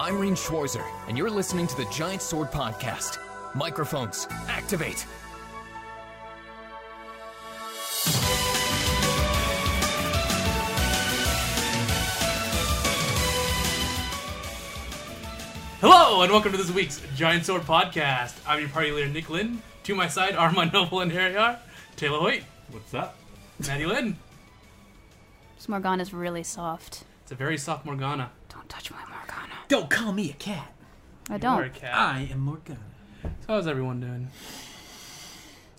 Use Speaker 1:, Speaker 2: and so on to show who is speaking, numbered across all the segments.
Speaker 1: I'm Reen Schwarzer, and you're listening to the Giant Sword Podcast. Microphones, activate!
Speaker 2: Hello and welcome to this week's Giant Sword Podcast. I'm your party leader Nick Lynn. To my side are my noble and Harry are Taylor Hoyt,
Speaker 3: What's up?
Speaker 2: Maddie Lynn.
Speaker 4: This Morgana's really soft.
Speaker 2: It's a very soft Morgana.
Speaker 4: Don't touch my Morgana.
Speaker 3: Don't call me a cat.
Speaker 4: I
Speaker 2: Or a
Speaker 4: don't.
Speaker 2: cat.
Speaker 3: I am Morgana.
Speaker 2: So how's everyone doing?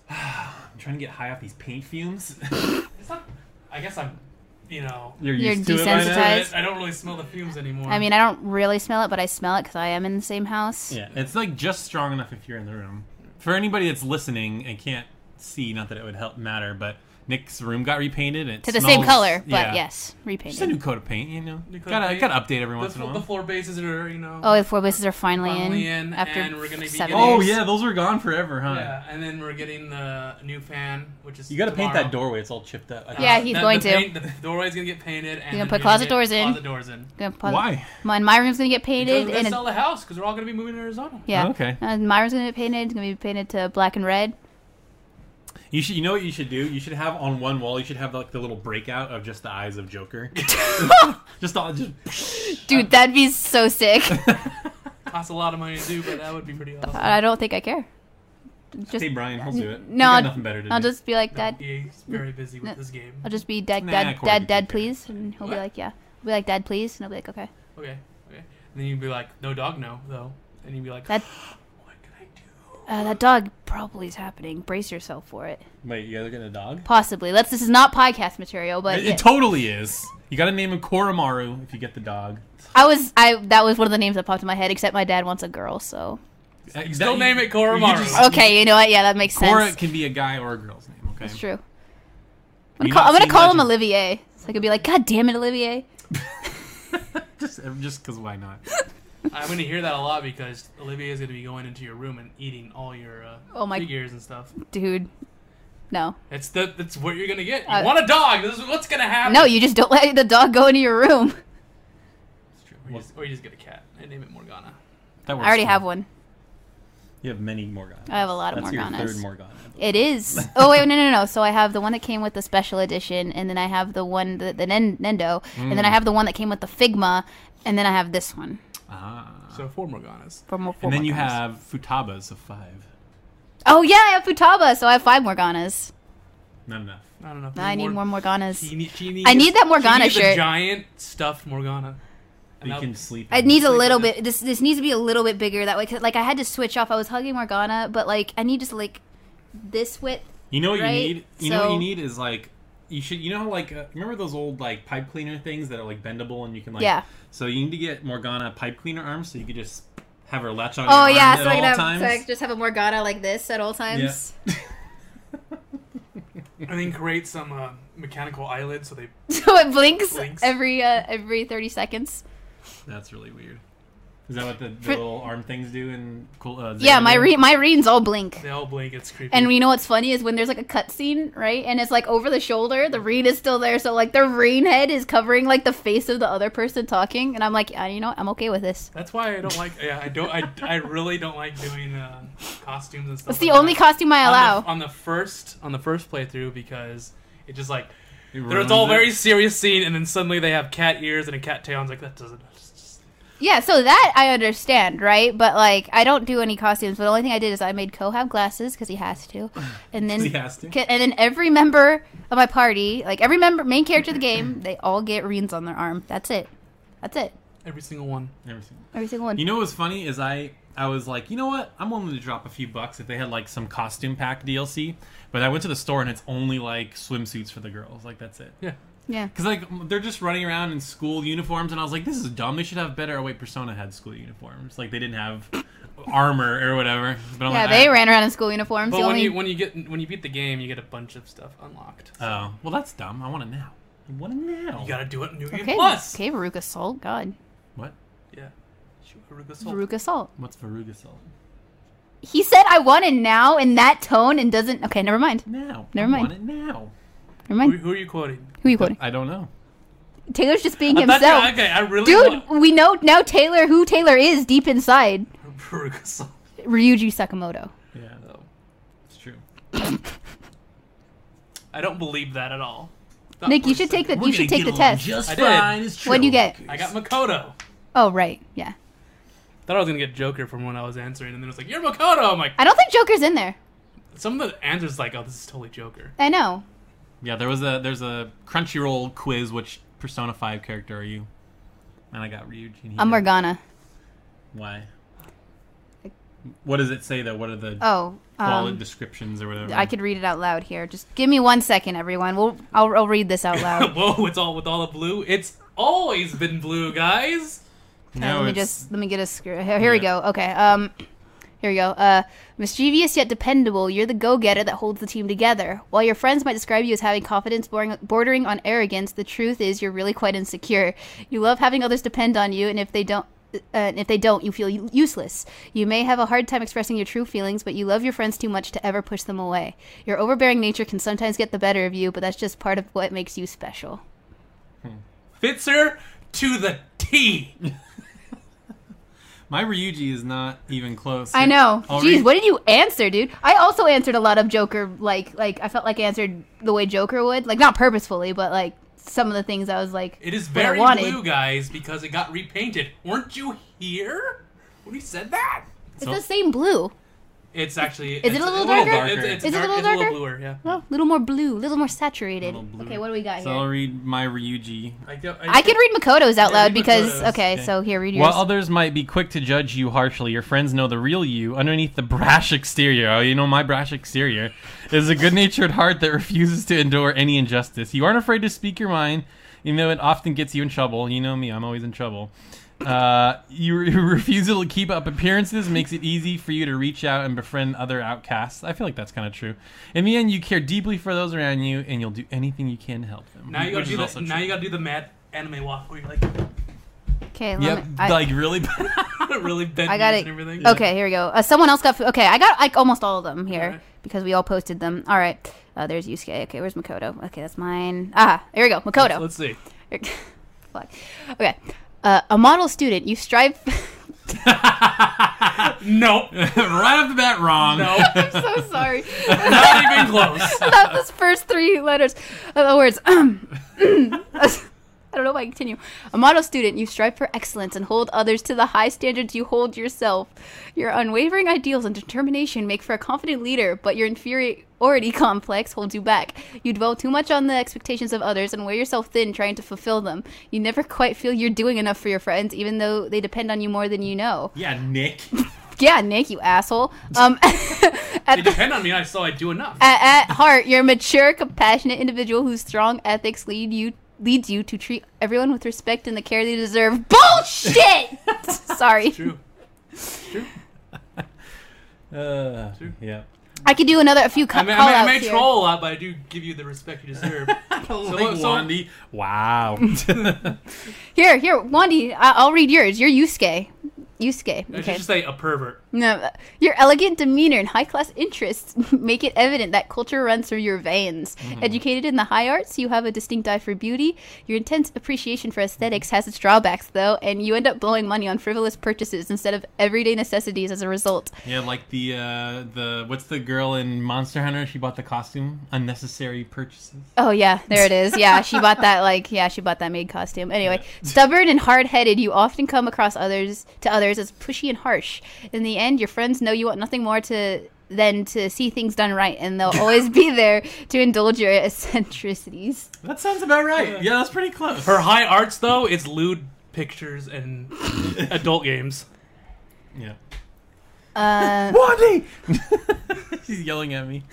Speaker 3: I'm trying to get high off these paint fumes.
Speaker 2: It's not. I guess I'm. You know,
Speaker 4: You're
Speaker 2: I,
Speaker 4: desensitized.
Speaker 2: I don't really smell the fumes anymore.
Speaker 4: I mean, I don't really smell it, but I smell it because I am in the same house.
Speaker 3: Yeah, it's like just strong enough if you're in the room. For anybody that's listening and can't see, not that it would help matter, but Nick's room got repainted. And it
Speaker 4: To the same
Speaker 3: smells-
Speaker 4: color, but
Speaker 3: yeah.
Speaker 4: yes,
Speaker 3: Just a
Speaker 4: repainted.
Speaker 3: new coat of paint, you know.
Speaker 2: New coat of
Speaker 3: Gotta,
Speaker 2: paint.
Speaker 3: gotta update every
Speaker 2: the,
Speaker 3: once in a
Speaker 2: fl- the
Speaker 3: while.
Speaker 2: floor bases are, you know.
Speaker 4: Oh, the floor bases are finally,
Speaker 2: Finally
Speaker 4: in,
Speaker 2: in,
Speaker 4: after
Speaker 2: and we're gonna be
Speaker 4: seven
Speaker 2: getting-
Speaker 3: Oh
Speaker 4: years.
Speaker 3: yeah, those were gone forever, huh?
Speaker 2: yeah, and then we're getting the new fan, which is
Speaker 3: You gotta paint that
Speaker 2: tomorrow.
Speaker 3: doorway; it's all chipped up. I-
Speaker 4: Yeah, he's
Speaker 2: the-
Speaker 4: going
Speaker 2: the
Speaker 4: to.
Speaker 2: Paint, the doorway's gonna get painted. And
Speaker 4: You're gonna
Speaker 2: then
Speaker 4: put
Speaker 2: we're
Speaker 4: closet
Speaker 2: get
Speaker 4: doors in.
Speaker 2: Closet doors in.
Speaker 4: Gonna put-
Speaker 3: Why?
Speaker 4: My, my room's gonna get
Speaker 2: Because
Speaker 4: painted,
Speaker 2: we're gonna
Speaker 4: and
Speaker 2: sell the
Speaker 4: it,
Speaker 2: house because we're all gonna be moving to Arizona.
Speaker 4: yeah,
Speaker 3: Oh, okay.
Speaker 4: And my room's gonna get painted. It's gonna be painted to black and red.
Speaker 2: Uh,
Speaker 3: You should. You know what you should do? You should have on one wall. You should have like the little breakout of just the eyes of Joker. just all. Just
Speaker 4: Dude, that'd be so sick.
Speaker 2: Costs a lot of money to do, but that would be pretty awesome.
Speaker 4: I don't think I care. Just
Speaker 3: hey Brian, I'll do it.
Speaker 4: no,
Speaker 3: You
Speaker 4: I'll-
Speaker 3: got nothing better to
Speaker 4: I'll
Speaker 3: do.
Speaker 4: just be like, Dad,
Speaker 2: He's E very busy with this game.
Speaker 4: I'll just be dad,
Speaker 3: Nah,
Speaker 4: dad,
Speaker 3: Corey
Speaker 4: dad,
Speaker 3: could
Speaker 4: dad,
Speaker 3: take care of
Speaker 4: please, and he'll be
Speaker 2: What?
Speaker 4: like, yeah. I'll be like, Dad, please, and I'll be like, okay.
Speaker 2: Okay, okay. And then you'd be like, no dog, no, though. And you'd be like,
Speaker 4: That-
Speaker 2: what can I do?
Speaker 4: Uh, that dog probably is happening. Brace yourself for it.
Speaker 3: Wait, you guys are getting a dog?
Speaker 4: Possibly. Let's. This is not podcast material, but
Speaker 3: It, it totally is. You got to name him Koromaru if you get the dog.
Speaker 4: I was. I that was one of the names that popped in my head. Except my dad wants a girl, so
Speaker 3: You
Speaker 2: still name it Koromaru.
Speaker 3: you just-
Speaker 4: okay. You know what? Yeah, that makes
Speaker 3: Kora
Speaker 4: sense.
Speaker 3: can be a guy or a girl's name. Okay.
Speaker 4: It's true. I'm
Speaker 3: You
Speaker 4: gonna call,
Speaker 3: not
Speaker 4: I'm gonna
Speaker 3: seen
Speaker 4: call him
Speaker 3: Legend-
Speaker 4: Olivier. So I could be like, God damn it, Olivier.
Speaker 3: Just, just because why not?
Speaker 2: I'm gonna hear that a lot because Olivia's gonna be going into your room and eating all your uh,
Speaker 4: Oh my-
Speaker 2: figures and stuff.
Speaker 4: Dude, no,
Speaker 2: That's the that's what you're gonna get. You
Speaker 4: Uh,
Speaker 2: want a dog? This is what's gonna happen.
Speaker 4: no. You just don't let the dog go into your room.
Speaker 2: It's true. Or you, just, or you just get a cat and name it Morgana.
Speaker 3: That works
Speaker 4: I already
Speaker 3: too.
Speaker 4: have one.
Speaker 3: You have many Morganas.
Speaker 4: I have a lot of
Speaker 3: That's
Speaker 4: Morganas.
Speaker 3: Your third Morgana.
Speaker 4: It is. Oh wait, no, no, no. So I have the one that came with the special edition, and then I have the one the, the Nen- Nendo, and
Speaker 3: Hmm.
Speaker 4: then I have the one that came with the Figma, and then I have this one
Speaker 3: Ah.
Speaker 2: So four Morganas.
Speaker 4: for more. four
Speaker 3: and then you
Speaker 4: Morganas.
Speaker 3: have Futabas of five.
Speaker 4: Oh yeah, I have Futaba, so I have five Morganas.
Speaker 3: Not enough.
Speaker 2: I don't know. If
Speaker 4: I need more
Speaker 2: She
Speaker 4: Morganas.
Speaker 2: need, she needs,
Speaker 4: I need that Morgana
Speaker 2: she needs A
Speaker 4: shirt.
Speaker 2: giant stuffed Morgana. And
Speaker 3: You
Speaker 2: that-
Speaker 3: can sleep.
Speaker 4: It
Speaker 3: in.
Speaker 4: needs a
Speaker 2: Sleep
Speaker 4: little
Speaker 2: with it.
Speaker 4: bit. This this needs to be a little bit bigger that way. 'cause, like I had to switch off. I was hugging Morgana, but like I need just like this width.
Speaker 3: You know what
Speaker 4: right?
Speaker 3: you need? You know what
Speaker 4: So-
Speaker 3: you need is like you should you know how like uh, remember those old like pipe cleaner things that are like bendable and you can like
Speaker 4: Yeah.
Speaker 3: So you need to get Morgana pipe cleaner arms so you could just have her latch on.
Speaker 4: Oh
Speaker 3: your
Speaker 4: yeah,
Speaker 3: arm
Speaker 4: so
Speaker 3: at
Speaker 4: I
Speaker 3: all
Speaker 4: can have,
Speaker 3: times.
Speaker 4: so I can just have a Morgana like this at all times.
Speaker 2: and then create some uh, mechanical eyelids so they
Speaker 4: so it blinks,
Speaker 2: Blinks.
Speaker 4: every uh, every thirty seconds.
Speaker 3: That's really weird. Is that what the, the
Speaker 4: For-
Speaker 3: little arm things do in cool? Uh,
Speaker 4: Yeah,
Speaker 3: Xanadu?
Speaker 4: my re- my readings all blink.
Speaker 2: they all blink. It's creepy.
Speaker 4: And you know what's funny is when there's like a cutscene, right? And it's like over the shoulder, the reed is still there, so like the reed head is covering like the face of the other person talking, and I'm like, "Ah, you know, what? I'm okay with this.
Speaker 2: That's why I don't like. Yeah, I don't. I, I really don't like doing uh, costumes
Speaker 3: Oh
Speaker 2: and stuff.
Speaker 4: That's the
Speaker 2: like
Speaker 4: only
Speaker 2: that.
Speaker 4: costume
Speaker 2: On
Speaker 4: I
Speaker 2: the-
Speaker 4: allow.
Speaker 2: on the, first on the first playthrough because it just like
Speaker 3: It
Speaker 2: there
Speaker 3: ruins
Speaker 2: it's all
Speaker 3: it.
Speaker 2: very serious scene and then suddenly they have cat ears and a cat tail. And it's like that doesn't. it's just-
Speaker 4: yeah, so that I understand, right? But like, I don't do any costumes. But the only thing I did is I made Ko have glasses because he has to, and then
Speaker 3: 'Cause he has to.
Speaker 4: and then every member of my party, like every member main character of the game, they all get reeds on their arm. That's it. That's it.
Speaker 2: Every single one.
Speaker 3: Never seen it.
Speaker 4: Every single one.
Speaker 3: You know what's funny is I I was like, you know what? I'm willing to drop a few bucks if they had like some costume pack DLC. But I went to the store and it's only like swimsuits for the girls. Like that's it.
Speaker 2: Yeah.
Speaker 4: yeah.
Speaker 3: Because like they're just running around in school uniforms, and I was like, this is dumb. They should have better. Oh wait, Persona had school uniforms. Like they didn't have armor or whatever. But I'm
Speaker 4: Yeah,
Speaker 3: like,
Speaker 4: they
Speaker 3: I-
Speaker 4: ran around in school uniforms.
Speaker 2: But
Speaker 4: the
Speaker 2: when
Speaker 4: only
Speaker 2: you when you get when you beat the game, you get a bunch of stuff unlocked.
Speaker 3: Oh, well that's dumb. I want it now. I want it now.
Speaker 2: You gotta do it in New Game
Speaker 4: Okay,
Speaker 2: Plus.
Speaker 4: okay, Veruca Salt. God,
Speaker 3: what?
Speaker 2: Yeah. Shoot, Haruka Soul.
Speaker 4: Veruca Salt.
Speaker 3: What's Veruga salt?
Speaker 4: He said, "I want it now" in that tone, and doesn't. Okay, never mind.
Speaker 3: Now.
Speaker 4: Never
Speaker 3: I
Speaker 4: mind.
Speaker 3: Want it now.
Speaker 4: Never
Speaker 2: Who,
Speaker 4: mind.
Speaker 2: who are you quoting?
Speaker 4: Who are you quoting?
Speaker 3: I don't know.
Speaker 4: Taylor's just being
Speaker 2: I'm not
Speaker 4: himself.
Speaker 2: trying- okay, I really
Speaker 4: Dude,
Speaker 2: want
Speaker 4: we know now Taylor who Taylor is deep inside.
Speaker 2: Perugasa.
Speaker 4: Ryuji Sakamoto.
Speaker 3: Yeah, it's true.
Speaker 2: I don't believe that at all. Not
Speaker 4: Nick,
Speaker 2: for
Speaker 4: you
Speaker 2: a
Speaker 4: should take the
Speaker 2: second.
Speaker 4: you should take the test.
Speaker 3: Just
Speaker 2: I did. fine,
Speaker 4: What'd you get?
Speaker 2: I got Makoto.
Speaker 4: Oh right, yeah.
Speaker 2: Thought I was gonna get Joker from when I was answering, and then it was like, "You're Makoto." I'm like,
Speaker 4: I don't think Joker's in there.
Speaker 2: some of the answers like, "Oh, this is totally Joker."
Speaker 4: I know.
Speaker 3: Yeah, there was a there's a Crunchyroll quiz. Which Persona Five character are you? And I got Ryuji. and he
Speaker 4: I'm
Speaker 3: didn't.
Speaker 4: Morgana.
Speaker 3: Why? What does it say though? What are the
Speaker 4: Oh,
Speaker 3: wallet
Speaker 4: um,
Speaker 3: descriptions or whatever?
Speaker 4: I could read it out loud here. Just give me one second, everyone. We'll I'll, I'll read this out loud.
Speaker 2: Whoa! It's all with all the blue. It's always been blue, guys.
Speaker 4: Okay,
Speaker 3: No,
Speaker 4: let me
Speaker 3: it's-
Speaker 4: just let me get a screw. Here, here we go. Okay. Um, here we go. Uh, mischievous yet dependable, you're the go-getter that holds the team together. While your friends might describe you as having confidence bordering, bordering on arrogance, the truth is you're really quite insecure. You love having others depend on you, and if they don't. Uh, and if they don't, you feel u- useless. You may have a hard time expressing your true feelings, but you love your friends too much to ever push them away. Your overbearing nature can sometimes get the better of you, but that's just part of what makes you special.
Speaker 2: Fits her to the T.
Speaker 3: My Ryuji is not even close.
Speaker 4: I know.
Speaker 3: I'll
Speaker 4: Jeez,
Speaker 3: read-
Speaker 4: what did you answer, dude? I also answered a lot of Joker like like I felt like I answered the way Joker would. Like not purposefully, but like some of the things I was like
Speaker 2: It is
Speaker 4: what I
Speaker 2: very
Speaker 4: wanted.
Speaker 2: blue, guys, because it got repainted. Weren't you here when we said that?
Speaker 4: It's the same blue.
Speaker 2: It's actually.
Speaker 4: Is it
Speaker 2: it's
Speaker 4: a little
Speaker 3: darker?
Speaker 2: It's, it's
Speaker 4: Is it a
Speaker 2: dark-
Speaker 4: little
Speaker 2: it's a little
Speaker 4: darker?
Speaker 2: bluer, yeah.
Speaker 4: A little more blue, a little more saturated.
Speaker 3: Little blue.
Speaker 4: Okay, what do we got
Speaker 3: so I'll
Speaker 4: here?
Speaker 3: read my Ryuji.
Speaker 2: I, don't-
Speaker 4: I can read Makoto's out
Speaker 2: Yeah, read
Speaker 4: loud because
Speaker 2: Makoto's.
Speaker 4: okay,
Speaker 3: Okay.
Speaker 4: so here read yours.
Speaker 3: While others might be quick to judge you harshly, your friends know the real you underneath the brash exterior. Oh, you know, my brash exterior is a good natured heart that refuses to endure any injustice. You aren't afraid to speak your mind, even though it often gets you in trouble. You know me, I'm always in trouble. Uh, your, your refusal to keep up appearances makes it easy for you to reach out and befriend other outcasts. I feel like that's kind of true. In the end, you care deeply for those around you, and you'll do anything you can to help them.
Speaker 2: Now you gotta
Speaker 3: Which is
Speaker 2: do
Speaker 3: also
Speaker 2: the, Now
Speaker 3: true.
Speaker 2: you gotta do the mad anime walk where you're like
Speaker 4: okay, let
Speaker 3: Yep,
Speaker 4: me, I,
Speaker 3: like really.
Speaker 2: really bent
Speaker 4: I got
Speaker 2: knees
Speaker 4: it.
Speaker 2: and everything.
Speaker 4: Okay, here we go. Uh, someone else got. Okay, I got like almost all of them here
Speaker 2: Alright.
Speaker 4: because we all posted them. All right. Uh, there's Yusuke. Okay, where's Makoto? Okay, that's mine. Ah, here we go. Makoto.
Speaker 2: Let's see.
Speaker 4: Fuck. Okay. Uh, a model student, you strive.
Speaker 2: Nope.
Speaker 3: right off the bat, wrong.
Speaker 2: No.
Speaker 4: I'm so sorry.
Speaker 2: Not even close.
Speaker 4: Not those first three letters, uh, the words. I don't know why I continue. A model student, you strive for excellence and hold others to the high standards you hold yourself. Your unwavering ideals and determination make for a confident leader, but your inferiority complex holds you back. You dwell too much on the expectations of others and wear yourself thin trying to fulfill them. You never quite feel you're doing enough for your friends, even though they depend on you more than you know.
Speaker 3: Yeah, Nick.
Speaker 4: Yeah, Nick, you asshole. Um,
Speaker 2: They
Speaker 4: at, the,
Speaker 2: depend on me. I saw I do enough.
Speaker 4: at, at heart, you're a mature, compassionate individual whose strong ethics lead you leads you to treat everyone with respect and the care they deserve. Bullshit. Sorry,
Speaker 2: True.
Speaker 3: Uh, yeah.
Speaker 4: I could do another a few
Speaker 2: I
Speaker 4: call
Speaker 2: may, I may, I
Speaker 4: outs
Speaker 2: may
Speaker 4: here.
Speaker 2: troll a lot, but I do give you the respect you deserve. so,
Speaker 3: Like
Speaker 2: so-
Speaker 3: Wandy. Wow.
Speaker 4: Here, here, Wandy, I- I'll read yours. You're Yusuke. Yusuke.
Speaker 2: I should
Speaker 4: Okay.
Speaker 2: just say a pervert.
Speaker 4: No, uh, your elegant demeanor and high class interests make it evident that culture runs through your veins. Educated in the high arts, you have a distinct eye for beauty. Your intense appreciation for aesthetics has its drawbacks, though, and you end up blowing money on frivolous purchases instead of everyday necessities as a result.
Speaker 3: yeah, like the uh the what's the girl in Monster Hunter? She bought the costume. Unnecessary purchases.
Speaker 4: Oh yeah, there it is. Yeah, she bought that like yeah, she bought that maid costume. Anyway, stubborn and hard-headed, you often come across others to others as pushy and harsh. In the end, your friends know you want nothing more to than to see things done right, and they'll always be there to indulge your eccentricities.
Speaker 3: That sounds about right. Yeah, that's pretty close.
Speaker 2: For high arts, though, it's lewd pictures and adult games.
Speaker 3: yeah.
Speaker 4: Uh,
Speaker 3: Wandy. She's yelling at me.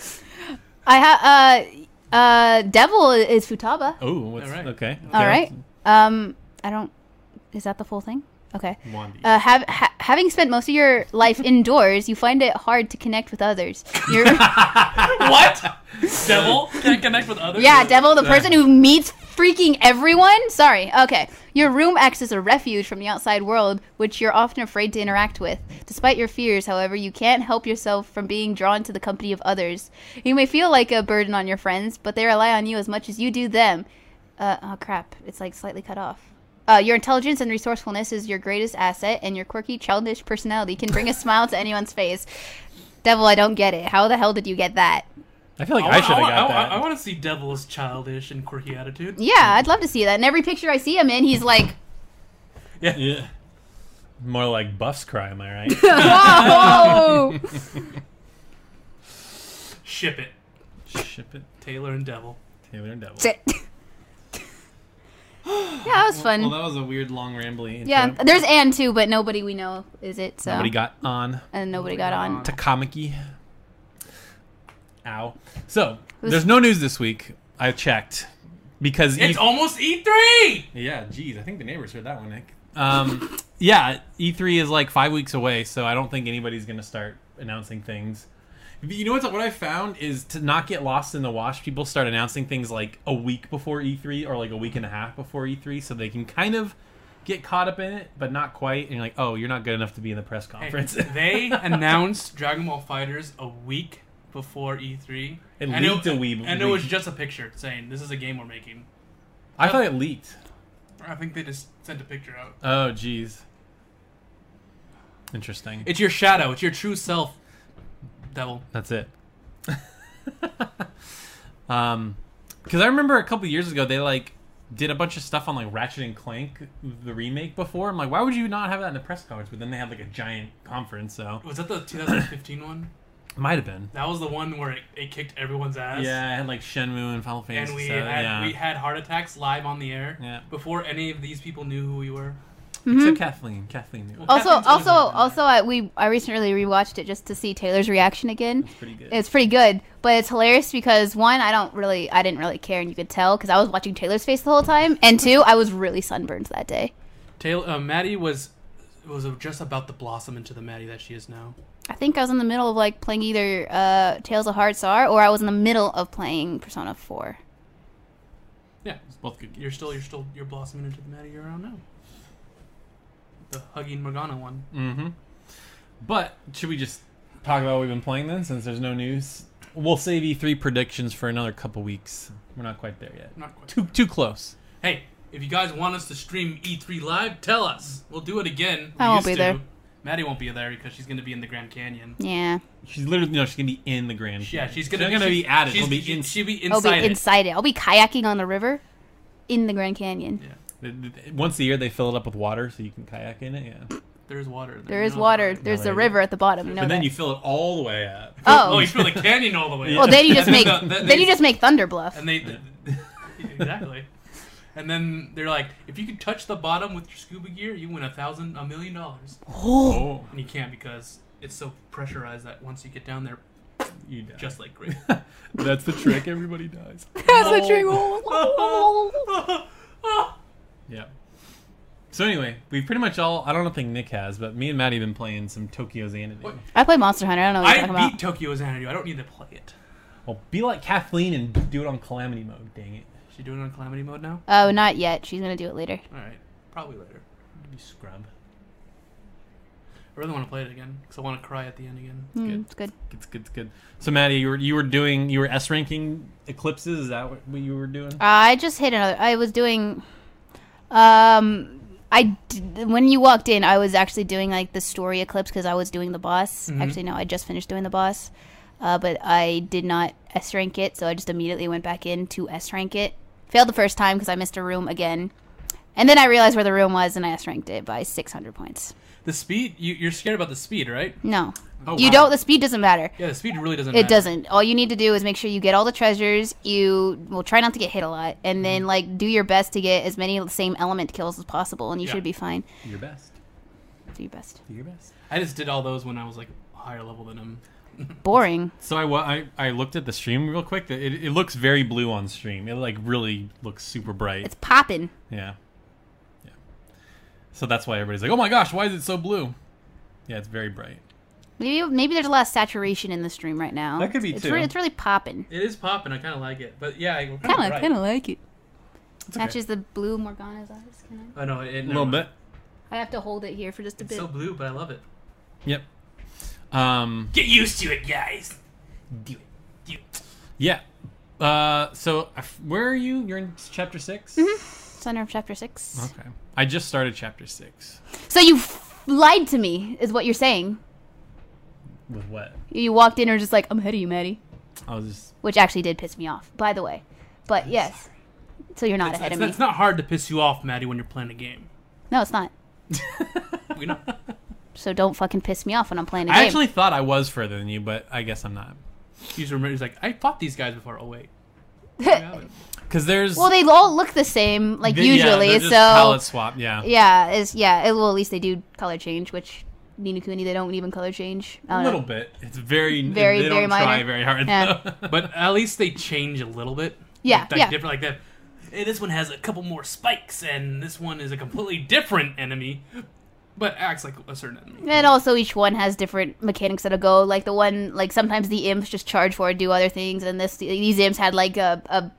Speaker 4: I have uh uh devil is Futaba.
Speaker 3: Oh, what's
Speaker 2: All right.
Speaker 3: okay?
Speaker 4: All right. Um, I don't. Is that the full thing? Okay.
Speaker 3: Wandy.
Speaker 4: Uh, have, ha- having spent most of your life indoors, you find it hard to connect with others. You're,
Speaker 2: what? Devil can't connect with others.
Speaker 4: yeah, devil, the person who meets freaking everyone. Sorry. Okay. Your room acts as a refuge from the outside world, which you're often afraid to interact with. Despite your fears, however, you can't help yourself from being drawn to the company of others. You may feel like a burden on your friends, but they rely on you as much as you do them. Uh, oh crap! It's like slightly cut off. Uh, your intelligence and resourcefulness is your greatest asset, and your quirky, childish personality can bring a smile to anyone's face. Devil, I don't get it. How the hell did you get that?
Speaker 3: I feel like
Speaker 2: wa-
Speaker 3: I, should have
Speaker 2: wa-
Speaker 3: got
Speaker 2: I, wa-
Speaker 3: that.
Speaker 2: I, want to see Devil's childish and quirky attitude.
Speaker 4: Yeah, I'd love to see that. And every picture I see him in, he's like,
Speaker 3: yeah. More like Buff's cry, am I right?
Speaker 4: "Whoa!"
Speaker 2: Ship it,
Speaker 3: Ship it,
Speaker 2: Taylor and Devil.
Speaker 3: Taylor and Devil.
Speaker 4: That's it. yeah, that was fun.
Speaker 3: Well, that was a weird, long, rambling intro.
Speaker 4: yeah, uh, there's Anne too, but nobody we know is it. So
Speaker 3: Nobody got on
Speaker 4: and nobody got on.
Speaker 3: Takamaki. Ow. So,
Speaker 4: was-
Speaker 3: there's no news this week. I checked. Because
Speaker 2: It's
Speaker 3: E-
Speaker 2: almost E3.
Speaker 3: Yeah, geez, I think the neighbors heard that one, Nick. Um, yeah, E3 is like five weeks away, so I don't think anybody's gonna start announcing things. You know what's what I found is to not get lost in the wash. People start announcing things like a week before E3 or like a week and a half before E3, so they can kind of get caught up in it, but not quite. And you're like, oh, you're not good enough to be in the press conference.
Speaker 2: they announced Dragon Ball Fighters a week before E3.
Speaker 3: It
Speaker 2: and
Speaker 3: leaked a wee-
Speaker 2: and it was
Speaker 3: week.
Speaker 2: just a picture saying this is a game we're making.
Speaker 3: I thought it leaked.
Speaker 2: I think they just sent a picture out.
Speaker 3: Oh, geez. Interesting.
Speaker 2: It's your shadow. It's your true self, Devil.
Speaker 3: That's it. um, because I remember a couple years ago they like did a bunch of stuff on like Ratchet and Clank the remake before. I'm like, why would you not have that in the press conference? But then they had like a giant conference, so
Speaker 2: Was that the 2015 one?
Speaker 3: it might have been.
Speaker 2: That was the one where it, it kicked everyone's ass.
Speaker 3: Yeah, I had like Shenmue and Final Fantasy.
Speaker 2: And we
Speaker 3: so,
Speaker 2: had
Speaker 3: yeah.
Speaker 2: we had heart attacks live on the air
Speaker 3: Yeah.
Speaker 2: before any of these people knew who we were.
Speaker 3: Except Kathleen. Kathleen knew.
Speaker 2: Oh.
Speaker 4: Also,
Speaker 2: Captain's
Speaker 4: also,
Speaker 2: Eleven.
Speaker 4: also, I, we I recently rewatched it just to see Taylor's reaction again.
Speaker 3: It's pretty good.
Speaker 4: It's pretty good, but it's hilarious because one, I don't really, I didn't really care, and you could tell because I was watching Taylor's face the whole time, and two, I was really sunburned that day.
Speaker 2: Taylor, uh, Maddie was was just about to blossom into the Maddie that she is now.
Speaker 4: I think I was in the middle of like playing either uh, Tales of Hearts R or I was in the middle of playing Persona Four.
Speaker 2: Yeah,
Speaker 3: Both good.
Speaker 2: you're still you're still you're blossoming into the Maddie you're on now. The hugging Morgana one.
Speaker 3: Mm-hmm. But should we just talk about what we've been playing then, since there's no news? We'll save E3 predictions for another couple weeks. We're not quite there yet.
Speaker 2: Not quite.
Speaker 3: Too too close.
Speaker 2: Hey, if you guys want us to stream E3 live, tell us. We'll do it again.
Speaker 4: I won't
Speaker 2: used
Speaker 4: be there.
Speaker 2: Maddie won't be there because she's gonna be in the Grand Canyon.
Speaker 3: Mm.
Speaker 4: Yeah,
Speaker 3: She's literally no. She's gonna be in the Grand.
Speaker 2: Yeah,
Speaker 3: Canyon.
Speaker 2: she's gonna,
Speaker 3: not gonna
Speaker 2: she-
Speaker 3: be at it.
Speaker 2: she's-
Speaker 3: She'll be
Speaker 2: she-
Speaker 3: in.
Speaker 2: She'll be
Speaker 4: I'll
Speaker 2: inside.
Speaker 4: be
Speaker 2: it.
Speaker 4: inside it. I'll be kayaking on the river in the Grand Canyon.
Speaker 2: Yeah,
Speaker 3: th- th- once a year, they fill it up with water so you can kayak in it. Yeah,
Speaker 2: there Oh. is water. in
Speaker 4: There
Speaker 2: You
Speaker 4: is
Speaker 2: know
Speaker 4: water.
Speaker 2: that, right?
Speaker 4: There's
Speaker 3: there
Speaker 4: a
Speaker 3: you
Speaker 4: river at the bottom. You know
Speaker 3: but then
Speaker 4: that.
Speaker 3: you fill it all the way up.
Speaker 2: Oh,
Speaker 4: oh,
Speaker 2: you fill the canyon all the way.
Speaker 4: well,
Speaker 2: up.
Speaker 4: then you just
Speaker 2: And
Speaker 4: make
Speaker 2: the- the-
Speaker 4: then
Speaker 2: they-
Speaker 4: you just make Thunder Bluff.
Speaker 2: and they exactly. And then they're like, if you could touch the bottom with your scuba gear, you win a thousand, a million dollars.
Speaker 3: Oh,
Speaker 2: And you can't because it's so pressurized that once you get down there,
Speaker 3: you die.
Speaker 2: just like great.
Speaker 3: that's the trick. Everybody dies.
Speaker 4: That's the
Speaker 2: Oh.
Speaker 4: trick.
Speaker 3: yeah. So anyway, we pretty much all. I don't think Nick has, but me and Maddie have been playing some Tokyo Xanadu.
Speaker 2: What?
Speaker 4: I play Monster Hunter. I don't know what
Speaker 2: I
Speaker 4: you're talking
Speaker 2: beat
Speaker 4: about.
Speaker 2: Tokyo Xanadu. I don't need to play it.
Speaker 3: Well, be like Kathleen and do it on calamity mode. Dang it.
Speaker 2: She doing it on calamity mode now?
Speaker 4: Oh, not yet. She's gonna do it later.
Speaker 2: All right, probably later.
Speaker 3: You scrub.
Speaker 2: I really want to play it again because I want to cry at the end again.
Speaker 4: Hmm,
Speaker 3: Good.
Speaker 4: It's good.
Speaker 3: It's good. It's good. So Maddie, you were you were doing you were S ranking eclipses. Is that what what you were doing?
Speaker 4: Uh, I just hit another. I was doing. Um, I d- when you walked in, I was actually doing like the story eclipse because I was doing the boss.
Speaker 2: Mm-hmm.
Speaker 4: Actually, no, I just finished doing the boss, uh, but I did not S rank it, so I just immediately went back in to S rank it. Failed the first time because I missed a room again, and then I realized where the room was, and I S ranked it by six hundred points.
Speaker 2: The speed? You, you're scared about the speed, right?
Speaker 4: No,
Speaker 2: Oh,
Speaker 4: you
Speaker 2: wow.
Speaker 4: don't. The speed doesn't matter.
Speaker 2: Yeah, the speed really doesn't.
Speaker 4: It
Speaker 2: matter.
Speaker 4: doesn't. All you need to do is make sure you get all the treasures. You will try not to get hit a lot, and then like do your best to get as many same element kills as possible, and you
Speaker 2: Yeah.
Speaker 4: should be fine.
Speaker 3: Do your best.
Speaker 4: Do your best.
Speaker 3: Do your best.
Speaker 2: I just did all those when I was like higher level than him.
Speaker 4: Boring.
Speaker 3: So I, wa- I I looked at the stream real quick. It, it looks very blue on stream. It like really looks super bright.
Speaker 4: It's popping.
Speaker 3: Yeah, yeah. So that's why everybody's like, "Oh my gosh, why is it so blue?" Yeah, it's very bright.
Speaker 4: Maybe maybe there's a lot of saturation in the stream right now.
Speaker 3: That could be,
Speaker 4: it's
Speaker 3: too.
Speaker 4: Re- it's really popping.
Speaker 2: It is popping. I kind of like it, but yeah, I kind
Speaker 4: Kind of kind of like it.
Speaker 3: It's okay.
Speaker 4: Matches the blue Morgana's eyes. Can
Speaker 2: I know it,
Speaker 3: a little bit.
Speaker 4: I? I have to hold it here for just a
Speaker 2: It's
Speaker 4: bit.
Speaker 2: so blue, but I love it.
Speaker 3: Yep. Um.
Speaker 2: Get used to it, guys. Do it. Do it.
Speaker 3: Yeah. Uh, so I f- where are you? You're in chapter 6
Speaker 4: Mm-hmm. Center of chapter six.
Speaker 3: Okay. I just started chapter six.
Speaker 4: So you f- lied to me, is what you're saying.
Speaker 3: With what?
Speaker 4: You walked in and were just like, I'm ahead of you, Maddie.
Speaker 3: I was just.
Speaker 4: Which actually did piss me off, by the way. But yes. So you're not
Speaker 2: It's,
Speaker 4: ahead
Speaker 2: it's-
Speaker 4: of me.
Speaker 2: it's not hard to piss you off, Maddie, when you're playing a game.
Speaker 4: no, it's not.
Speaker 2: You know,
Speaker 4: So don't fucking piss me off when I'm playing a
Speaker 3: I
Speaker 4: game.
Speaker 3: actually thought I was further than you, but I guess I'm not.
Speaker 2: he's remember he's like, I fought these guys before. Oh wait, No, I haven't.
Speaker 3: Because there's.
Speaker 4: well, they all look the same, like
Speaker 3: they- yeah,
Speaker 4: usually.
Speaker 3: they're
Speaker 4: so
Speaker 3: just palette swap. Yeah.
Speaker 4: yeah, is yeah. It, well, at least they do color change, which Ninokuni they don't even color change. I
Speaker 3: A
Speaker 4: don't
Speaker 3: little
Speaker 4: know.
Speaker 3: bit. It's very.
Speaker 4: Very,
Speaker 3: they don't
Speaker 4: very minor.
Speaker 3: try very hard.
Speaker 4: Yeah.
Speaker 3: though.
Speaker 2: but at least they change a little bit.
Speaker 4: Yeah,
Speaker 2: like, like
Speaker 4: yeah.
Speaker 2: different like that. Hey, this one has a couple more spikes, and this one is a completely different enemy, but acts like a certain enemy.
Speaker 4: And also, each one has different mechanics that'll go. Like the one, like sometimes the imps just charge forward, do other things, and this these imps had like a, a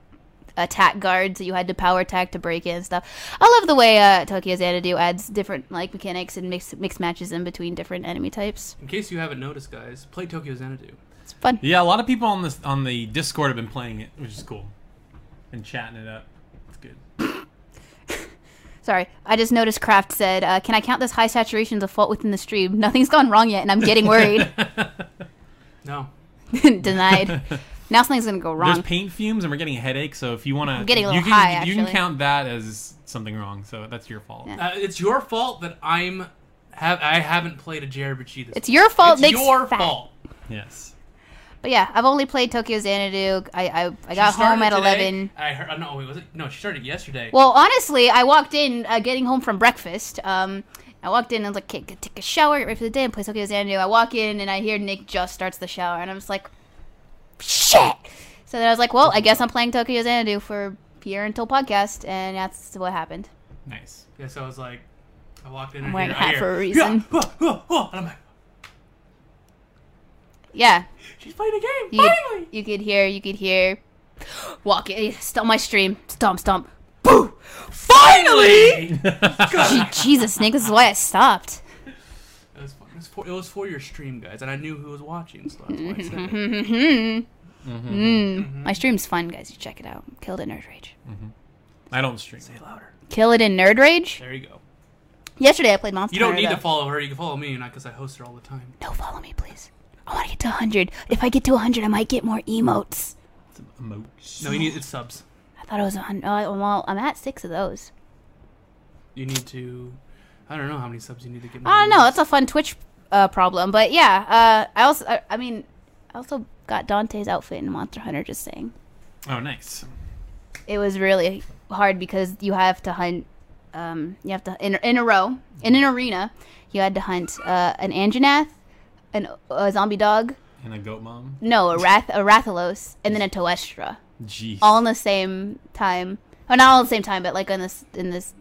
Speaker 4: attack guards that you had to power attack to break in and stuff. I love the way uh, Tokyo Xanadu adds different like mechanics and mix mix matches in between different enemy types.
Speaker 2: In case you haven't noticed, guys, play Tokyo Xanadu.
Speaker 4: It's fun.
Speaker 3: yeah. A lot of people on this on the Discord have been playing it, which is cool, and chatting it up. It's good.
Speaker 4: Sorry, I just noticed Kraft said, uh, "Can I count this high saturation as a fault within the stream? Nothing's gone wrong yet, and I'm getting worried."
Speaker 2: No,
Speaker 4: Denied. Now something's gonna go wrong.
Speaker 3: There's paint fumes, and we're getting a headache. So if you want to, I'm
Speaker 4: getting a
Speaker 3: you
Speaker 4: little
Speaker 3: can,
Speaker 4: high,
Speaker 3: You can
Speaker 4: actually.
Speaker 3: count that as something wrong. So that's your fault.
Speaker 4: Yeah.
Speaker 2: uh, it's your fault that I'm have I haven't played a JRPG this.
Speaker 4: it's your fault.
Speaker 2: It's
Speaker 4: Nick's
Speaker 2: your
Speaker 4: fat.
Speaker 2: fault.
Speaker 3: Yes.
Speaker 4: But yeah, I've only played Tokyo Xanadu. I I, I
Speaker 2: She
Speaker 4: got home
Speaker 2: started
Speaker 4: at
Speaker 2: today.
Speaker 4: eleven.
Speaker 2: I heard. uh, No, wait, was it? No, she started yesterday.
Speaker 4: Well, honestly, I walked in uh, getting home from breakfast. Um, I walked in and I was like, okay, go take a shower, get ready for the day, and play Tokyo Xanadu. I walk in and I hear Nick just starts the shower, and I'm just like, shit. So then I was like, well, I guess I'm playing Tokyo Xanadu for here until podcast, and that's what happened.
Speaker 3: Nice.
Speaker 2: yeah, so I was like, I walked in.
Speaker 4: I'm
Speaker 2: and
Speaker 4: wearing a
Speaker 2: I hear-
Speaker 4: hat for a
Speaker 2: I hear, "Yeah,
Speaker 4: reason.
Speaker 2: huh, huh, huh," and I'm like,
Speaker 4: Yeah,
Speaker 2: she's playing a game.
Speaker 4: you could,
Speaker 2: finally.
Speaker 4: you could hear, you could hear, walk in, stomp my stream, stomp, stomp, boo, finally. Gee, Jesus, Nick, this is why I stopped.
Speaker 2: It was, fun. It was for it was for your stream, guys, and I knew who was watching, so that's why I said it.
Speaker 4: My stream's fun, guys. You check it out. Killed in Nerd Rage.
Speaker 3: I don't stream.
Speaker 2: Say it louder.
Speaker 4: Kill it in Nerd Rage.
Speaker 2: There you go.
Speaker 4: Yesterday I played Monster.
Speaker 2: You don't
Speaker 4: Hunter,
Speaker 2: need to
Speaker 4: though.
Speaker 2: follow her. You can follow me, not because I host her all the time.
Speaker 4: No, follow me, please. I want to get to 100. If I get to 100, I might get more emotes.
Speaker 3: Emotes.
Speaker 2: No, you need it's subs.
Speaker 4: I thought it was 100. Oh, I- well, I'm at six of those.
Speaker 2: You need to. I don't know how many subs you need to get.
Speaker 4: I don't know. That's a fun Twitch uh, problem, but yeah. Uh, I also, I, I mean, I also got Dante's outfit in Monster Hunter. Just saying,
Speaker 3: Oh, nice.
Speaker 4: it was really hard because you have to hunt. Um, you have to in in a row in an arena. You had to hunt uh, an Anjanath, an a zombie dog,
Speaker 3: And a goat mom.
Speaker 4: No, a Rath a Rathalos and then a Toestra.
Speaker 3: Jeez.
Speaker 4: All in the same time. Oh, not all at the same time, but like on this in this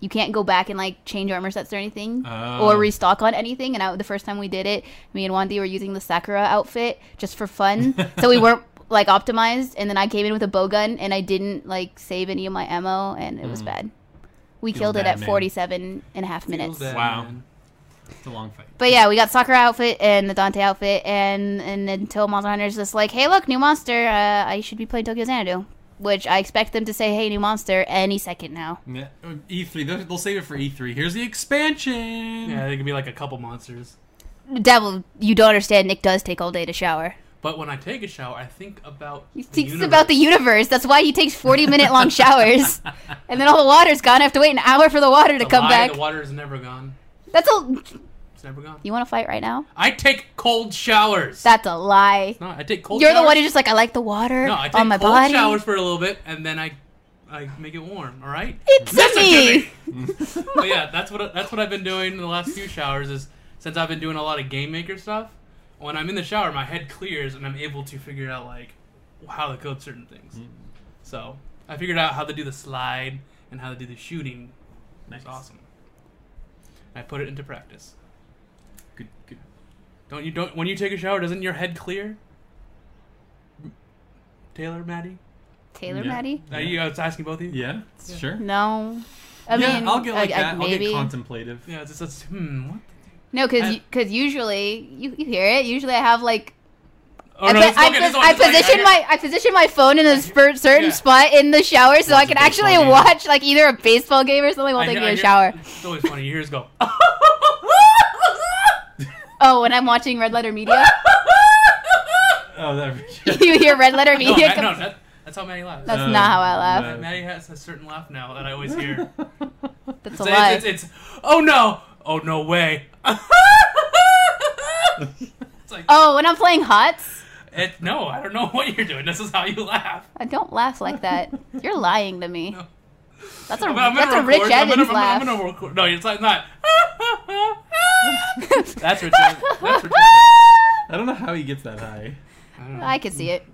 Speaker 4: you can't go back and like change armor sets or anything
Speaker 3: Oh.
Speaker 4: or restock on anything and I, the first time we did it me and wandy were using the sakura outfit just for fun so we weren't like optimized and then i came in with a bow gun and i didn't like save any of my ammo and it was bad we
Speaker 3: Mm. Feel
Speaker 4: killed it
Speaker 3: bad,
Speaker 4: at
Speaker 3: man.
Speaker 4: 47 and a half minutes
Speaker 3: Wow. It's a long fight.
Speaker 4: but yeah, we got soccer outfit and the Dante outfit, and and until Monster Hunter's just like, hey, look, new monster. Uh, I should be playing Tokyo Xanadu, which I expect them to say, hey, new monster, any second now.
Speaker 3: Yeah. uh, E3. They'll, they'll save it for E3. Here's the expansion.
Speaker 2: Yeah, it could be like a couple monsters.
Speaker 4: Devil, you don't understand. Nick does take all day to shower.
Speaker 2: But when I take a shower, I think about.
Speaker 4: He thinks about the universe. That's why he takes forty minute long showers, and then all the water's gone. I have to wait an hour for the water to come back.
Speaker 2: The water is never gone.
Speaker 4: That's a.
Speaker 2: It's never gone.
Speaker 4: You want to fight right now?
Speaker 2: I take cold showers.
Speaker 4: That's a lie.
Speaker 2: no, I take cold.
Speaker 4: You're
Speaker 2: showers.
Speaker 4: the one who's just like, I like the water
Speaker 2: No, I take
Speaker 4: on my
Speaker 2: cold
Speaker 4: body.
Speaker 2: showers for a little bit, and then I, I make it warm. All right.
Speaker 4: It's
Speaker 2: Listen to
Speaker 4: me.
Speaker 2: me. but yeah, that's what that's what I've been doing in the last few showers. Is since I've been doing a lot of game maker stuff. When I'm in the shower, my head clears, and I'm able to figure out like how to code certain things.
Speaker 3: Hmm.
Speaker 2: So I figured out how to do the slide and how to do the shooting.
Speaker 3: Nice.
Speaker 2: It's awesome. I put it into practice.
Speaker 3: Good. Good.
Speaker 2: Don't you don't when you take a shower? Doesn't your head clear? Taylor, Maddie,
Speaker 4: Taylor,
Speaker 3: Yeah.
Speaker 4: Maddie.
Speaker 2: Are you, I was asking both of you.
Speaker 3: Yeah. Sure.
Speaker 4: No. I
Speaker 3: yeah,
Speaker 4: mean,
Speaker 3: I'll get like
Speaker 4: I- I-
Speaker 3: that. I'll
Speaker 4: maybe.
Speaker 3: get contemplative.
Speaker 2: Yeah, it's just it's, hmm. What?
Speaker 4: No, because
Speaker 2: And-
Speaker 4: because usually you, you hear it. Usually I have like
Speaker 2: Oh,
Speaker 4: I,
Speaker 2: no,
Speaker 4: put-
Speaker 2: this
Speaker 4: I,
Speaker 2: one- this
Speaker 4: pos-
Speaker 2: one-
Speaker 4: I
Speaker 2: this one-
Speaker 4: position my I position my phone in a spur- certain
Speaker 2: Yeah.
Speaker 4: spot in the shower so I can
Speaker 3: baseball
Speaker 4: actually
Speaker 3: game.
Speaker 4: watch like either a baseball game or something while
Speaker 2: I
Speaker 4: taking
Speaker 2: hear- I
Speaker 4: a
Speaker 2: hear-
Speaker 4: shower.
Speaker 2: It's always funny. You hear us go.
Speaker 4: Oh, when I'm watching Red Letter Media,
Speaker 3: Oh, that.
Speaker 4: you hear Red Letter
Speaker 2: no,
Speaker 4: Media.
Speaker 2: I,
Speaker 4: come-
Speaker 2: no that, that's how Maddie laughs.
Speaker 4: That's not how I laugh.
Speaker 3: Uh,
Speaker 2: Ma- Maddie has a certain laugh now that I always hear.
Speaker 4: That's a
Speaker 2: So
Speaker 4: lie.
Speaker 2: it's, it's, it's, oh no, oh no way. it's like,
Speaker 4: oh, when I'm playing Hots,
Speaker 2: it, no, I don't know what you're doing. This is how you laugh.
Speaker 4: I don't laugh like that. You're lying to me. That's a
Speaker 2: I'm, I'm
Speaker 4: that's
Speaker 2: gonna
Speaker 4: a
Speaker 2: record,
Speaker 4: Rich
Speaker 2: I'm gonna,
Speaker 4: Evans
Speaker 2: I'm,
Speaker 4: laugh.
Speaker 2: gonna, I'm gonna record. No, it's like not. that's Rich Evans. That's Rich Evans.
Speaker 3: I don't know how he gets that high.
Speaker 4: I can see it.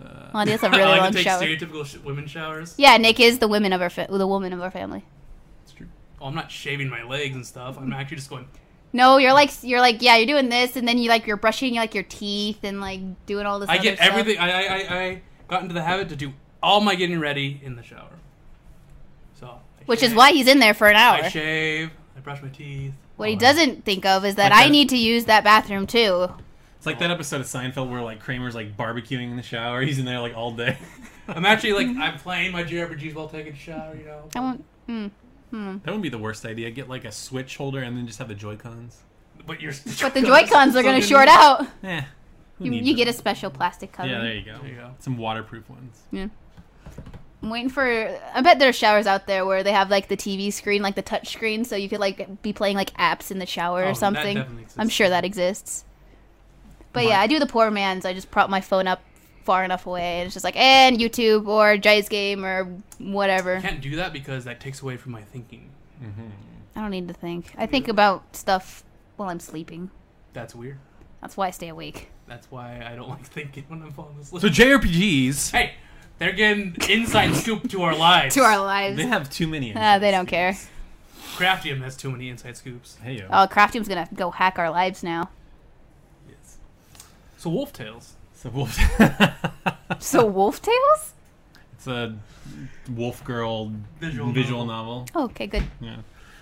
Speaker 3: Uh,
Speaker 4: Well, that's a
Speaker 2: I
Speaker 4: really
Speaker 2: like
Speaker 4: long
Speaker 2: to take
Speaker 4: shower.
Speaker 2: stereotypical sh- women showers.
Speaker 4: Yeah, Nick is the women of our fa- the woman of our family.
Speaker 3: it's true.
Speaker 2: Well, I'm not shaving my legs and stuff. I'm actually just going.
Speaker 4: No, you're like you're like yeah, you're doing this, and then you like you're brushing like your teeth and like doing all this.
Speaker 2: I
Speaker 4: other
Speaker 2: get
Speaker 4: stuff.
Speaker 2: everything. I, I, I, I got into the habit to do all my getting ready in the shower. So. I
Speaker 4: which is
Speaker 2: shave-
Speaker 4: why he's in there for an hour.
Speaker 2: I shave. I brush my teeth.
Speaker 4: What he doesn't think of is that
Speaker 3: Like
Speaker 4: I
Speaker 3: that-
Speaker 4: need to use that bathroom too.
Speaker 3: It's like that episode of Seinfeld where like Kramer's like barbecuing in the shower. He's in there like all day.
Speaker 2: I'm actually like
Speaker 4: Mm-hmm.
Speaker 2: I'm playing my JRPGs while taking a shower. You know.
Speaker 4: I won't. Hmm.
Speaker 3: That would be the worst idea. Get like a Switch holder and then just have the Joy Cons.
Speaker 2: But you're.
Speaker 4: But the Joy Cons are going to short
Speaker 2: out.
Speaker 4: out.
Speaker 3: Eh. who
Speaker 4: You,
Speaker 3: needs
Speaker 4: you
Speaker 3: it?
Speaker 4: get a special plastic cover.
Speaker 3: Yeah, there you go.
Speaker 2: There you go.
Speaker 3: Some waterproof ones.
Speaker 4: I'm waiting for. I bet there's showers out there where they have like the TV screen, like the touch screen, so you could like be playing like apps in the shower
Speaker 2: Oh,
Speaker 4: or
Speaker 2: that
Speaker 4: something.
Speaker 2: definitely exists.
Speaker 4: I'm sure that exists. But
Speaker 3: My-
Speaker 4: yeah, I do the poor man's. I just prop my phone up far enough away, and it's just like and YouTube or Jay's game or whatever.
Speaker 2: I can't do that because that takes away from my thinking.
Speaker 4: I don't need to think. I think about stuff while I'm sleeping.
Speaker 2: That's weird.
Speaker 4: That's why I stay awake.
Speaker 2: That's why I don't like thinking when I'm falling asleep.
Speaker 3: So JRPGs,
Speaker 2: hey, they're getting inside scoop to our lives.
Speaker 4: To our lives.
Speaker 3: they have too many.
Speaker 4: Ah, they don't care.
Speaker 2: Craftium has too many inside scoops.
Speaker 3: Hey yo.
Speaker 4: Oh, Craftium's gonna go hack our lives now.
Speaker 2: Yes. So Wolf Tales.
Speaker 3: So wolf.
Speaker 4: So wolf tails?
Speaker 3: it's a wolf girl
Speaker 2: Visual
Speaker 3: visual,
Speaker 2: novel.
Speaker 3: novel.
Speaker 4: Okay, good.
Speaker 3: Yeah.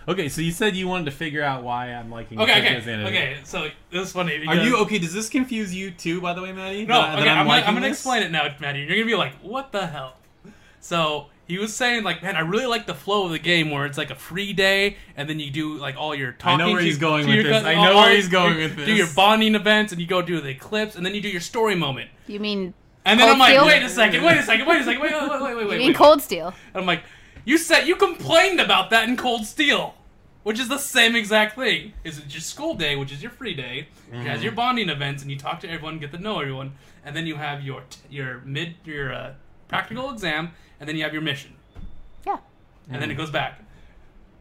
Speaker 3: Okay, so you said you wanted to figure out why I'm liking.
Speaker 2: Okay,
Speaker 3: Tokyo
Speaker 2: okay,
Speaker 3: Xanadu.
Speaker 2: okay. So this is funny.
Speaker 3: Are
Speaker 2: Because,
Speaker 3: you okay? Does this confuse you too? By the way, Maddie.
Speaker 2: No,
Speaker 3: That- that
Speaker 2: okay. I'm, gonna,
Speaker 3: liking
Speaker 2: I'm gonna
Speaker 3: this?
Speaker 2: explain it now, Maddie. You're gonna be like, what the hell? So he was saying like, man, I really like the flow of the game where it's like a free day, and then you do like all your
Speaker 3: I
Speaker 2: talking.
Speaker 3: know where
Speaker 2: to-
Speaker 3: he's going
Speaker 2: to
Speaker 3: with
Speaker 2: your
Speaker 3: this.
Speaker 2: cou-
Speaker 3: I
Speaker 2: all-
Speaker 3: know
Speaker 2: all
Speaker 3: where
Speaker 2: your-
Speaker 3: he's going
Speaker 2: you
Speaker 3: with
Speaker 2: Do your
Speaker 3: this.
Speaker 2: bonding events, and you go do the eclipse, and then you do your story moment.
Speaker 4: You mean
Speaker 2: And then
Speaker 4: Cold
Speaker 2: I'm like,
Speaker 4: Steel?
Speaker 2: wait a second, wait a second, wait a second, wait, wait, wait, wait, wait,
Speaker 4: Oh, you
Speaker 2: wait.
Speaker 4: mean
Speaker 2: wait.
Speaker 4: cold steel?
Speaker 2: And I'm like, you said you complained about that in Cold Steel, which is the same exact thing. Is it's your school day, which is your free day, which
Speaker 3: Mm-hmm.
Speaker 2: has your bonding events, and you talk to everyone, get to know everyone, and then you have your t- your mid your uh, practical exam, and then you have your mission,
Speaker 4: Yeah.
Speaker 2: and then it goes back.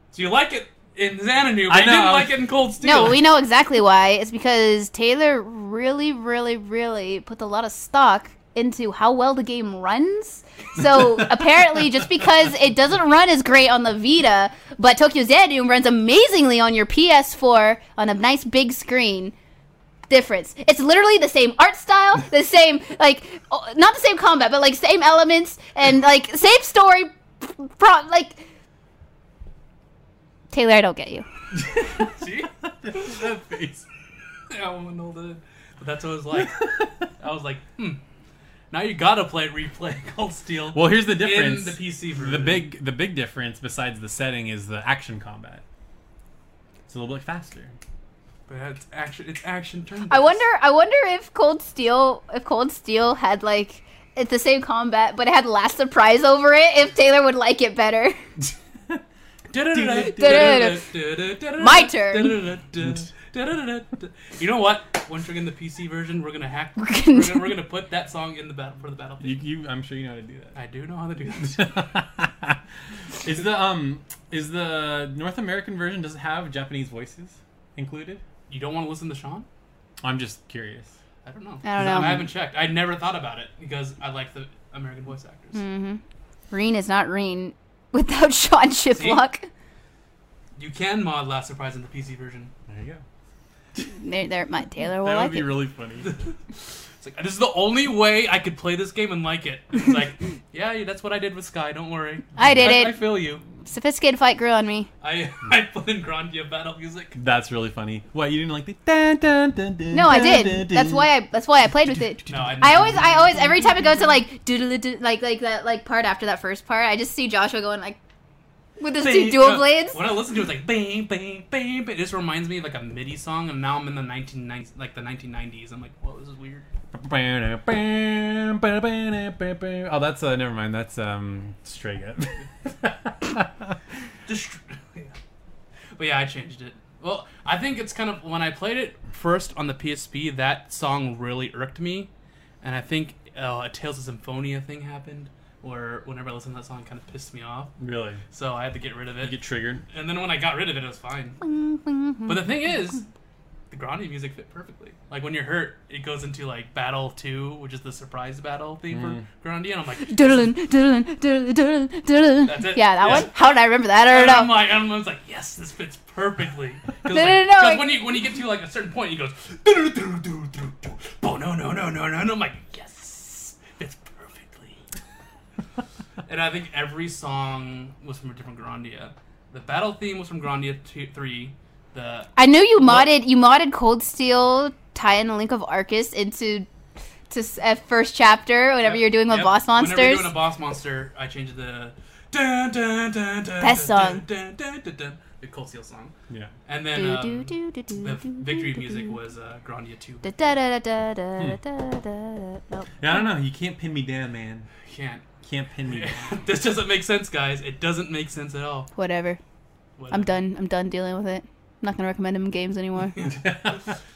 Speaker 2: So you like it in Xanadu, but
Speaker 3: Mm-hmm. I
Speaker 2: you
Speaker 3: know,
Speaker 2: didn't
Speaker 3: I was-
Speaker 2: like it in Cold Steel.
Speaker 4: No, we know exactly why. It's because Taylor really, really, really puts a lot of stock into how well the game runs. So apparently, just because it doesn't run as great on the Vita, but Tokyo Xanadu runs amazingly on your PS4 on a nice big screen. Difference. It's literally the same art style, the same like oh, not the same combat, but like same elements and like same story. Pro- like Taylor, I don't get you.
Speaker 2: See?
Speaker 3: That face.
Speaker 2: Yeah, I'm an old dude. But that's what it was like. I was like, hmm. Now you gotta play replay Cold Steel.
Speaker 3: Well, here's the
Speaker 2: in
Speaker 3: difference.
Speaker 2: the PC version.
Speaker 3: The big, the big difference besides the setting is the action combat. It's a little bit faster.
Speaker 2: But it's action. It's action turn.
Speaker 4: I wonder. I wonder if Cold Steel, if Cold Steel had like it's the same combat, but it had last surprise over it. If Taylor would like it better. My turn.
Speaker 2: You know what? Once we're in the PC version, we're gonna hack. We're gonna, we're gonna put that song in the battle for the battlefield.
Speaker 3: You, you, I'm sure you know how to do
Speaker 2: I do know how to do that.
Speaker 3: that. is the um, is the North American version does it have Japanese voices included?
Speaker 2: You don't want to listen to Sean?
Speaker 3: I'm just curious.
Speaker 2: I don't know.
Speaker 4: I don't know.
Speaker 2: I haven't checked. I never thought about it because I like the American voice actors.
Speaker 4: Hmm. Mm-hmm. Reen is not Reen without Sean Shiplock.
Speaker 2: You can mod Last Surprise in the PC version.
Speaker 3: There you go.
Speaker 4: There, there, my Taylor will
Speaker 3: that
Speaker 4: like
Speaker 3: would be
Speaker 4: it.
Speaker 3: really funny.
Speaker 2: It's like this is the only way I could play this game and like it. It's like, yeah, that's what I did with Sky. Don't worry.
Speaker 4: I did it.
Speaker 2: I feel you.
Speaker 4: Sophisticated fight grew on me.
Speaker 2: I I put in Grandia battle music.
Speaker 3: That's really funny. What you didn't like the dun, dun, dun, dun,
Speaker 4: No, I
Speaker 3: dun,
Speaker 4: did.
Speaker 3: dun,
Speaker 4: That's
Speaker 3: dun.
Speaker 4: why I that's why I played with it.
Speaker 2: No, I,
Speaker 4: I always I always every time it goes to like doodle like like that like part after that first part, I just see Joshua going like with his two dual
Speaker 3: uh,
Speaker 2: When I-
Speaker 4: blades.
Speaker 2: When I listen to it, it's like bang, bang, bang, bang. It just reminds me of like a MIDI song, and now I'm in the 1990s, like the 1990s. I'm like, whoa, this is weird.
Speaker 3: Oh, that's uh, never mind. That's um, Stray Gut.
Speaker 2: Just, yeah. But yeah, I changed it. Well, I think it's kind of when I played it first on the PSP, that song really irked me, and I think uh, a Tales of Symphonia thing happened, where whenever I listened to that song, it kind of pissed me off.
Speaker 3: really?
Speaker 2: So I had to get rid of
Speaker 3: You
Speaker 2: it.
Speaker 3: get triggered.
Speaker 2: And then when I got rid of it, it was fine. But the thing is, the Grandi music fit perfectly. Like when you're hurt, it goes into like Battle Two, which is the surprise battle theme for Grandi, and I'm like,
Speaker 4: Doodling, doodling, doodling, doodling, doodling.
Speaker 2: That's it.
Speaker 4: Yeah, that
Speaker 2: Yeah.
Speaker 4: one. How did I remember that? I
Speaker 2: and
Speaker 4: don't
Speaker 2: I'm
Speaker 4: know.
Speaker 2: like, and I'm like, yes, this fits perfectly. Because
Speaker 4: No, no, no, like-
Speaker 2: when you when you get to like a certain point, he goes, "Doo, doo, doo, doo, doo, doo. oh no no no no no, and I'm like, yes, fits perfectly. and I think every song was from a different Grandia. The battle theme was from Grandia two, three. The
Speaker 4: I knew you modded you modded Cold Steel, Tie and Link of Arcus into to s- uh, first chapter whenever you're doing with
Speaker 2: Yep.
Speaker 4: boss monsters.
Speaker 2: Whenever you're doing a boss monster, I change the dun, dun, dun, dun, dun,
Speaker 4: That song.
Speaker 2: dun, dun, dun, dun, the Cold Steel song,
Speaker 3: Yeah.
Speaker 2: and then
Speaker 4: Do,
Speaker 2: um,
Speaker 4: do, do,
Speaker 2: the
Speaker 4: do, do, do,
Speaker 2: victory
Speaker 4: do,
Speaker 2: music
Speaker 4: do.
Speaker 2: was Hmm. uh, Grandia two.
Speaker 4: Da, da, da, da, da, da, da, da. Nope.
Speaker 3: Yeah, I don't know. You can't pin me down, man.
Speaker 2: Can't.
Speaker 3: Can't pin me down.
Speaker 2: this doesn't make sense, guys. It doesn't make sense at all.
Speaker 4: Whatever. I'm done. I'm done dealing with it. I'm not gonna recommend him games anymore.
Speaker 2: It's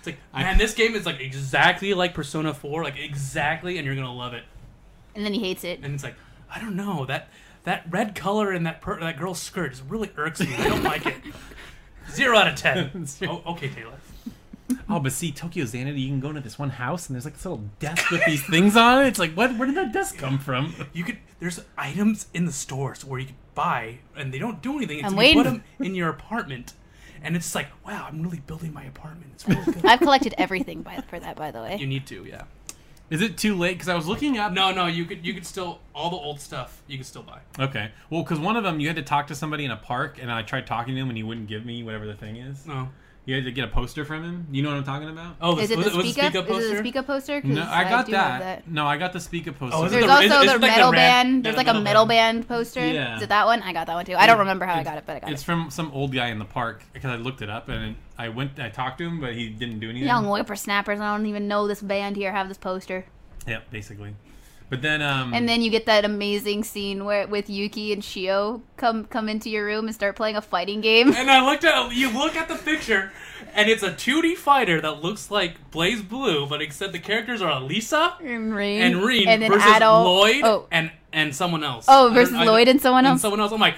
Speaker 2: like, man, this game is like exactly like Persona 4, like exactly, and you're gonna love it.
Speaker 4: and then he hates it.
Speaker 2: And it's like, I don't know that that red color in that per- that girl's skirt just really irks me. I don't like it. Zero out of ten. oh, okay, Taylor.
Speaker 3: Oh, but see, Tokyo Xanadu, you can go into this one house and there's like this little desk with these things on it. It's like, what? Where did that desk come from?
Speaker 2: You could. There's items in the stores where you could buy, and they don't do anything.
Speaker 4: I'm
Speaker 2: It's you put
Speaker 4: waiting.
Speaker 2: them in your apartment, and it's like, wow, I'm really building my apartment. It's really good.
Speaker 4: I've collected everything by, for that, by the way.
Speaker 2: you need to, yeah.
Speaker 3: Is it too late? Because I was looking up.
Speaker 2: No, no, you could you could still all the old stuff you could still buy.
Speaker 3: Okay. Well, because one of them, you had to talk to somebody in a park, and I tried talking to him, and he wouldn't give me whatever the thing is.
Speaker 2: No.
Speaker 3: You had to get a poster from him. You know what I'm talking about?
Speaker 2: Oh,
Speaker 4: Is it
Speaker 2: was
Speaker 4: the
Speaker 2: was
Speaker 4: speak up?
Speaker 2: poster?
Speaker 4: Is it the speak up poster? 'Cause
Speaker 3: No, I got
Speaker 4: do
Speaker 3: that.
Speaker 4: have
Speaker 3: No, I got the speaker poster.
Speaker 2: Oh, is it
Speaker 4: There's
Speaker 2: the-
Speaker 4: also
Speaker 2: it's
Speaker 4: the
Speaker 2: like the
Speaker 4: metal
Speaker 2: red- yeah,
Speaker 4: band. There's
Speaker 2: the
Speaker 4: like a
Speaker 2: metal
Speaker 4: metal band poster.
Speaker 3: Yeah.
Speaker 4: Is it that one? I got that one too. I don't remember how I got it, but I got
Speaker 3: it's
Speaker 4: it.
Speaker 3: from some old guy in the park because I looked it up and I went. I talked to him, but he didn't do anything.
Speaker 4: Young whippersnappers. I don't even know this band here. Have this poster.
Speaker 3: Yeah, basically. But then, um,
Speaker 2: Hmm.
Speaker 4: And then you get that amazing scene where with Yuki and Shio come come into your room and start playing a fighting game.
Speaker 2: And I looked at you look at the picture, and it's a 2D fighter that looks like Blaze Blue, but except the characters are Elisa
Speaker 4: And Reen.
Speaker 2: and Reen
Speaker 4: And then
Speaker 2: versus
Speaker 4: Adol-
Speaker 2: Lloyd
Speaker 4: Oh.
Speaker 2: and and someone else.
Speaker 4: Oh,
Speaker 2: I don't-
Speaker 4: versus
Speaker 2: I-
Speaker 4: Lloyd and someone else?
Speaker 2: someone else. I'm like,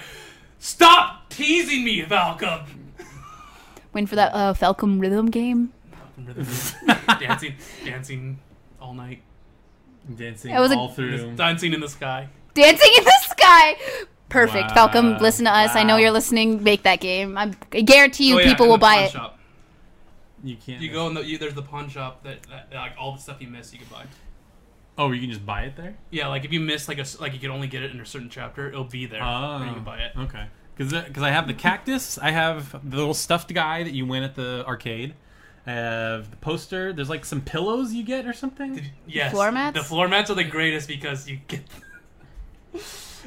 Speaker 2: stop teasing me, Valcom.
Speaker 4: Went for that uh, Falcom rhythm game.
Speaker 2: dancing, dancing all night,
Speaker 3: dancing
Speaker 4: It was a-
Speaker 3: all through.
Speaker 2: dancing in the sky.
Speaker 4: Dancing in the sky. Perfect,
Speaker 3: Wow.
Speaker 4: Falcom. Listen to us. I know
Speaker 3: Wow.
Speaker 4: you're listening. Make that game. I'm, I guarantee you,
Speaker 2: Oh, yeah,
Speaker 4: people
Speaker 2: in
Speaker 4: will
Speaker 2: the
Speaker 4: buy
Speaker 2: pawn
Speaker 4: it.
Speaker 2: shop.
Speaker 3: You can't.
Speaker 2: You go in the you, there's the pawn shop that, that like all the stuff you miss you can buy.
Speaker 3: Oh, you can just buy it there.
Speaker 2: Yeah, like if you miss like a s- like you can only get it in a certain chapter, it'll be there. and you can buy it.
Speaker 3: Okay. Because I have the cactus, I have the little stuffed guy that you win at the arcade. I have the poster. There's like some pillows you get or something.
Speaker 2: Yes,
Speaker 4: floor mats?
Speaker 2: The floor mats are the greatest because you get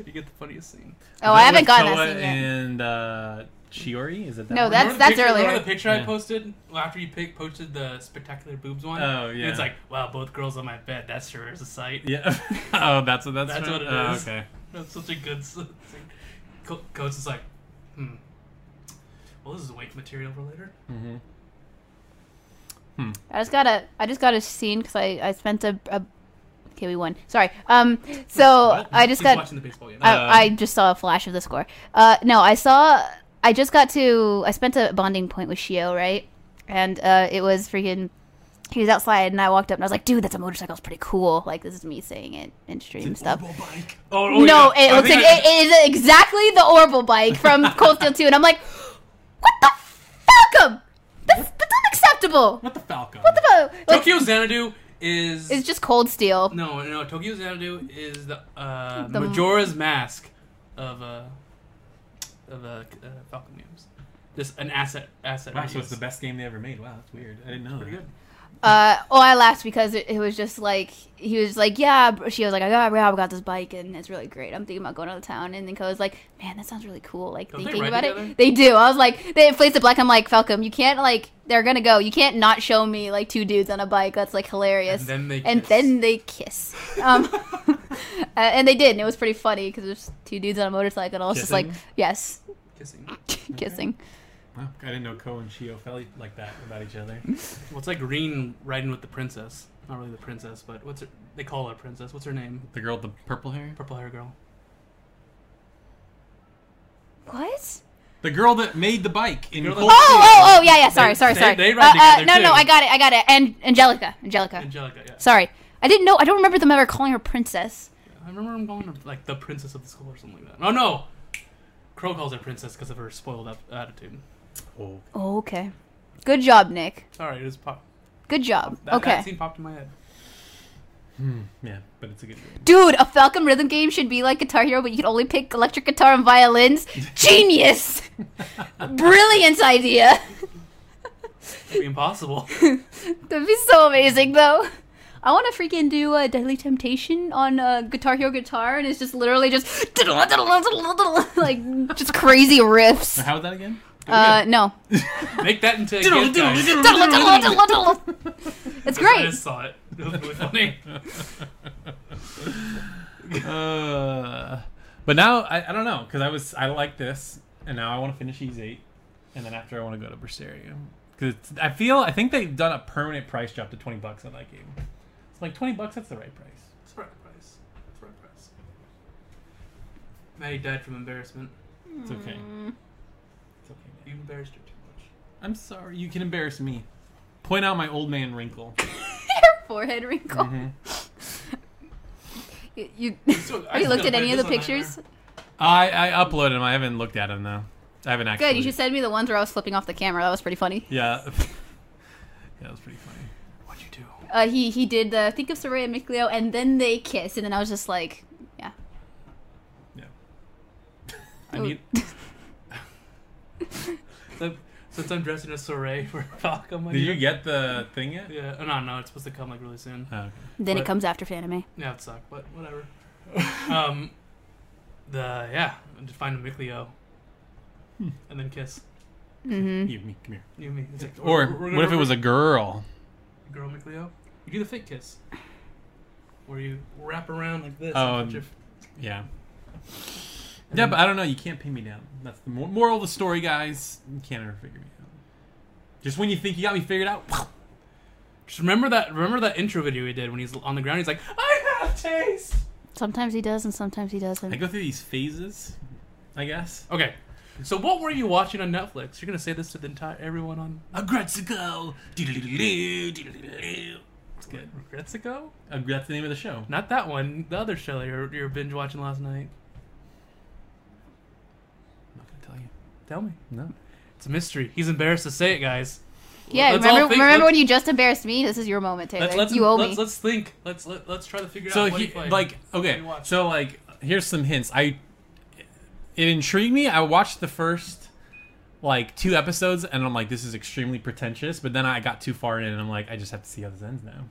Speaker 2: you get the funniest scene.
Speaker 4: Oh, I haven't gotten
Speaker 3: Toa
Speaker 4: that scene yet.
Speaker 3: And uh, Shiori, is it that?
Speaker 4: No,
Speaker 3: one?
Speaker 4: that's-
Speaker 2: Remember the picture,
Speaker 4: earlier.
Speaker 2: Remember the picture I
Speaker 3: Yeah.
Speaker 2: posted Well, after you pick, posted the spectacular boobs one?
Speaker 3: Oh, yeah.
Speaker 2: And it's like, wow, both girls on my bed. That sure is a sight.
Speaker 3: Yeah. oh, that's what that's.
Speaker 2: That's
Speaker 3: from?
Speaker 2: what it
Speaker 3: Oh,
Speaker 2: is.
Speaker 3: Okay.
Speaker 2: That's such a good. s- thing. Co- Coach is like, hmm. Well, this is wake material for later.
Speaker 4: I just got a I just got a scene because I I spent a, a okay we won sorry um so
Speaker 3: What?
Speaker 4: I just
Speaker 2: He's
Speaker 4: got
Speaker 2: watching the baseball game.
Speaker 3: Uh,
Speaker 4: I, I just saw a flash of the score. Uh, no, I saw. I just got to. I spent a bonding point with Shio, right? And uh, it was freaking. He was outside, and I walked up, and I was like, "Dude, that's a motorcycle. It's pretty cool. Like, this is me saying it in stream stuff."
Speaker 2: oh, oh,
Speaker 4: No,
Speaker 2: yeah.
Speaker 4: it
Speaker 2: I
Speaker 4: looks
Speaker 2: think
Speaker 4: like
Speaker 2: I-
Speaker 4: it is exactly the Orbital bike from Cold Steel Two, and I'm like, "What the Falcom? That's that's unacceptable."
Speaker 3: What the Falcon?
Speaker 4: What the? Like,
Speaker 2: Tokyo Xanadu is
Speaker 4: It's just cold steel.
Speaker 2: no, no. Tokyo Xanadu is the, uh,
Speaker 4: The-
Speaker 2: Majora's Mask of uh, of uh, uh, Falcon games. Just an asset asset.
Speaker 3: Wow, so
Speaker 2: radius.
Speaker 3: it's the best game they ever made. Wow, that's weird. I didn't know
Speaker 2: Pretty
Speaker 3: that.
Speaker 2: good.
Speaker 4: Uh, oh, I laughed because it, it was just like he was like, yeah. br- She was like, I got, I got this bike and it's really great. I'm thinking about going out of town. And then Ko was like, man, that sounds really cool. Like
Speaker 2: Don't they
Speaker 4: thinking
Speaker 2: ride
Speaker 4: about
Speaker 2: together?
Speaker 4: it, they do. I was like, they plays the black. I'm like, Falcom, you can't like they're gonna go. You can't not show me like two dudes on a bike. That's like hilarious.
Speaker 2: And then they
Speaker 4: And
Speaker 2: kiss.
Speaker 4: then they kiss. Um, uh, and they did, and it was pretty funny because there's two dudes on a motorcycle. And I was just like,
Speaker 3: Kissing?
Speaker 4: yes,
Speaker 2: Kissing.
Speaker 4: kissing.
Speaker 3: Wow, I didn't know Ko and Shio felt like that about each other.
Speaker 4: Hmm?
Speaker 2: Well, it's like Green riding with the princess. Not really the princess, but what's her? They call her princess. What's her name?
Speaker 3: the girl with the purple hair.
Speaker 2: Purple hair girl.
Speaker 4: What?
Speaker 3: The girl that made the bike in
Speaker 2: The girl
Speaker 3: Cold
Speaker 2: that-
Speaker 4: Oh, oh, oh, yeah, yeah. Sorry,
Speaker 2: They-
Speaker 4: sorry,
Speaker 2: they-
Speaker 4: sorry.
Speaker 2: they ride
Speaker 4: uh, uh,
Speaker 2: together,
Speaker 4: no, no,
Speaker 2: too.
Speaker 4: I got it, I got it. And Angelica, Angelica.
Speaker 2: Angelica. Yeah.
Speaker 4: sorry, I didn't know. I don't remember them ever calling her princess.
Speaker 2: I remember him going to like the princess of the school or something like that. Oh no, Crow calls her princess because of her spoiled up- attitude.
Speaker 3: Oh,
Speaker 4: Oh, okay. Good job, Nick.
Speaker 2: Sorry, it just popped.
Speaker 4: Good job.
Speaker 2: That,
Speaker 4: okay,
Speaker 2: that scene popped in my head.
Speaker 3: yeah, but it's a good game.
Speaker 4: dude, a Falcon rhythm game should be like Guitar Hero, but you can only pick electric guitar and violins. Genius, brilliant idea.
Speaker 2: It'd be impossible.
Speaker 4: That'd be so amazing, though. I want to freaking do uh, Deadly Temptation on uh, Guitar Hero guitar, and it's just literally just like just crazy riffs.
Speaker 3: How was that again?
Speaker 4: Uh, no.
Speaker 2: Make that into a gift, guys.
Speaker 4: it's
Speaker 2: I
Speaker 4: great.
Speaker 2: just saw it. It was really funny.
Speaker 3: Uh, but now I, I don't know because I was I like this and now I want to finish Ease Eight and then after I want to go to Berseria because I feel I think they've done a permanent price drop to twenty bucks on that game. It's like twenty bucks. That's the right price.
Speaker 2: It's the right price. It's the right price. Maddie died from embarrassment.
Speaker 3: It's okay.
Speaker 4: Mm.
Speaker 3: It's okay.
Speaker 2: You embarrassed her too
Speaker 3: I'm sorry. You can embarrass me. Point out my old man wrinkle.
Speaker 4: Forehead wrinkle.
Speaker 3: Mm-hmm.
Speaker 4: You, you,
Speaker 2: much. So,
Speaker 4: Mm-hmm. have you looked at any of the pictures?
Speaker 3: I I uploaded them. I haven't looked at them though. I haven't actually.
Speaker 4: Good. You should send me the ones where I was flipping off the camera. That was pretty funny.
Speaker 3: Yeah. yeah, that was pretty funny.
Speaker 2: What'd you do?
Speaker 4: Uh, he he did the think of Soraya and Mikleo, and then they kiss, and then I was just like, yeah.
Speaker 3: Yeah. I
Speaker 4: Oh.
Speaker 3: need.
Speaker 2: So, since I'm dressed in a soiree for Falcon,
Speaker 3: Did you get the thing yet?
Speaker 2: Yeah. Oh, no, no. It's supposed to come like really soon.
Speaker 3: Oh, okay.
Speaker 4: Then
Speaker 2: What?
Speaker 4: it comes after Fanime.
Speaker 2: Yeah, it sucked, but whatever. um, the yeah, just find a Mikleo,
Speaker 3: Hmm.
Speaker 2: and then kiss
Speaker 4: Mm-hmm.
Speaker 3: You, me, come here.
Speaker 2: you and me. It's like,
Speaker 3: Or
Speaker 2: we're- we're gonna-
Speaker 3: what if it was a girl?
Speaker 2: girl Mikleo? You do the fake kiss, where you wrap around like this.
Speaker 3: Oh,
Speaker 2: and put
Speaker 3: um,
Speaker 2: your-
Speaker 3: Yeah.
Speaker 2: and
Speaker 3: Yeah,
Speaker 2: then-
Speaker 3: but I don't know. You can't pin me down. That's the mor- moral of the story, guys. You can't ever figure me out. Just when you think you got me figured out,
Speaker 2: just remember that. Remember that intro video we did when he's on the ground. He's like, I have taste.
Speaker 4: Sometimes he does, and sometimes he
Speaker 3: I
Speaker 4: doesn't.
Speaker 3: go through these phases, I guess.
Speaker 2: Okay. So what were you watching on Netflix? You're gonna say this to the entire everyone on
Speaker 3: A Gretzico. It's good.
Speaker 2: Retzico?
Speaker 3: Uh, That's the name of the show.
Speaker 2: Not that one. The other show you're you're binge watching last night.
Speaker 3: I'm not going to tell you.
Speaker 2: Tell me.
Speaker 3: No.
Speaker 2: It's a mystery. He's embarrassed to say it, guys.
Speaker 4: Yeah,
Speaker 2: Let's all
Speaker 4: remember,
Speaker 2: think-
Speaker 4: remember
Speaker 2: let's-
Speaker 4: when you just embarrassed me? This is your moment, Taylor.
Speaker 2: Let's let's
Speaker 4: you owe
Speaker 2: let's,
Speaker 4: me.
Speaker 2: let's think. Let's let, let's try to figure
Speaker 3: So
Speaker 2: out what
Speaker 3: he,
Speaker 2: he played.
Speaker 3: like okay,
Speaker 2: you watch?
Speaker 3: so like here's some hints. I it intrigued me. I watched the first like two episodes and I'm like this is extremely pretentious, but then I got too far in and I'm like I just have to see how this ends now.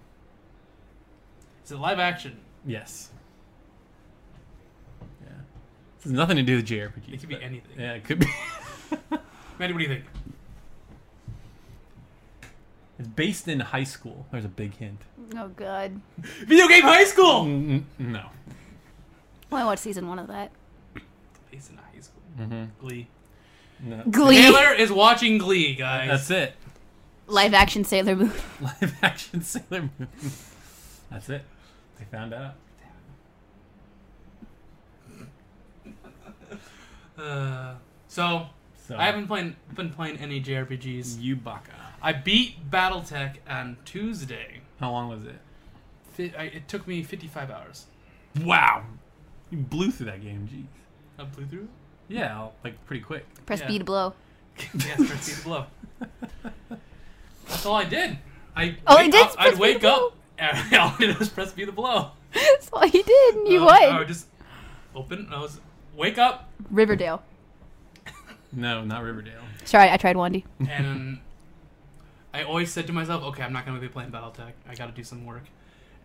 Speaker 2: is it live action?
Speaker 3: Yes. Yeah. This has nothing to do with JRPGs.
Speaker 2: It could be
Speaker 3: but-
Speaker 2: anything.
Speaker 3: Yeah, it could be.
Speaker 2: Maddie, what do you think?
Speaker 3: it's based in high school. There's a big hint.
Speaker 4: oh god.
Speaker 2: Video game high school.
Speaker 3: Mm, No.
Speaker 4: Well, I watched season one of that.
Speaker 2: He's in high school.
Speaker 3: Mm-hmm.
Speaker 2: Glee.
Speaker 3: No.
Speaker 4: Glee,
Speaker 2: Taylor is watching Glee, guys.
Speaker 3: That's it.
Speaker 4: live action Sailor Moon.
Speaker 3: Live action Sailor Moon. That's it. They found out.
Speaker 2: Uh, so
Speaker 3: So
Speaker 2: I haven't played been playing any
Speaker 3: Mm.
Speaker 2: JRPGs.
Speaker 3: Yubaka.
Speaker 2: I beat BattleTech on Tuesday.
Speaker 3: How long was it?
Speaker 2: Fi- I, it took me 55 hours.
Speaker 3: Wow. You blew through that game, jeez.
Speaker 2: A playthrough?
Speaker 3: Yeah, like pretty quick.
Speaker 4: Press
Speaker 2: Yeah.
Speaker 4: B to blow.
Speaker 2: yes, press B to blow. That's all I did. I
Speaker 4: Oh,
Speaker 2: wake
Speaker 4: it did
Speaker 2: Up, I'd
Speaker 4: press B to
Speaker 2: wake
Speaker 4: blow.
Speaker 2: up And all I did was press B to blow.
Speaker 4: That's all you did. And you
Speaker 2: Uh,
Speaker 4: won.
Speaker 2: I would just open. I was wake up
Speaker 4: Riverdale.
Speaker 3: No, not Riverdale.
Speaker 4: Sorry, I tried Wandy.
Speaker 2: and I always said to myself, okay, I'm not gonna be playing BattleTech. I gotta do some work,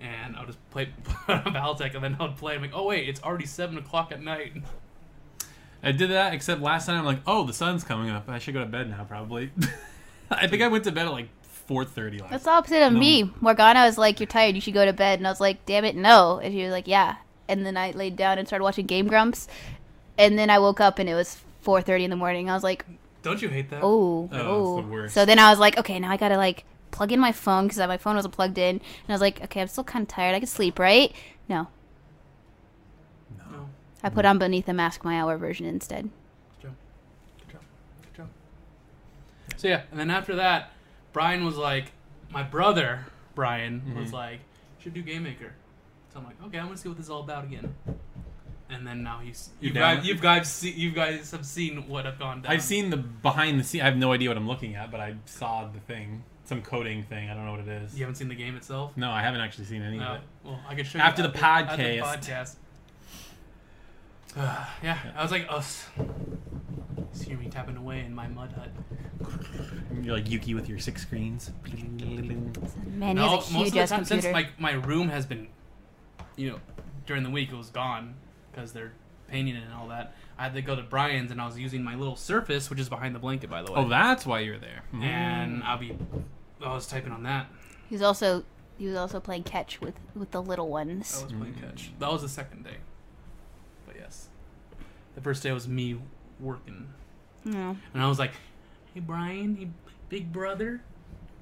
Speaker 2: and I'll just play BattleTech, and then I'll play. I'm like, oh wait, it's already seven o'clock at night.
Speaker 3: I did that except last night. I'm like, oh, the sun's coming up. I should go to bed now, probably. I think I went to bed at like 4:30 last.
Speaker 4: That's the opposite of me. Morgana was like, "You're tired. You should go to bed." And I was like, "Damn it, no." And she was like, "Yeah." And then I laid down and started watching Game Grumps, and then I woke up and it was 4:30 in the morning. I was like,
Speaker 2: Don't you hate that?
Speaker 4: "Oh,
Speaker 3: that's
Speaker 4: oh."
Speaker 3: the worst.
Speaker 4: so then I was like, "Okay, now I gotta like plug in my phone because my phone wasn't plugged in." And I was like, "Okay, I'm still kind of tired. I can sleep, right?" No,
Speaker 2: No.
Speaker 4: I
Speaker 2: Mm.
Speaker 4: put on Beneath the Mask my hour version instead.
Speaker 2: Good job. Good job. Good job. So yeah, and then after that, Brian was like, my brother Brian was like, should do Game Maker. So I'm like, okay, I'm gonna see what this is all about again. And then now he's
Speaker 3: You
Speaker 2: you
Speaker 3: down
Speaker 2: guys
Speaker 3: with
Speaker 2: you've guys see, you guys have seen what I've gone down.
Speaker 3: I've seen the behind the scene. I have no idea what I'm looking at, but I saw the thing, some coding thing. I don't know what it is.
Speaker 2: You haven't seen the game itself.
Speaker 3: No, I haven't actually seen any of
Speaker 2: No.
Speaker 3: it.
Speaker 2: Well, I could show
Speaker 3: After
Speaker 2: you
Speaker 3: the
Speaker 2: After the
Speaker 3: podcast.
Speaker 2: podcast. Ah, yeah, I was like, oh, s- just hear me tapping away in my mud hut.
Speaker 3: You're like Yuki with your six screens.
Speaker 4: Man, he
Speaker 2: no,
Speaker 4: has a
Speaker 2: most
Speaker 4: huge
Speaker 2: of the
Speaker 4: ass
Speaker 2: time
Speaker 4: computer.
Speaker 2: since my my room has been, you know, during the week it was gone because they're painting it and all that. I had to go to Brian's and I was using my little Surface, which is behind the blanket, by the way.
Speaker 3: Oh, that's why you're there. Hmm.
Speaker 2: And I'll be, I was typing on that.
Speaker 4: he was also he was also playing catch with with the little
Speaker 2: I
Speaker 4: ones.
Speaker 2: was playing catch. That was the second day. But yes, the first day was me working. Oh.
Speaker 4: No.
Speaker 2: And I was like, "Hey Brian, hey big brother,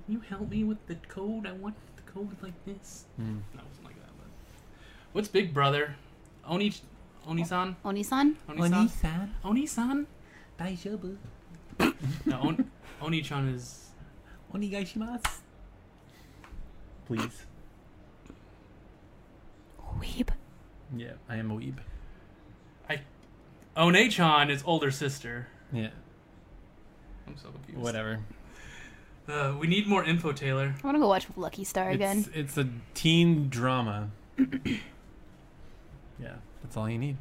Speaker 2: can you help me with the code? I want the code like this."
Speaker 3: Hmm.
Speaker 2: No, it wasn't like that. But what's big brother? Oni, Oni-san,
Speaker 4: Onisan?
Speaker 2: Oni-san, Oni-san. No, on, Oni-chan is.
Speaker 3: Please.
Speaker 4: Weeb.
Speaker 3: Yeah, I am a weeb.
Speaker 2: One-chan is older sister.
Speaker 3: Yeah,
Speaker 2: I'm so confused.
Speaker 3: whatever.
Speaker 2: Uh, we need more info, Taylor.
Speaker 4: I want to go watch Lucky Star again.
Speaker 3: It's, it's a teen drama. yeah, that's all you need.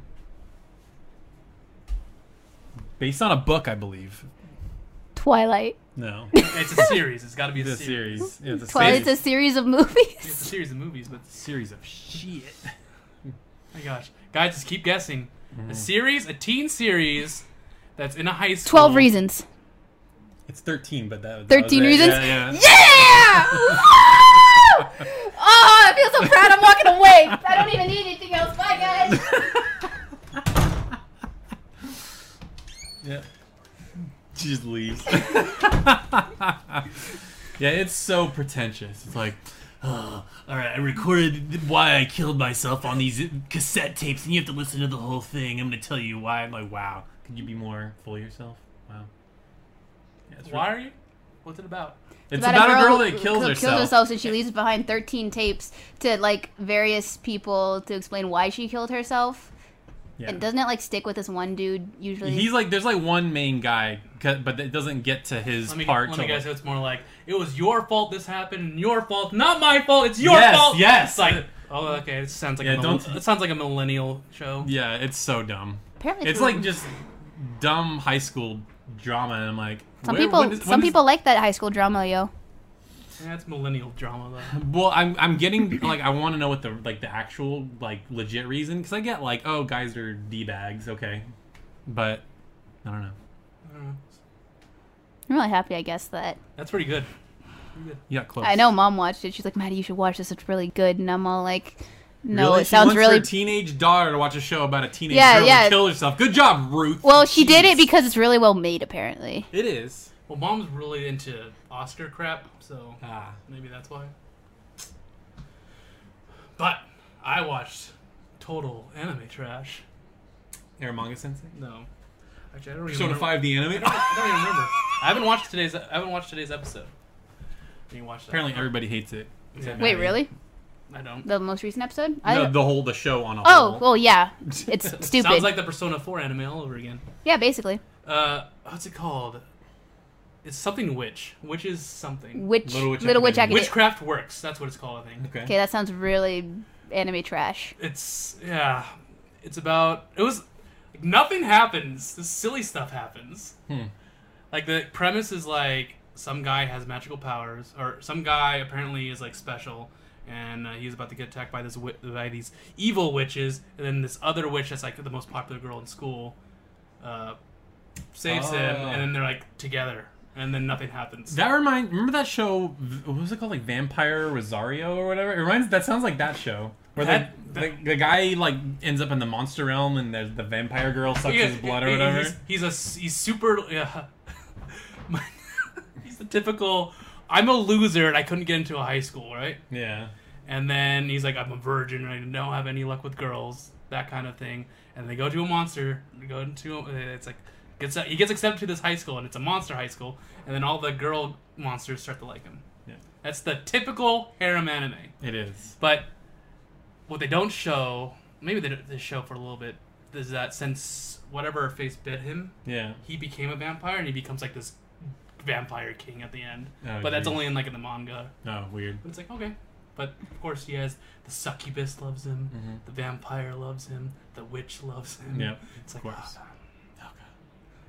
Speaker 3: Based on a book, I believe.
Speaker 4: Twilight.
Speaker 3: No,
Speaker 2: It's a series. It's got to be a
Speaker 3: it's a
Speaker 2: series.
Speaker 3: series. It's a
Speaker 4: Twilight's
Speaker 3: series.
Speaker 4: a series of
Speaker 2: It's a
Speaker 4: movies.
Speaker 2: series of movies, but
Speaker 3: series of shit.
Speaker 2: my gosh, guys, just keep guessing.
Speaker 3: Mm-hmm.
Speaker 2: A series, a teen series, that's in a high school.
Speaker 4: Twelve Reasons.
Speaker 3: It's thirteen, but that, that
Speaker 4: 13
Speaker 3: was it.
Speaker 4: reasons?
Speaker 3: Oh, Yeah, yeah.
Speaker 4: Yeah! Woo! Oh, I feel so proud. I'm walking away. I don't even need anything else. Bye, guys.
Speaker 3: Yeah. She just leaves. yeah, it's so pretentious. It's like, oh, all right, I recorded why I killed myself on these cassette tapes, and you have to listen to the whole thing. I'm gonna tell you why. I'm like, wow, could you be more full of yourself? Wow. Yeah, it's
Speaker 2: Why
Speaker 3: re-
Speaker 2: are you? What's it about?
Speaker 3: It's about, a girl,
Speaker 4: who-
Speaker 3: that kills
Speaker 4: who
Speaker 3: herself.
Speaker 4: Kills herself, and she leaves behind 13 tapes to like various people to explain why she killed herself.
Speaker 3: Yeah.
Speaker 4: And doesn't it like stick with this one dude usually?
Speaker 3: He's like, there's like one main guy, cu- but it doesn't get to his
Speaker 2: Let me
Speaker 3: part.
Speaker 2: let
Speaker 3: till,
Speaker 2: me guess.
Speaker 3: like-
Speaker 2: It's more like it was your fault this happened, and your fault, not my fault. It's your
Speaker 3: Yes,
Speaker 2: fault.
Speaker 3: yes.
Speaker 2: It's like oh, okay. It sounds like
Speaker 3: Yeah,
Speaker 2: a mil-
Speaker 3: don't-
Speaker 2: it sounds like a millennial show.
Speaker 3: yeah, it's so dumb.
Speaker 4: Apparently
Speaker 3: It's
Speaker 4: true.
Speaker 3: like just dumb high school drama, and I'm like,
Speaker 4: some
Speaker 3: where-
Speaker 4: people.
Speaker 3: when is-
Speaker 4: some
Speaker 3: when is-
Speaker 4: people like that high school drama, yo.
Speaker 2: That's millennial drama though.
Speaker 3: Well, I'm I'm getting like I want to know what the like the actual like legit reason because I get like oh guys are d bags okay, but I don't know.
Speaker 2: I don't know.
Speaker 4: I'm really happy, I guess that.
Speaker 2: That's pretty good. Pretty good.
Speaker 3: You got close.
Speaker 4: I know mom watched it. She's like, Maddie, you should watch this. It's really good. And I'm all like, no,
Speaker 3: Really?
Speaker 4: it
Speaker 3: She
Speaker 4: sounds
Speaker 3: wants
Speaker 4: really.
Speaker 3: Her teenage daughter to watch a show about a teenage
Speaker 4: Yeah,
Speaker 3: girl
Speaker 4: yeah.
Speaker 3: who killed herself. Good job, Ruth.
Speaker 4: well, she did it
Speaker 3: Jeez.
Speaker 4: because it's really well made, apparently.
Speaker 3: it is.
Speaker 2: Well, mom's really into Oscar crap, so
Speaker 3: Ah,
Speaker 2: maybe that's why. But I watched total anime trash.
Speaker 3: Aramanga Sensei.
Speaker 2: No, actually, I don't even.
Speaker 3: Persona
Speaker 2: remember-
Speaker 3: Five, the anime.
Speaker 2: I don't even remember. I haven't watched today's. I haven't watched today's episode. You watched that?
Speaker 3: Apparently, everybody hates it.
Speaker 2: Yeah.
Speaker 4: Wait, really?
Speaker 2: I don't.
Speaker 4: The most recent episode? I
Speaker 3: No, the whole the show on a
Speaker 4: oh,
Speaker 3: whole.
Speaker 4: well, yeah. It's stupid.
Speaker 2: Sounds like the Persona 4 anime all over again.
Speaker 4: yeah, basically.
Speaker 2: Uh, what's it called? It's something witch. Witch is something.
Speaker 4: Witch,
Speaker 3: Little Witch
Speaker 4: Little Witch Academia.
Speaker 2: Witchcraft works. That's what it's called, I think.
Speaker 3: Okay.
Speaker 4: Okay, that sounds really anime trash.
Speaker 2: It's yeah. It's about it was like, nothing happens. This silly stuff happens. Like the premise is like some guy has magical powers, or some guy apparently is like special, and uh, he's about to get attacked by this wi- by these evil witches, and then this other witch that's like the most popular girl in school, uh, saves him,
Speaker 3: Oh.
Speaker 2: and then they're like together, and then nothing happens.
Speaker 3: That remind remember that show v- what was it called like Vampire Rosario or whatever? It reminds that sounds like that show where
Speaker 2: That-
Speaker 3: the,
Speaker 2: that-
Speaker 3: the the guy like ends up in the monster realm and there's the vampire girl sucks
Speaker 2: Yeah,
Speaker 3: his blood or
Speaker 2: he-
Speaker 3: whatever.
Speaker 2: He's, he's a s- he's super. Yeah. he's the typical. I'm a loser and I couldn't get into a high school, right?
Speaker 3: yeah.
Speaker 2: And then he's like, I'm a virgin and I don't have any luck with girls, that kind of thing. And they go to a monster. They go into uh, it's like gets he gets accepted to this high school and it's a monster high school. And then all the girl monsters start to like him.
Speaker 3: Yeah.
Speaker 2: That's the typical harem anime.
Speaker 3: It is.
Speaker 2: But what they don't show, maybe they, don't- they show for a little bit, is that since whatever face bit him,
Speaker 3: Yeah.
Speaker 2: he became a vampire and he becomes like this vampire king at the end.
Speaker 3: Oh,
Speaker 2: but that's
Speaker 3: geez.
Speaker 2: only in like in the manga.
Speaker 3: Oh, weird.
Speaker 2: But it's like okay. But of course he has the succubus loves him, the vampire loves him, the witch loves him.
Speaker 3: Mm-hmm. Yeah,
Speaker 2: it's
Speaker 3: of
Speaker 2: like
Speaker 3: course.
Speaker 2: ah, God.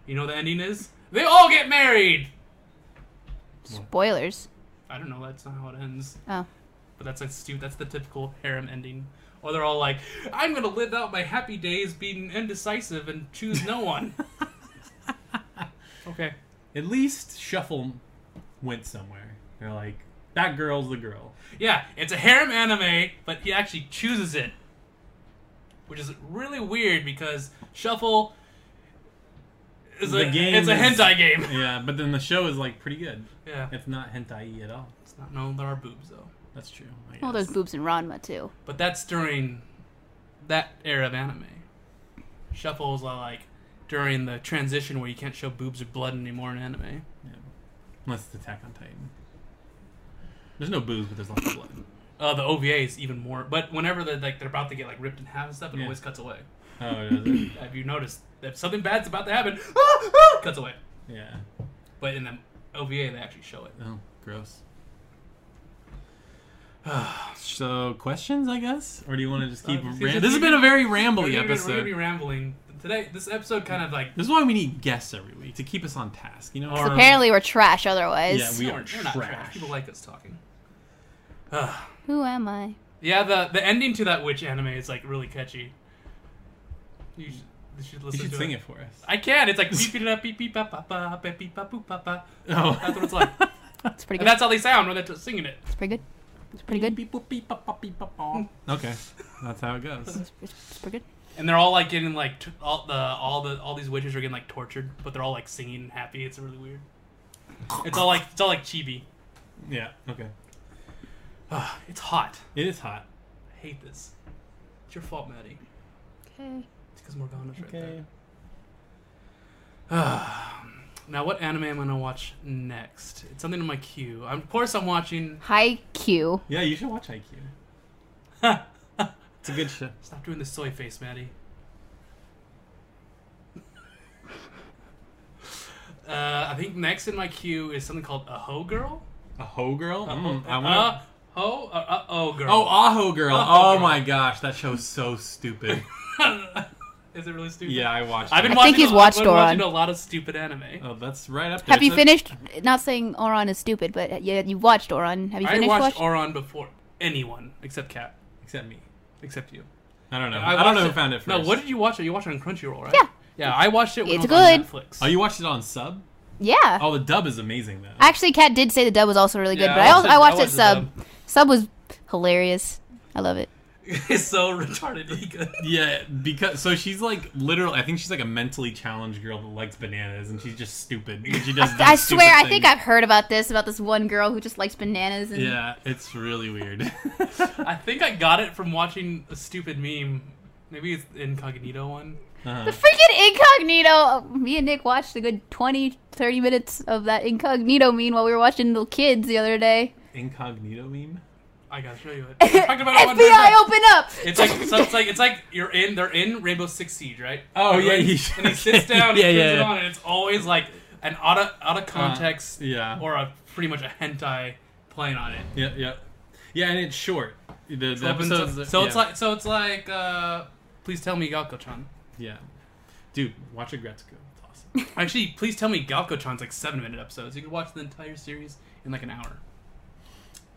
Speaker 2: You know what the ending is? They all get married.
Speaker 4: Spoilers.
Speaker 2: I don't know. That's not how it ends.
Speaker 4: Oh.
Speaker 2: But that's like stupid. That's the typical harem ending. Or they're all like, "I'm gonna live out my happy days being indecisive and choose no one." okay.
Speaker 3: At least Shuffle went somewhere. They're like that girl's the girl.
Speaker 2: Yeah, it's a harem anime, but he actually chooses it, which is really weird because Shuffle is
Speaker 3: The
Speaker 2: a
Speaker 3: game
Speaker 2: it's a
Speaker 3: is-
Speaker 2: hentai game.
Speaker 3: Yeah, but then the show is like pretty good.
Speaker 2: Yeah,
Speaker 3: It's not hentai at all.
Speaker 2: it's not known there are boobs though,
Speaker 3: That's true. I
Speaker 4: All
Speaker 3: guess.
Speaker 4: those boobs in Ranma too.
Speaker 2: but that's during that era of anime. Shuffle's are like during the transition where you can't show boobs or blood anymore in anime.
Speaker 3: Yeah. Unless it's Attack on Titan. There's no booze, but there's lots of blood.
Speaker 2: Uh, the OVA is even more, but whenever they're like they're about to get like ripped in half and stuff, it
Speaker 3: Yeah.
Speaker 2: always cuts away.
Speaker 3: Oh, it is.
Speaker 2: Have you noticed if something bad's about to happen? ah, cuts away.
Speaker 3: yeah.
Speaker 2: But in the OVA, they actually show it.
Speaker 3: Oh, gross. so, questions, I guess? Or do you want to just keep.
Speaker 2: Uh,
Speaker 3: ram-
Speaker 2: see,
Speaker 3: this
Speaker 2: just-
Speaker 3: has been a very
Speaker 2: We're
Speaker 3: rambly
Speaker 2: gonna, be, we're gonna be
Speaker 3: episode.
Speaker 2: rambling today. This episode kind of like
Speaker 3: This is why we need guests every week to keep us on task, you know?
Speaker 2: Or-
Speaker 3: Or-
Speaker 4: Apparently we're trash otherwise.
Speaker 3: Yeah, we
Speaker 2: no,
Speaker 3: are
Speaker 2: we're not
Speaker 3: trash.
Speaker 2: People like us talking. Ugh.
Speaker 4: Who am I?
Speaker 2: yeah, the the ending to that witch anime is like really catchy. You should, you should
Speaker 3: you
Speaker 2: listen
Speaker 3: should
Speaker 2: to
Speaker 3: sing
Speaker 2: it.
Speaker 3: it for us.
Speaker 2: I can. It's like beep beep da, beep beep pa pa pa beep beep pa poo pa pa.
Speaker 3: Oh.
Speaker 2: That's what it's like.
Speaker 4: It's
Speaker 2: and
Speaker 4: pretty good.
Speaker 2: that's how they sound when they're t- singing it.
Speaker 4: It's pretty good. It's pretty good.
Speaker 3: Beep, boop, beep, bop, bop, beep, bop, bop. Okay. That's how it goes.
Speaker 4: It's, it's, it's pretty good.
Speaker 2: And they're all like getting like t- all the all the all these witches are getting like tortured, but they're all like singing and happy. It's really weird. It's all like it's all like chibi.
Speaker 3: Yeah, okay.
Speaker 2: Ugh, it's hot.
Speaker 3: It is hot.
Speaker 2: I hate this. It's your fault, Maddie.
Speaker 4: Okay.
Speaker 2: It's because Morgana's right there. Now, what anime am I gonna watch next? It's something in my queue. I'm, of course, I'm watching.
Speaker 4: Hi Q.
Speaker 3: Yeah, you should watch IQ. it's a good show.
Speaker 2: Stop doing the soy face, Maddie. uh, I think next in my queue is something called a ho girl.
Speaker 3: A hoe girl? Mm, I wanna...
Speaker 2: Uh, ho, uh, oh girl.
Speaker 3: Oh, Aho Girl.
Speaker 2: Aho
Speaker 3: oh
Speaker 2: Girl.
Speaker 3: my gosh, that show's so stupid.
Speaker 2: is it really stupid?
Speaker 3: yeah, I watched.
Speaker 2: I've been
Speaker 3: it.
Speaker 4: I
Speaker 2: watching.
Speaker 4: think he's
Speaker 2: a-
Speaker 4: watched
Speaker 2: I've been watching
Speaker 4: Doron.
Speaker 2: a lot of stupid anime.
Speaker 3: Oh, that's right up there.
Speaker 4: Have you
Speaker 3: So-
Speaker 4: finished? Not saying Oron is stupid, but yeah, you watched Oron. Have you
Speaker 2: I
Speaker 4: finished?
Speaker 2: watched
Speaker 4: watch-
Speaker 2: Oron before anyone except Cat,
Speaker 3: Except me.
Speaker 2: except you.
Speaker 3: I don't know. I, don't
Speaker 2: watched
Speaker 3: know who found it first.
Speaker 2: No, what did you watch it? You watched it on Crunchyroll, right?
Speaker 4: Yeah.
Speaker 2: Yeah, I watched it when
Speaker 4: It's
Speaker 2: it was on
Speaker 4: good.
Speaker 2: Netflix.
Speaker 3: Oh, you watched it on sub?
Speaker 4: yeah.
Speaker 3: Oh, the dub is amazing though.
Speaker 4: Actually, Kat did say the dub was also really good,
Speaker 2: Yeah,
Speaker 4: but
Speaker 2: I
Speaker 4: I, also, I
Speaker 2: watched
Speaker 4: watched
Speaker 2: it- I
Speaker 4: it
Speaker 2: watched
Speaker 4: sub. Sub was hilarious. I love it.
Speaker 2: it's so retardedly good.
Speaker 3: yeah, because so she's like literally. I think she's like a mentally challenged girl that likes bananas, and she's just stupid. And she does.
Speaker 4: I
Speaker 3: dumb, stupid
Speaker 4: swear, I
Speaker 3: things.
Speaker 4: think I've heard about this about this one girl who just likes bananas. And
Speaker 3: Yeah, it's really weird.
Speaker 2: I think I got it from watching a stupid meme. Maybe it's the incognito one.
Speaker 3: Uh-huh.
Speaker 4: The freaking incognito. Me and Nick watched a good 20, 30 minutes of that incognito meme while we were watching Little Kids the other day.
Speaker 3: Incognito meme.
Speaker 2: I gotta show you it. I talked about it one
Speaker 4: FBI,
Speaker 2: time.
Speaker 4: open up!
Speaker 2: It's like so it's like it's like you're in they're in Rainbow Six Siege, right?
Speaker 3: Oh, yeah,
Speaker 2: Everyone-
Speaker 3: he-
Speaker 2: and he sits down, he
Speaker 3: Yeah,
Speaker 2: turns
Speaker 3: yeah,
Speaker 2: it
Speaker 3: yeah.
Speaker 2: on, and it's always like an out of out of context,
Speaker 3: yeah.
Speaker 2: or a pretty much a hentai playing on it.
Speaker 3: Yeah, yeah, yeah, and it's short. The, the
Speaker 2: So,
Speaker 3: episodes, are-
Speaker 2: so it's
Speaker 3: yeah,
Speaker 2: like so it's like uh, please tell me Galko-chan.
Speaker 3: yeah, dude, watch a Gretzko. It's awesome.
Speaker 2: Actually, please tell me Galko-chan's like seven minute episodes. You can watch the entire series in like an hour.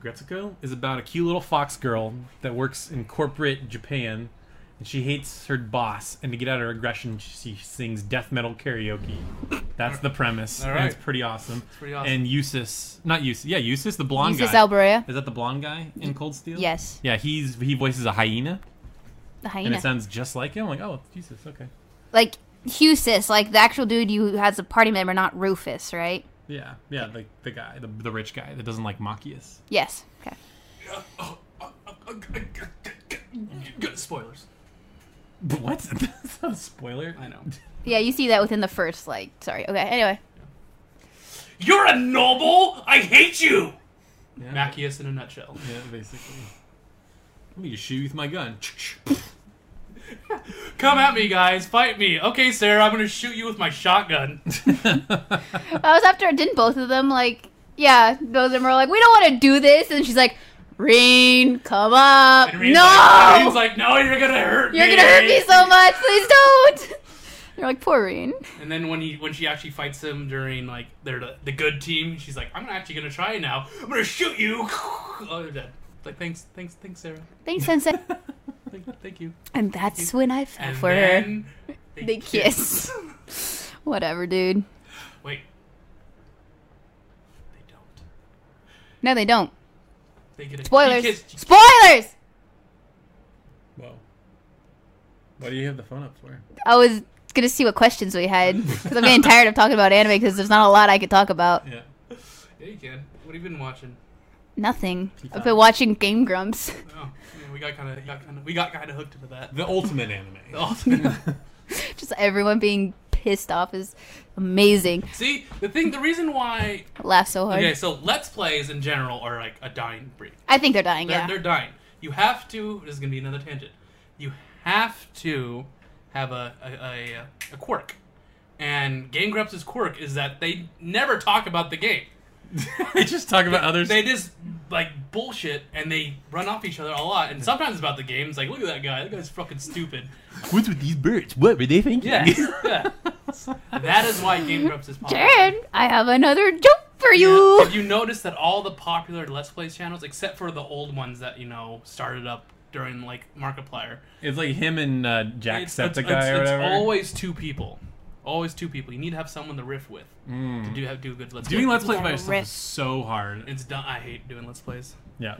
Speaker 3: Gretzko is about a cute little fox girl that works in corporate Japan, and she hates her boss. And to get out of her aggression, she sings death metal karaoke. That's the premise.
Speaker 2: All
Speaker 3: and it's
Speaker 2: right.
Speaker 3: pretty awesome. It's
Speaker 2: pretty awesome.
Speaker 3: And Eustace, not Eustace, yeah, Eustace, the blonde
Speaker 4: Eustace
Speaker 3: guy.
Speaker 4: Alborea.
Speaker 3: is that the blonde guy in Cold Steel?
Speaker 4: Yes.
Speaker 3: Yeah, he's he voices a hyena,
Speaker 4: The
Speaker 3: and it
Speaker 4: hyena.
Speaker 3: sounds just like him. I'm like, oh, Jesus, okay.
Speaker 4: Like Husis, like the actual dude you who has a party member, not Rufus, right?
Speaker 3: Yeah, yeah, like the guy, the, the rich guy that doesn't like Machias.
Speaker 4: Yes. Okay.
Speaker 2: Spoilers.
Speaker 3: What? That's not a spoiler.
Speaker 2: I know.
Speaker 4: Yeah, you see that within the first, like, sorry. Okay, anyway.
Speaker 2: You're a noble. I hate you.
Speaker 3: Yeah,
Speaker 2: Machias in a nutshell.
Speaker 3: Yeah, basically. Let me just shoot you with my gun.
Speaker 2: Come at me, guys. Fight me. Okay, Sarah, I'm gonna shoot you with my shotgun.
Speaker 4: I was after, didn't both of them, like, yeah, both of them were like, we don't want to do this. And she's like, Reen, come up.
Speaker 2: And Reen's like,
Speaker 4: no!
Speaker 2: Reen's like, no, you're gonna hurt
Speaker 4: You're
Speaker 2: me.
Speaker 4: going to hurt me so much. Please don't. You're like, poor Reen.
Speaker 2: And then when he when she actually fights him during like their the, the good team, she's like, I'm actually gonna try now. I'm gonna shoot you. Oh, you're dead. Like thanks, thanks, thanks, Sarah.
Speaker 4: Thanks, Sensei.
Speaker 2: Thank, thank you.
Speaker 4: and that's when I fell
Speaker 2: And
Speaker 4: for her.
Speaker 2: then
Speaker 4: They kiss. Whatever, dude.
Speaker 2: Wait. They don't.
Speaker 4: No, they don't.
Speaker 2: They get a
Speaker 4: Spoilers.
Speaker 2: He kissed-
Speaker 4: Spoilers!
Speaker 3: Whoa. Why do you have the phone up for?
Speaker 4: I was gonna see what questions we had because I'm getting tired of talking about anime because there's not a lot I could talk about.
Speaker 3: Yeah.
Speaker 2: yeah, you can. What have you been watching?
Speaker 4: Nothing. I've
Speaker 3: Peacock.
Speaker 4: been watching Game Grumps.
Speaker 2: Oh, yeah, we got kind of got kind of we got kind of hooked into that.
Speaker 3: The ultimate anime.
Speaker 2: Oh,
Speaker 4: Just everyone being pissed off is amazing.
Speaker 2: See, the thing, the reason why.
Speaker 4: I laugh so hard.
Speaker 2: Okay, so let's plays in general are like a dying breed.
Speaker 4: I think they're dying.
Speaker 2: They're,
Speaker 4: yeah.
Speaker 2: they're dying. You have to. This is gonna be another tangent. You have to have a a, a, a quirk, and Game Grumps' quirk is that they never talk about the game.
Speaker 3: they just talk about others.
Speaker 2: They just like bullshit and they run off each other a lot. And sometimes about the game. It's like, look at that guy. That guy's fucking stupid.
Speaker 3: What's with these birds? What were they thinking?
Speaker 2: Yeah, yeah. That is why Game Grumps is popular.
Speaker 4: Jared, I have another joke for you.
Speaker 2: If you notice that all the popular Let's Plays channels, except for the old ones that you know started up during like Markiplier,
Speaker 3: It's like him and uh, Jack
Speaker 2: it's, it's,
Speaker 3: Septiceye
Speaker 2: it's-
Speaker 3: or
Speaker 2: it's
Speaker 3: whatever.
Speaker 2: always two people. Always two people. You need to have someone to riff with
Speaker 3: Hmm.
Speaker 2: to do have do a good Let's
Speaker 3: Doing
Speaker 2: Play.
Speaker 3: Let's Plays by
Speaker 4: Yeah,
Speaker 3: yourself
Speaker 4: riff.
Speaker 3: is so hard.
Speaker 2: It's done. I hate doing Let's Plays.
Speaker 3: Yeah.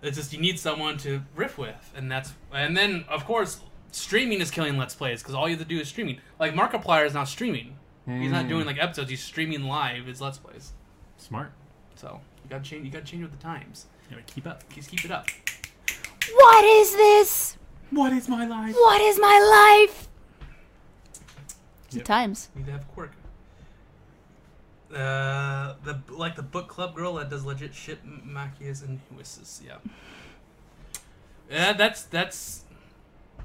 Speaker 2: It's just you need someone to riff with, and that's and then of course streaming is killing Let's Plays because all you have to do is streaming. Like Markiplier is now streaming. He's not doing like episodes. He's streaming live his Let's Plays.
Speaker 3: Smart.
Speaker 2: So you gotta change. You gotta change with the times.
Speaker 3: You gotta keep up.
Speaker 2: Just keep it up.
Speaker 4: What is this?
Speaker 3: What is my life?
Speaker 4: What is my life? It's the
Speaker 3: Yep.
Speaker 4: times.
Speaker 2: Need to have a quirk. Uh, the like the book club girl that does legit shit, M- Machias and Huises. Yeah. Yeah, that's that's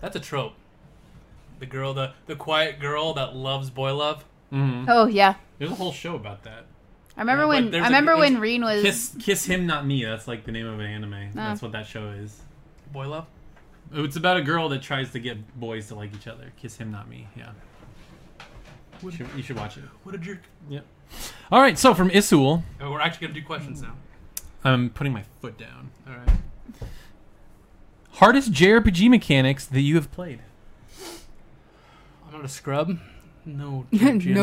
Speaker 2: that's a trope. The girl, the the quiet girl that loves boy love.
Speaker 4: Oh yeah.
Speaker 3: There's a whole show about that.
Speaker 4: I remember
Speaker 2: Mm-hmm. Yeah, but
Speaker 4: when
Speaker 2: there's
Speaker 4: I
Speaker 2: a-
Speaker 4: remember
Speaker 2: there's-
Speaker 4: when Reen was
Speaker 3: Kiss, kiss him, not me. That's like the name of an anime. That's what that show is.
Speaker 2: Boy love.
Speaker 3: It's about a girl that tries to get boys to like each other. Kiss him, not me. Yeah. You should, you should watch it.
Speaker 2: What a jerk.
Speaker 3: Yep. All right. So from Isul,
Speaker 2: Oh, we're actually gonna do questions
Speaker 4: Hmm.
Speaker 2: now.
Speaker 3: I'm putting my foot down.
Speaker 2: All right.
Speaker 3: Hardest JRPG mechanics that you have played.
Speaker 2: I'm not a scrub. No.
Speaker 4: No
Speaker 2: GM
Speaker 4: GM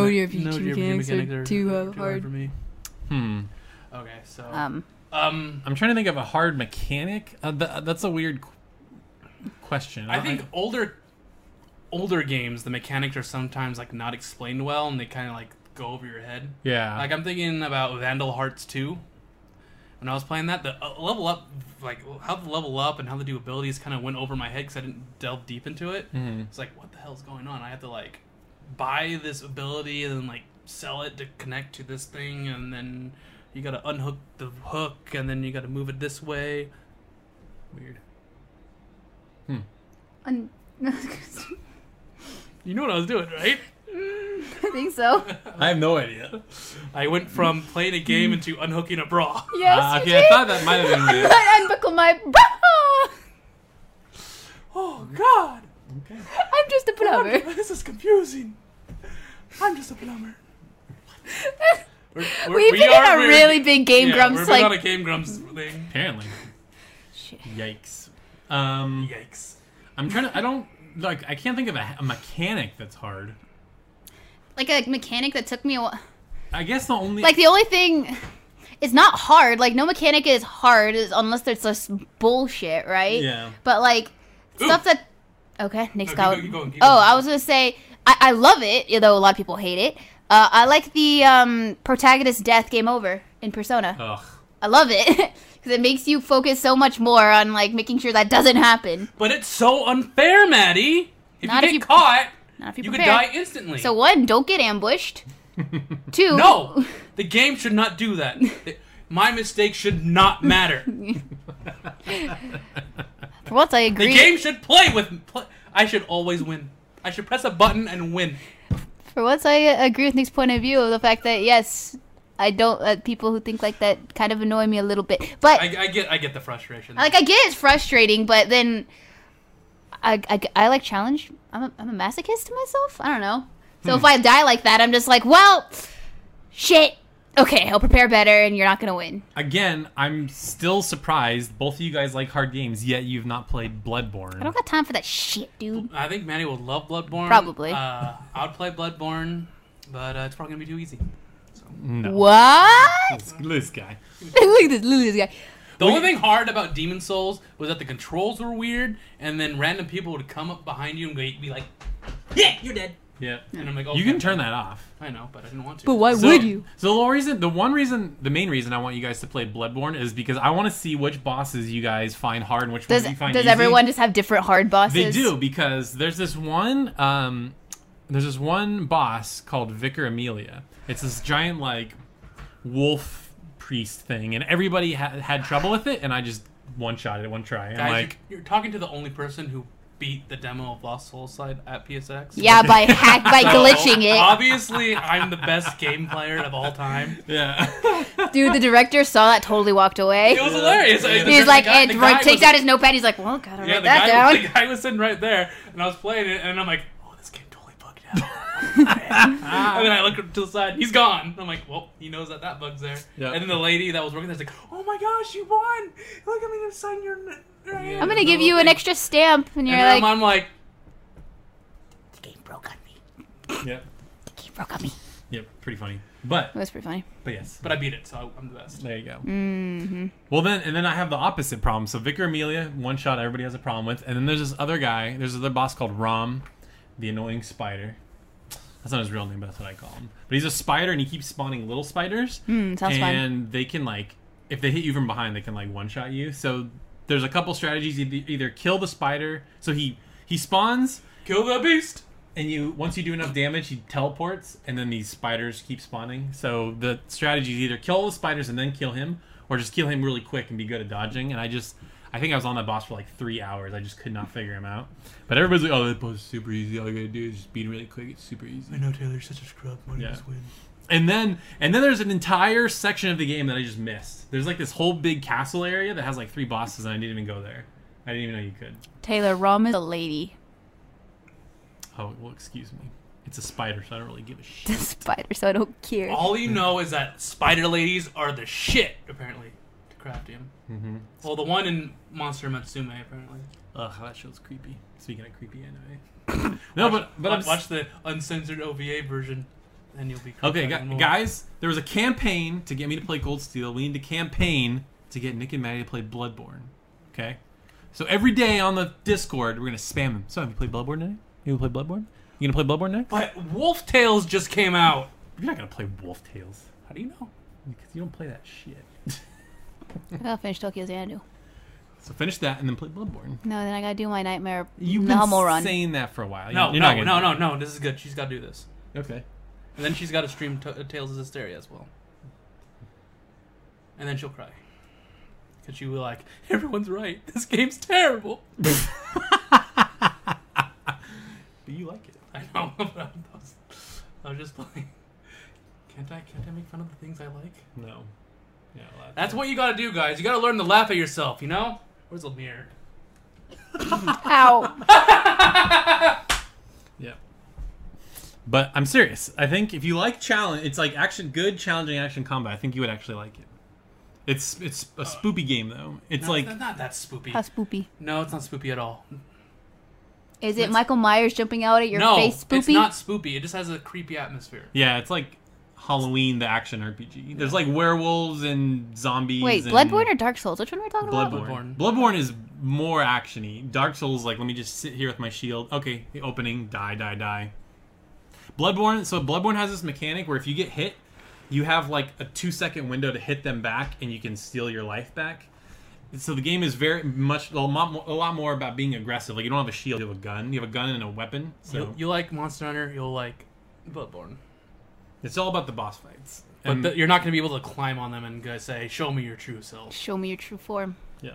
Speaker 2: no
Speaker 4: mechanics are too, uh, hard.
Speaker 2: for me.
Speaker 3: Hmm.
Speaker 2: Okay, so
Speaker 4: um
Speaker 2: um,
Speaker 3: I'm trying to think of a hard mechanic. Uh, th- that's a weird qu- question.
Speaker 2: I think older older games the mechanics are sometimes like not explained well and they kind of like go over your head.
Speaker 3: Yeah.
Speaker 2: Like I'm thinking about Vandal Hearts 2. When I was playing that, the uh, level up, like how the level up and how the do abilities kind of went over my head because I didn't delve deep into it. It's like what the hell's going on? I have to like buy this ability and then like sell it to connect to this thing and then you got to unhook the hook and then you got to move it this way. Weird.
Speaker 4: un-
Speaker 2: You know what I was doing, right?
Speaker 4: think so.
Speaker 3: I have no idea.
Speaker 2: I went from playing a game into unhooking a bra.
Speaker 4: Yes,
Speaker 3: Uh,
Speaker 4: you
Speaker 3: okay, I
Speaker 4: did.
Speaker 3: thought that might have been weird.
Speaker 4: I unbuckle my bra.
Speaker 2: Oh God!
Speaker 3: Okay.
Speaker 4: I'm just a plumber.
Speaker 2: This is confusing. I'm just a plumber. We're, we're,
Speaker 4: We've
Speaker 2: we
Speaker 4: been
Speaker 2: are-
Speaker 4: in a
Speaker 2: we're-
Speaker 4: really big Game
Speaker 2: yeah,
Speaker 4: Grumps
Speaker 2: We're
Speaker 4: like
Speaker 2: on a Game Grumps thing.
Speaker 3: Apparently.
Speaker 4: Shit.
Speaker 3: Yikes. Um,
Speaker 2: Yikes.
Speaker 3: I'm trying to. I don't like. I can't think of a, a mechanic that's hard.
Speaker 4: like a mechanic that took me a while.
Speaker 3: I guess the only
Speaker 4: Like the only thing, it's not hard. Like no mechanic is hard is- unless there's just bullshit, right?
Speaker 3: Yeah.
Speaker 4: But like stuff
Speaker 2: Ooh.
Speaker 4: that. Okay, Nick's
Speaker 2: keep
Speaker 4: got.
Speaker 2: going, keep going, keep
Speaker 4: oh,
Speaker 2: going.
Speaker 4: I was gonna say I, I love it, though a lot of people hate it. Uh, I like the um, protagonist death game over in Persona.
Speaker 2: Oh.
Speaker 3: Ugh.
Speaker 4: I love it because it makes you focus so much more on like making sure that doesn't happen.
Speaker 2: But it's so unfair, Maddie. If
Speaker 4: Not
Speaker 2: you get
Speaker 4: if you-
Speaker 2: caught,
Speaker 4: Not if you,
Speaker 2: you could
Speaker 4: prepare.
Speaker 2: die instantly.
Speaker 4: So one, don't get ambushed. Two,
Speaker 2: no, the game should not do that. My mistake should not matter.
Speaker 4: For once, I
Speaker 2: The
Speaker 4: agree.
Speaker 2: game should play with. Play. I should always win. I should press a button and win.
Speaker 4: For once, I agree with Nick's point of view of the fact that yes, I don't. Uh, people who think like that kind of annoy me a little bit, but
Speaker 2: I, I get, I get the frustration.
Speaker 4: like I get it's frustrating, but then I, I, I like challenge. I'm a, I'm a masochist to myself. I don't know. So if
Speaker 2: Hmm.
Speaker 4: I die like that, I'm just like, well, shit. Okay, I'll prepare better, and you're not gonna win.
Speaker 3: Again, I'm still surprised both of you guys like hard games, yet you've not played Bloodborne.
Speaker 4: I don't got time for that shit, dude.
Speaker 2: I think Manny would love Bloodborne.
Speaker 4: Probably.
Speaker 2: Uh, I would play Bloodborne, but uh, it's probably gonna be too easy.
Speaker 3: no.
Speaker 4: What?
Speaker 3: This guy.
Speaker 4: look at this, look at this guy.
Speaker 2: The only thing hard about Demon Souls was that the controls were weird, and then random people would come up behind you and be be like, "Yeah, you're dead."
Speaker 3: Yeah.
Speaker 2: And I'm like,
Speaker 3: You
Speaker 2: "Okay."
Speaker 3: can turn that off.
Speaker 2: I know, but I didn't want to.
Speaker 4: But why
Speaker 3: So-
Speaker 4: would you?
Speaker 3: So the whole reason, the one reason, the main reason I want you guys to play Bloodborne is because I want to see which bosses you guys find hard and which
Speaker 4: Does
Speaker 3: ones you find
Speaker 4: does
Speaker 3: easy.
Speaker 4: everyone just have different hard bosses?
Speaker 3: They do because there's this one, um, there's this one boss called Vicar Amelia. It's this giant like wolf priest thing, and everybody ha- had trouble with it, and I just one shot it, one try. I'm
Speaker 2: Guys,
Speaker 3: like,
Speaker 2: you're, you're talking to the only person who beat the demo of Lost Soul Side at PSX.
Speaker 4: Yeah, by hack by
Speaker 2: So,
Speaker 4: glitching it.
Speaker 2: Obviously, I'm the best game player of all time.
Speaker 3: yeah,
Speaker 4: Dude, the director saw that, totally walked away.
Speaker 2: It was hilarious.
Speaker 3: Yeah.
Speaker 2: I- the-
Speaker 4: He's
Speaker 2: the
Speaker 4: like,
Speaker 2: guy-
Speaker 4: and
Speaker 2: the guy
Speaker 4: takes
Speaker 2: was-
Speaker 4: out his notepad. He's like, well, gotta
Speaker 2: Yeah,
Speaker 4: write
Speaker 2: the
Speaker 4: that
Speaker 2: guy,
Speaker 4: down.
Speaker 2: the guy was sitting right there, and I was playing it, and I'm like, oh, this game totally bugged out. and then I look to the side, and he's gone. And I'm like, well, he knows that that bug's there.
Speaker 3: Yeah.
Speaker 2: And then the lady that was working there's like, oh my gosh, you won! Look at me, just sign your. n- your hand."
Speaker 4: I'm gonna give you an extra stamp, and
Speaker 2: And
Speaker 4: you're
Speaker 2: then
Speaker 4: like,
Speaker 2: I'm like,
Speaker 4: the game broke on me.
Speaker 3: yeah,
Speaker 4: The game broke on me.
Speaker 3: yeah, pretty funny. But
Speaker 4: That's pretty funny.
Speaker 3: but yes,
Speaker 2: but I beat it, so I'm the best.
Speaker 3: There you go. Mm-hmm. Well, then, and then I have the opposite problem. So Vicar Amelia, one shot, everybody has a problem with, and then there's this other guy. There's this other boss called Rom, the annoying spider. That's not his real name, but that's what I call him. But he's a spider, and he keeps spawning little spiders,
Speaker 4: Mm, sounds fun.
Speaker 3: and they can like, if they hit you from behind, they can like one shot you. So there's a couple strategies. You either- either kill the spider, so he he spawns,
Speaker 2: Kill the beast!
Speaker 3: and you once you do enough damage, he teleports, and then these spiders keep spawning. So the strategy is either kill all the spiders and then kill him, or just kill him really quick and be good at dodging. And I just, I think I was on that boss for like three hours. I just could not figure him out. But everybody's like, "Oh, that boss is super easy. All you gotta do is just beat him really quick. It's super easy."
Speaker 2: know Taylor's such a scrub. Why
Speaker 3: Yeah. just And then, and then there's an entire section of the game that I just missed. There's like this whole big castle area that has like three bosses, and I didn't even go there. I didn't even know you could.
Speaker 4: Taylor Rom is a lady.
Speaker 3: Oh, well, excuse me. It's a spider, so I don't really give a shit.
Speaker 4: The spider, so I don't care.
Speaker 2: All you know is that spider ladies are the shit, apparently, to craft him. Mm-hmm. Well, the one in Monster Matsume, apparently.
Speaker 3: Ugh, that show's creepy. Speaking of creepy anime. no, but but I'm
Speaker 2: watch, watch the uncensored OVA version, and you'll be creeped
Speaker 3: okay,
Speaker 2: out
Speaker 3: gu-
Speaker 2: even more.
Speaker 3: guys. There was a campaign to get me to play Gold Steel. We need to campaign to get Nick and Maddie to play Bloodborne. Okay, so every day on the Discord, we're gonna spam them. So have you played Bloodborne today? You gonna play Bloodborne? You gonna play Bloodborne next?
Speaker 2: But Wolf Tales just came out.
Speaker 3: You're not gonna play Wolf Tales
Speaker 2: How do you know?
Speaker 3: because you don't play that shit.
Speaker 4: I'll finish Tokyo Xanadu.
Speaker 3: so finish that and then play Bloodborne.
Speaker 4: No, then I gotta do my nightmare
Speaker 3: You've been
Speaker 4: Hummel run.
Speaker 3: saying that for a while.
Speaker 2: No,
Speaker 3: You're not
Speaker 2: no, no,
Speaker 3: gonna
Speaker 2: no, no. This is good. She's got to do this,
Speaker 3: no. Okay.
Speaker 2: and then she's got to stream t- uh, Tales of Hysteria as well, and then she'll cry. Cause she will like, everyone's right. This game's terrible.
Speaker 3: But you like it.
Speaker 2: I know. but I was- I was just like, can't I can't I make fun of the things I like?
Speaker 3: No. Yeah, well,
Speaker 2: That's what you gotta do, guys. You gotta learn to laugh at yourself. You know? Where's Lemire?
Speaker 4: Ow.
Speaker 3: Yeah. But I'm serious. I think if you like challenge, it's like action, good challenging action combat. I think you would actually like it. It's it's a spoopy game though. It's
Speaker 2: Uh, No,
Speaker 3: like
Speaker 2: not, not that spoopy.
Speaker 4: How spoopy.
Speaker 2: no, it's not spoopy at all.
Speaker 4: Is it Michael Myers jumping out at your
Speaker 2: no,
Speaker 4: face spoopy?
Speaker 2: it's not spoopy. It just has a creepy atmosphere.
Speaker 3: yeah, it's like Halloween the action RPG. There's like werewolves and zombies.
Speaker 4: Wait,
Speaker 3: and
Speaker 4: Bloodborne or Dark Souls? Which one are we talking about?
Speaker 2: Bloodborne.
Speaker 3: Bloodborne. Bloodborne is more actiony. Dark Souls like let me just sit here with my shield. Okay, the opening, die, die, die. Bloodborne. So Bloodborne has this mechanic where if you get hit, you have like a two second window to hit them back, and you can steal your life back. So the game is very much a lot mo- a lot more about being aggressive. Like you don't have a shield, you have a gun. You have a gun and a weapon. So
Speaker 2: You, you like Monster Hunter, you'll like Bloodborne.
Speaker 3: it's all about the boss fights.
Speaker 2: But
Speaker 3: And-
Speaker 2: th you're not going to be able to climb on them and go say, "Show me your true self."
Speaker 4: Show me your true form.
Speaker 3: Yeah.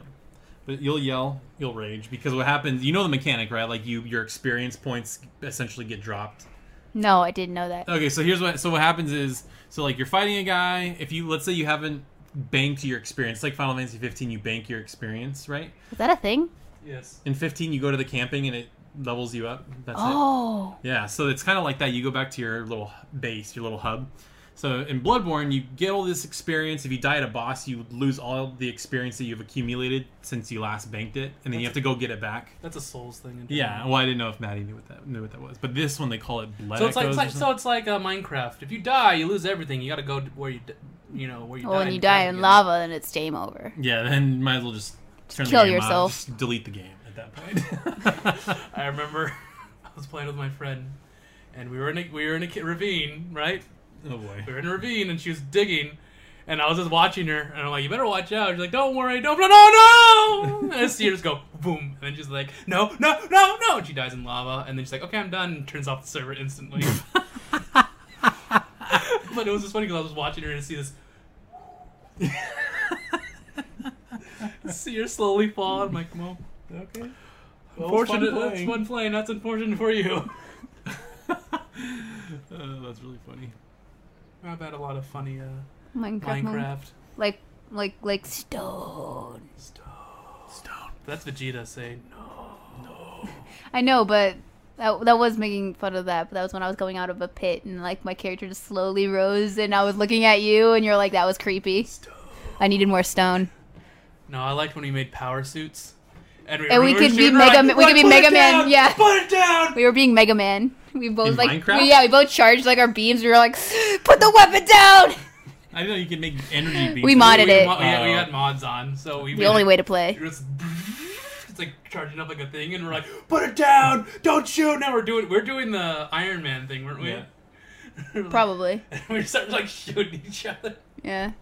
Speaker 3: But you'll yell, you'll rage because what happens, you know the mechanic, right? Like you your experience points essentially get dropped.
Speaker 4: No, I didn't know that.
Speaker 3: Okay, so here's what so what happens is so like you're fighting a guy, if you let's say you haven't banked your experience, like Final Fantasy 15 you bank your experience, right?
Speaker 4: Is that a thing?
Speaker 2: Yes.
Speaker 3: In 15 you go to the camping and it levels you up. That's it.
Speaker 4: Oh.
Speaker 3: Yeah, so it's kind of like that. You go back to your little base, your little hub. So in Bloodborne, you get all this experience. If you die at a boss, you lose all the experience that you've accumulated since you last banked it, and then you have to go get it back.
Speaker 2: That's a Souls thing. in general.
Speaker 3: Yeah, well, I didn't know if Maddie knew what that knew what that was, but this one they call it blood.
Speaker 2: So it's like, it's
Speaker 3: Echoes or
Speaker 2: like so it's like uh, Minecraft. If you die, you lose everything. You got to go to where you d- you know where you
Speaker 4: Well,
Speaker 2: died
Speaker 4: when Oh, you
Speaker 2: and
Speaker 4: die
Speaker 2: come
Speaker 4: in
Speaker 2: again.
Speaker 4: lava, then it's game over.
Speaker 3: Yeah, then might as well just turn
Speaker 4: kill
Speaker 3: the game off,
Speaker 4: yourself.
Speaker 3: just delete the game at that point.
Speaker 2: I remember I was playing with my friend, and we were in a, we were in a ki- ravine, right?
Speaker 3: oh boy.
Speaker 2: We were in a ravine, and she was digging, and I was just watching her, and I'm like, "You better watch out." She's like, "Don't worry, don't, no, no, no!" And I see her just go boom, and then she's like, "No, no, no, no!" And she dies in lava, and then she's like, "Okay, I'm done," and turns off the server instantly. but it was just funny because I was watching her and see this. see her slowly fall. I'm like, "Well,
Speaker 3: Okay.
Speaker 2: Unfortunate. That's fun playing. That's unfortunate for you.
Speaker 3: Uh, that's really funny.
Speaker 2: I've had a lot of funny uh,
Speaker 4: Minecraft. moment.
Speaker 2: Minecraft
Speaker 4: Like, like, like stone.
Speaker 2: stuff. That's Vegeta saying no.
Speaker 4: I know, but that, that was making fun of that. But that was when I was going out of a pit and like my character just slowly rose, and I was looking at you, and you're like, "That was creepy." I needed more stone.
Speaker 2: No, I liked when we made power suits, and we,
Speaker 4: And we
Speaker 2: were
Speaker 4: could be
Speaker 2: shooting, we're
Speaker 4: Mega Ma-
Speaker 2: Like,
Speaker 4: we could be
Speaker 2: "Put it
Speaker 4: Mega Man,
Speaker 2: down!
Speaker 4: yeah.
Speaker 2: Put it down.
Speaker 4: We were being Mega Man. We both
Speaker 3: In
Speaker 4: like,
Speaker 3: Minecraft?
Speaker 4: we- yeah, we both charged like our beams. We were like, "Put the weapon down."
Speaker 3: I didn't know you could make energy beams.
Speaker 4: We modded
Speaker 2: we,
Speaker 4: it.
Speaker 2: mo- we, had, we
Speaker 3: Oh.
Speaker 2: had mods on, so we
Speaker 4: The only way to play.
Speaker 2: It was, it's like charging up like a thing, and we're like, put it down. Don't shoot. Now we're doing we're doing the Iron Man thing, weren't we?
Speaker 3: Yeah.
Speaker 4: Probably.
Speaker 2: we started like shooting each other.
Speaker 4: Yeah.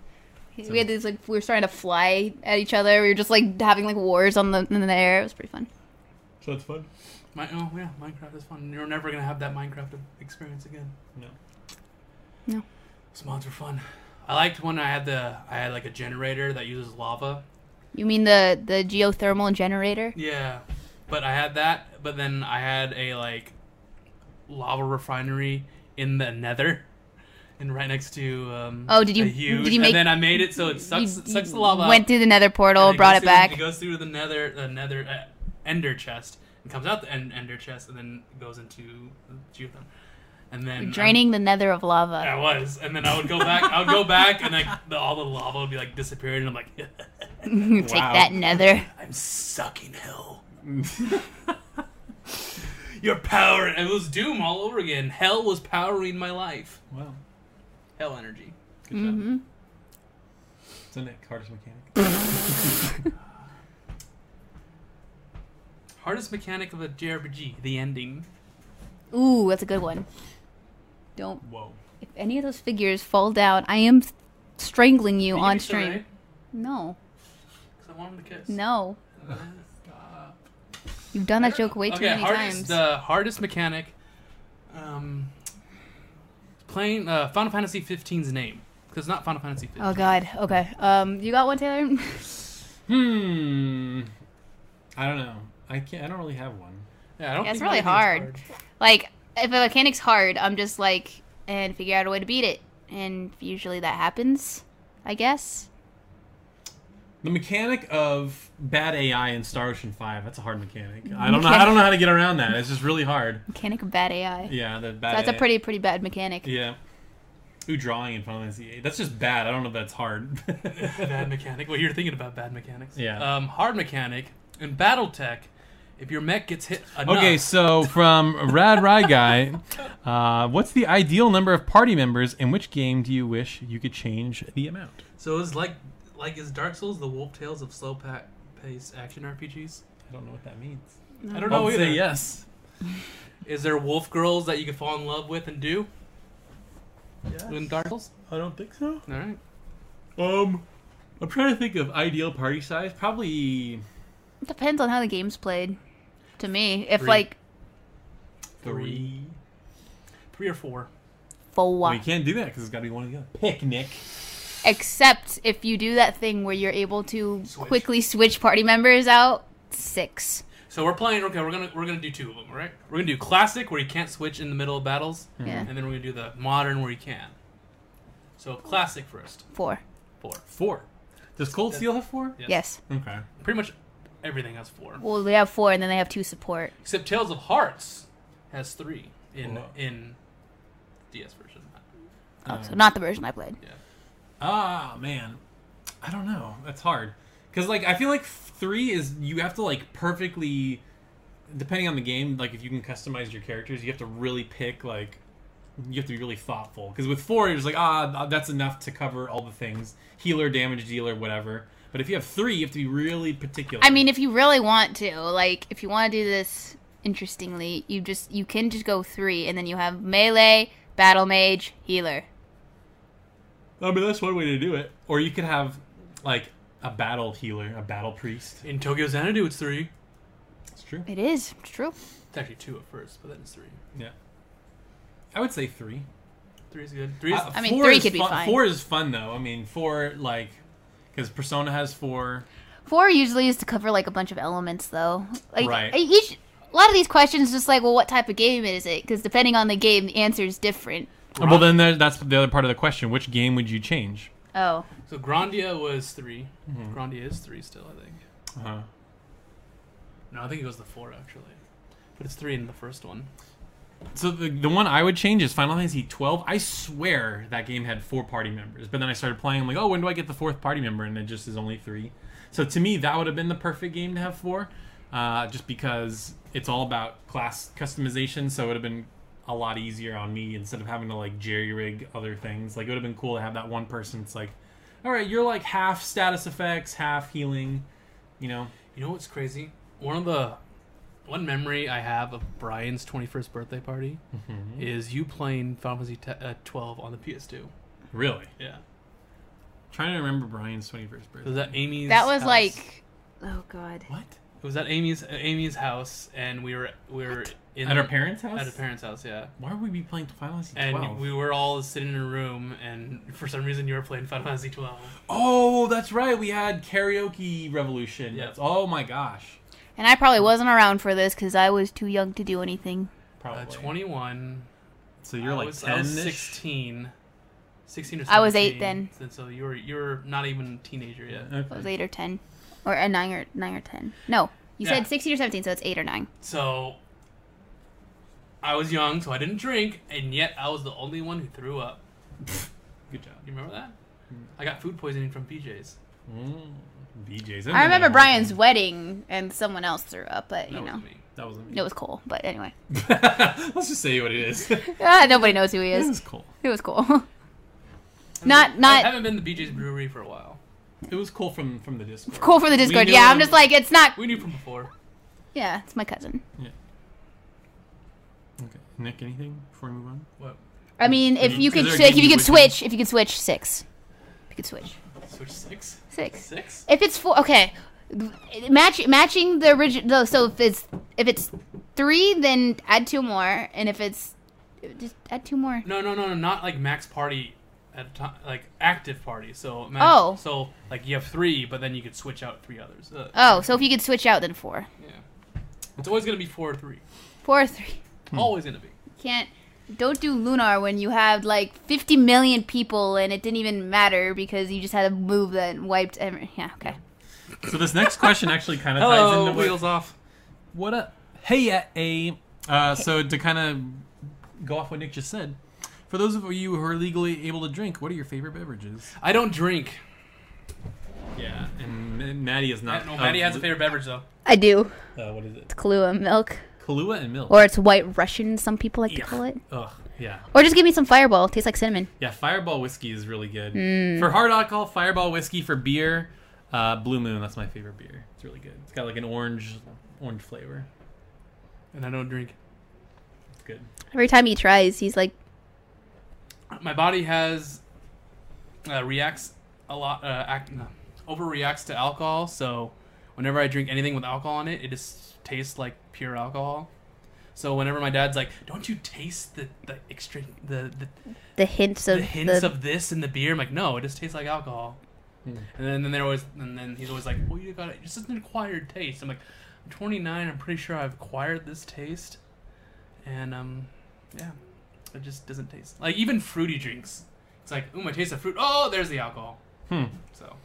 Speaker 4: We had these like we were starting to fly at each other. We were just like having like wars on the in the air. It was pretty fun.
Speaker 3: So that's fun.
Speaker 2: My, oh yeah, Minecraft is fun. You're never gonna have that Minecraft experience again.
Speaker 3: No.
Speaker 2: Those mods were fun. I liked when I had the I had like a generator that uses lava.
Speaker 4: You mean the the geothermal generator?
Speaker 2: Yeah, but I had that. But then I had a like lava refinery in the Nether, and right next to um.
Speaker 4: Oh, did you-
Speaker 2: a huge,
Speaker 4: did you make-
Speaker 2: And then I made it so it sucks
Speaker 4: You-
Speaker 2: sucks
Speaker 4: you
Speaker 2: the lava.
Speaker 4: Went
Speaker 2: out,
Speaker 4: through the nether portal,
Speaker 2: and
Speaker 4: brought
Speaker 2: goes
Speaker 4: it
Speaker 2: through-
Speaker 4: back.
Speaker 2: It goes through the Nether the Nether uh, Ender chest and comes out the en- Ender chest and then goes into geothermal. And then um,
Speaker 4: Draining the nether of lava.
Speaker 2: I was, and then I would go back. I would go back, and like the, all the lava would be like disappearing. And I'm like,
Speaker 4: Take
Speaker 3: Wow.
Speaker 4: that nether.
Speaker 2: I'm sucking hell. Your power. It was doom all over again. Hell was powering my life.
Speaker 3: Wow.
Speaker 2: Hell energy.
Speaker 3: Good
Speaker 4: Mm-hmm.
Speaker 3: job. Isn't that hardest mechanic?
Speaker 2: Hardest mechanic of a JRPG: the ending.
Speaker 4: Ooh, that's a good one. Don't.
Speaker 3: Whoa.
Speaker 4: If any of those figures fall down, I am strangling you on stream. No,
Speaker 2: Because I want him to kiss.
Speaker 4: no.
Speaker 2: Stop.
Speaker 4: You've done that joke way too
Speaker 2: okay,
Speaker 4: many
Speaker 2: hardest,
Speaker 4: times.
Speaker 2: The hardest mechanic. Um, playing uh, Final Fantasy 15's name because not Final Fantasy 15.
Speaker 4: Oh god. Okay. Um, you got one, Taylor?
Speaker 3: Hmm. I don't know. I can't. I don't really have one.
Speaker 2: Yeah, I don't.
Speaker 4: Yeah, it's
Speaker 2: think
Speaker 4: really
Speaker 2: anything's
Speaker 4: hard. like, if a mechanic's hard, I'm just like, and figure out a way to beat it. And usually that happens, I guess.
Speaker 3: The mechanic of bad AI in Star Ocean Five. That's a hard mechanic. I don't know. I don't know how to get around that. It's just really hard.
Speaker 4: Mechanic of bad AI.
Speaker 3: Yeah, the bad.
Speaker 4: That's a
Speaker 3: AI.
Speaker 4: pretty pretty bad mechanic.
Speaker 3: Yeah. Ooh, drawing in Final Fantasy VIII. That's just bad. I don't know if that's hard.
Speaker 2: bad mechanic. Well, you're thinking about bad mechanics.
Speaker 3: Yeah.
Speaker 2: Um, hard mechanic in BattleTech. If your mech gets hit enough,
Speaker 3: okay, so from Rad Rye Guy, uh, what's the ideal number of party members? In which game do you wish you could change the amount?
Speaker 2: so it's like like is Dark Souls the Wolf Tales of slow pa- pace action RPGs?
Speaker 3: I don't know what that means.
Speaker 2: I don't know
Speaker 3: I'll
Speaker 2: either.
Speaker 3: say yes.
Speaker 2: Is there wolf girls that you can fall in love with and do in Dark Souls?
Speaker 3: I don't think so.
Speaker 2: All right.
Speaker 3: Um, I'm trying to think of ideal party size. Probably
Speaker 4: Depends on how the game's played. To me, if
Speaker 3: Three.
Speaker 4: like
Speaker 2: Three. Three or four.
Speaker 4: four,
Speaker 3: Well, you can't do that because it's got to be one of the other. Picnic.
Speaker 4: except if you do that thing where you're able to
Speaker 2: Switch.
Speaker 4: quickly switch party members out, six.
Speaker 2: So we're playing. Okay, we're gonna we're gonna do two of them. All right. We're gonna do classic where you can't switch in the middle of battles,
Speaker 4: Yeah.
Speaker 2: and then we're gonna do the modern where you can. So classic first.
Speaker 4: Four.
Speaker 2: Four.
Speaker 3: Four. Does Cold Steel have four?
Speaker 2: Yes.
Speaker 4: Yes.
Speaker 3: Okay.
Speaker 2: Pretty much everything has four,
Speaker 4: Well, they have four, and then they have two support.
Speaker 2: except Tales of Hearts has three in
Speaker 3: Wow.
Speaker 2: in DS version.
Speaker 4: Oh,
Speaker 3: Uh-huh.
Speaker 4: so not the version I played.
Speaker 3: Ah, man. I don't know. That's hard. Because, like, I feel like three is you have to, like, perfectly. Depending on the game, like, if you can customize your characters, you have to really pick, like, you have to be really thoughtful. Because with four, you're just like, ah, that's enough to cover all the things healer, damage dealer, whatever. But if you have three, you have to be really particular.
Speaker 4: I mean, if you really want to, like, if you want to do this interestingly, you just you can just go three, and then you have melee, battle mage, healer.
Speaker 3: I mean, that's one way to do it. Or you could have, like, a battle healer, a battle priest.
Speaker 2: In Tokyo Xanadu, it's three.
Speaker 3: It's true.
Speaker 4: It is it's true.
Speaker 2: It's actually two at first, but then it's three.
Speaker 3: Yeah. I would say three.
Speaker 2: Three is good. Three is
Speaker 3: Uh,
Speaker 4: I mean,
Speaker 3: four
Speaker 4: three
Speaker 3: is
Speaker 4: could be
Speaker 3: fun-
Speaker 4: fine.
Speaker 3: Four is fun though. I mean, four like because Persona has four.
Speaker 4: Four usually is to cover like a bunch of elements, though. Like e-,
Speaker 3: Right.
Speaker 4: each. A lot of these questions just like, well, what type of game is it? Because depending on the game, the answer is different.
Speaker 3: Well, then there, that's the other part of the question: which game would you change?
Speaker 4: Oh,
Speaker 2: so Grandia was 3
Speaker 3: Mm-hmm.
Speaker 2: Grandia is three still, I think.
Speaker 3: Uh-huh.
Speaker 2: No, I think it goes to four actually, but it's three in the first one.
Speaker 3: So the, the one I would change is Final Fantasy twelve. I swear that game had four party members, but then I started playing. I'm like, oh, when do I get the fourth party member? And it just is only three. So to me, that would have been the perfect game to have four, uh, just because it's all about class customization. So it would have been a lot easier on me instead of having to like jerry rig other things. Like it would have been cool to have that one person. It's like, all right, you're like half status effects, half healing. You know,
Speaker 2: You know what's crazy? One of the one memory I have of Brian's 21st birthday party
Speaker 3: Mm-hmm.
Speaker 2: is you playing Final Fantasy te- uh, 12 on the PS2.
Speaker 3: really
Speaker 2: Yeah,
Speaker 3: trying to remember Brian's twenty first
Speaker 2: was
Speaker 3: birthday.
Speaker 2: that Amy's?
Speaker 4: that was
Speaker 2: house.
Speaker 4: like, oh god.
Speaker 3: What?
Speaker 2: it was at Amy's uh, Amy's house, and we were we were in
Speaker 3: At our parents' house?
Speaker 2: At her parents' house, yeah.
Speaker 3: Why would we be playing Final Fantasy
Speaker 2: And
Speaker 3: 12?
Speaker 2: we were all sitting in a room, and for some reason you were playing Final Fantasy 12.
Speaker 3: oh, that's right. We had Karaoke Revolution.
Speaker 2: Yeah.
Speaker 3: That's- oh my gosh.
Speaker 4: And I probably wasn't around for this because I was too young to do anything.
Speaker 3: Probably.
Speaker 2: Uh, 21.
Speaker 3: So Oh, you're
Speaker 2: I
Speaker 3: like
Speaker 2: was,
Speaker 3: 10
Speaker 2: I was 16. 16 or 17.
Speaker 4: I was eight then.
Speaker 2: And so you were you're not even a teenager yet.
Speaker 4: I
Speaker 3: Mm.
Speaker 4: was eight or ten, or a nine or nine or ten. No, you
Speaker 2: Yeah.
Speaker 4: said sixteen or seventeen, so it's eight or nine.
Speaker 2: So I was young, so I didn't drink, and yet I was the only one who threw up.
Speaker 3: Good job.
Speaker 2: You remember that?
Speaker 3: Hmm.
Speaker 2: I got food poisoning from PJs.
Speaker 3: Mm, BJ's.
Speaker 4: I remember Brian's wedding and someone else threw up, but you
Speaker 2: That
Speaker 4: know
Speaker 2: was me.
Speaker 3: That wasn't
Speaker 4: it
Speaker 3: me.
Speaker 4: was cool. But anyway,
Speaker 3: Let's just say what it is. it
Speaker 4: ah, nobody knows who he
Speaker 3: was
Speaker 4: is.
Speaker 3: cool.
Speaker 4: It was cool. not
Speaker 2: I
Speaker 4: not
Speaker 2: haven't been to BJ's Brewery for a while.
Speaker 3: It was cool from from the Discord.
Speaker 4: cool for the Discord.
Speaker 3: knew
Speaker 4: Yeah, I'm
Speaker 3: him.
Speaker 4: just like it's not.
Speaker 2: We knew from before.
Speaker 4: Yeah, it's my cousin.
Speaker 3: Okay. Nick, anything before we move on?
Speaker 2: What?
Speaker 4: I mean, if
Speaker 3: Mm,
Speaker 4: you
Speaker 3: is
Speaker 4: could
Speaker 3: there a
Speaker 4: like, if
Speaker 3: game
Speaker 4: you
Speaker 3: you
Speaker 4: could
Speaker 3: would
Speaker 4: switch, if you could switch six, if you could switch
Speaker 2: Switch six?
Speaker 4: six.
Speaker 2: Six?
Speaker 4: If it's four, okay. Match matching the original. So if it's if it's three, then add two more, and if it's just add two more.
Speaker 2: No, no, no, no, not like max party at a time, like active party. So max,
Speaker 4: Oh.
Speaker 2: so like you have three, but then you could switch out three others. Uh,
Speaker 4: Oh, so if you could switch out, then four,
Speaker 2: yeah, it's always gonna be four or three. Hmm.
Speaker 4: four or three.
Speaker 2: Always gonna be.
Speaker 4: Can't Don't do lunar when you have like 50 million people and it didn't even matter because you just had a move that wiped. Every- yeah, okay.
Speaker 3: So this next question actually kind of ties
Speaker 2: Hello,
Speaker 3: into what-
Speaker 2: wheels off.
Speaker 3: What up? Hey, uh, a. Uh, so to kind of go off what Nick just said, for those of you who are legally able to drink, what are your favorite beverages?
Speaker 2: I don't drink.
Speaker 3: Yeah, and M- Maddie is not.
Speaker 2: No, Maddie
Speaker 3: uh,
Speaker 2: has a favorite beverage though.
Speaker 4: I do.
Speaker 3: Uh, what is it?
Speaker 4: It's Kahlua milk,
Speaker 3: Kahlua and milk.
Speaker 4: or it's White Russian. Some people like to call it.
Speaker 3: Ugh. Yeah.
Speaker 4: Or just give me some Fireball. It tastes like cinnamon.
Speaker 3: Yeah. Fireball whiskey is really good
Speaker 4: Mm.
Speaker 3: for hard alcohol. Fireball whiskey for beer. Uh, Blue Moon. That's my favorite beer. It's really good. It's got like an orange, orange flavor.
Speaker 2: And I don't drink.
Speaker 3: It's good.
Speaker 4: Every time he tries, he's like,
Speaker 2: My body has uh, reacts a lot. Uh, act, no, overreacts to alcohol. So whenever I drink anything with alcohol in it, it just tastes like pure alcohol. So whenever my dad's like, "Don't you taste the the extra the the,
Speaker 4: the hints
Speaker 2: the
Speaker 4: of
Speaker 2: hints
Speaker 4: the-
Speaker 2: of this in the beer?" I'm like, "No, it just tastes like alcohol."
Speaker 3: Hmm.
Speaker 2: And then, then they're always and then he's always like, "Well, you got it. This is an acquired taste." I'm like, "I'm 29. I'm pretty sure I've acquired this taste." And um, yeah, it just doesn't taste like even fruity drinks. It's like, "Ooh, I taste of fruit." Oh, there's the alcohol.
Speaker 3: Hmm.
Speaker 2: So,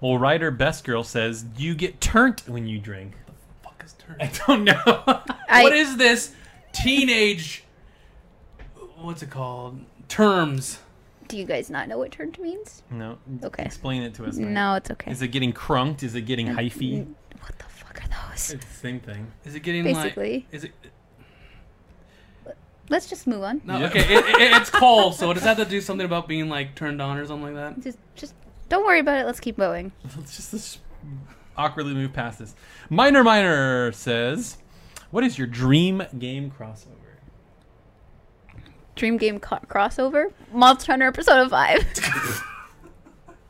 Speaker 3: Well, writer Best Girl says, "Do you get turnt when you drink?"
Speaker 2: fuck is turn.
Speaker 3: I don't know.
Speaker 4: I-
Speaker 2: what is this teenage? what's it called? Terms.
Speaker 4: Do you guys not know what turned means?
Speaker 3: No.
Speaker 4: Okay.
Speaker 3: Explain it to us. Matt.
Speaker 4: No, it's okay. Mm,
Speaker 3: Is it getting crunked? Is it getting hyphy?
Speaker 4: What the fuck are those?
Speaker 3: It's the same thing.
Speaker 2: Is it getting
Speaker 4: Basically.
Speaker 2: like? Is it?
Speaker 4: Let's just move on.
Speaker 2: No,
Speaker 3: Yeah.
Speaker 2: okay. It, it, it's cold, so does that have to do something about being like turned on or something like that?
Speaker 4: Just, just don't worry about it. Let's keep going.
Speaker 3: Let's just let's awkwardly move past this. Minor Minor says, "What is your dream game crossover?"
Speaker 4: Dream game co- crossover: Monster Hunter Persona Five.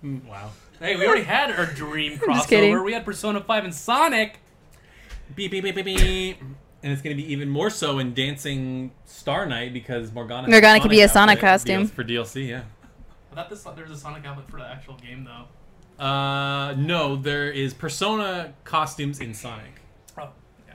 Speaker 3: Mm, Wow.
Speaker 2: Hey, we already had our dream
Speaker 4: just kidding.
Speaker 2: crossover. We had Persona 5 and Sonic.
Speaker 3: Beep beep beep beep beep. And it's going to be even more so in Dancing Star Night because Morgana. has
Speaker 4: Morgana could be a Sonic
Speaker 3: outfit
Speaker 4: costume.
Speaker 3: for DLC. Yeah.
Speaker 2: I thought this, there was a Sonic outfit for the actual game, though.
Speaker 3: Uh, no, there is Persona costumes in Sonic.
Speaker 2: Oh, yeah.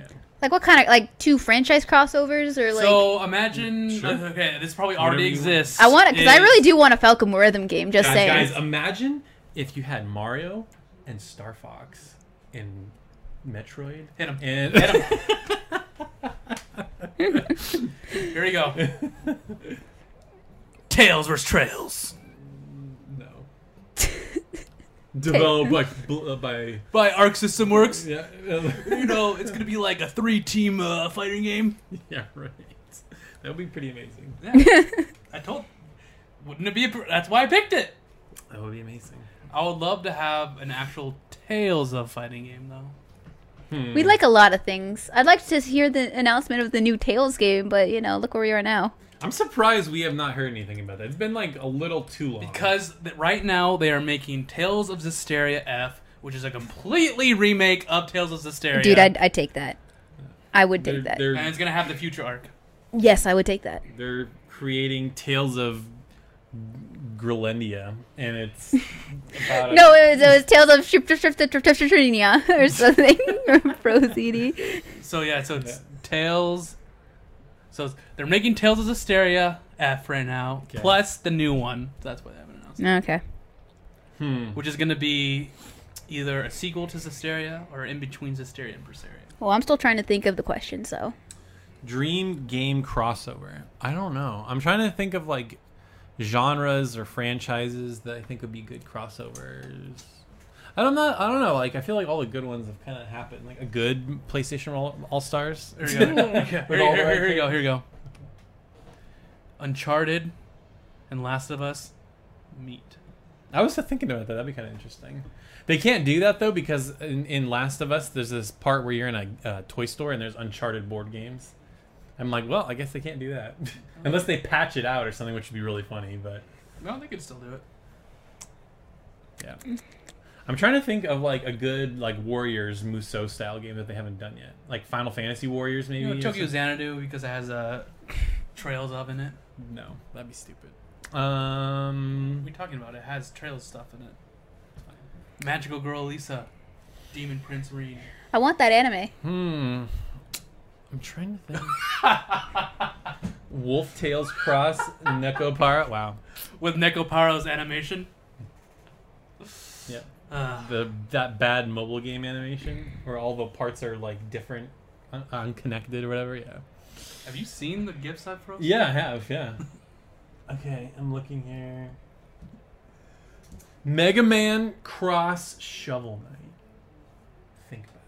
Speaker 3: Yeah.
Speaker 4: Like what kind of like two franchise crossovers or like?
Speaker 2: so imagine. uh,
Speaker 3: Sure.
Speaker 2: Okay, this probably
Speaker 3: Whatever
Speaker 2: already
Speaker 3: you want.
Speaker 2: exists.
Speaker 4: I want it because I
Speaker 2: is-
Speaker 4: really do want a Falcon Rhythm game. Just
Speaker 3: Guys,
Speaker 4: saying.
Speaker 3: guys, imagine if you had Mario and Star Fox and Metroid.
Speaker 2: Hit 'em.
Speaker 3: And
Speaker 2: Here we go. Tails versus Trails.
Speaker 3: no. Developed like, bl- uh, by.
Speaker 2: By Arc System Works.
Speaker 3: Yeah,
Speaker 2: You know, it's going to be like a three team uh, fighting game.
Speaker 3: yeah, right. That would be pretty amazing.
Speaker 2: I told. Wouldn't it be? A, pr- that's why I picked it.
Speaker 3: That would be amazing.
Speaker 2: I would love to have an actual Tales of fighting game though.
Speaker 4: We'd like a lot of things. I'd like to hear the announcement of the new Tails game, but you know, look where we are now.
Speaker 3: I'm surprised we have not heard anything about that. It's been like a little too long.
Speaker 2: Because th- right now they are making Tales of Zestiria F, which is a completely remake of Tales of Zestiria.
Speaker 4: Dude, I'd, I'd take that. I would
Speaker 3: they're,
Speaker 4: take that.
Speaker 2: and
Speaker 3: they're,
Speaker 2: it's gonna have the future arc.
Speaker 4: Yes, I would take that.
Speaker 3: they're creating Tales of Grillendia, and it's about a-
Speaker 4: No, it was, it was Tales of Shri- Shri- Shri- Shri- Shri- Shri- Shri- Shrinia or something. Frozini.
Speaker 2: So yeah, so it's Tales. So it's- they're making Tales of Zestiria F right now,
Speaker 3: Okay.
Speaker 2: plus the new one. That's why they haven't announced,
Speaker 4: Okay.
Speaker 3: Hmm.
Speaker 2: which is gonna be either a sequel to Zestiria or in between Zestiria and Berseria.
Speaker 4: Well, I'm still trying to think of the question, so.
Speaker 3: Dream game crossover. I don't know. I'm trying to think of like genres or franchises that I think would be good crossovers. I don't know. I don't know. Like I feel like all the good ones have kind of happened. Like a good PlayStation All, all Stars.
Speaker 2: Here we go. here,
Speaker 3: With all
Speaker 2: here-
Speaker 3: the
Speaker 2: here we
Speaker 3: right
Speaker 2: go. Here we go. Uncharted and Last of Us meet.
Speaker 3: I was thinking about that. That'd be kind of interesting. They can't do that though because in, in Last of Us, there's this part where you're in a uh, toy store and there's Uncharted board games. I'm like, well, I guess they can't do that unless they patch it out or something, which would be really funny. But
Speaker 2: No, they could still do it.
Speaker 3: Yeah. I'm trying to think of like a good like Warriors Musou style game that they haven't done yet. Like Final Fantasy Warriors maybe.
Speaker 2: You
Speaker 3: or
Speaker 2: know, Tokyo
Speaker 3: something?
Speaker 2: Xanadu because it has uh, trails of in it.
Speaker 3: no, that'd be stupid. Um
Speaker 2: What are we talking about? It has trails stuff in it. Magical Girl Lisa, Demon Prince Reed.
Speaker 4: I want that anime.
Speaker 3: hmm. I'm trying to think. Wolf Tails Cross Necopara. Wow.
Speaker 2: with Nekoparo's animation.
Speaker 3: Yeah.
Speaker 2: Uh,
Speaker 3: The that bad mobile game animation where all the parts are like different, un- unconnected or whatever. Yeah.
Speaker 2: have you seen the gifs I've posted?
Speaker 3: Yeah, I have. Yeah. okay, I'm looking here. Mega Man Cross Shovel Knight. Think about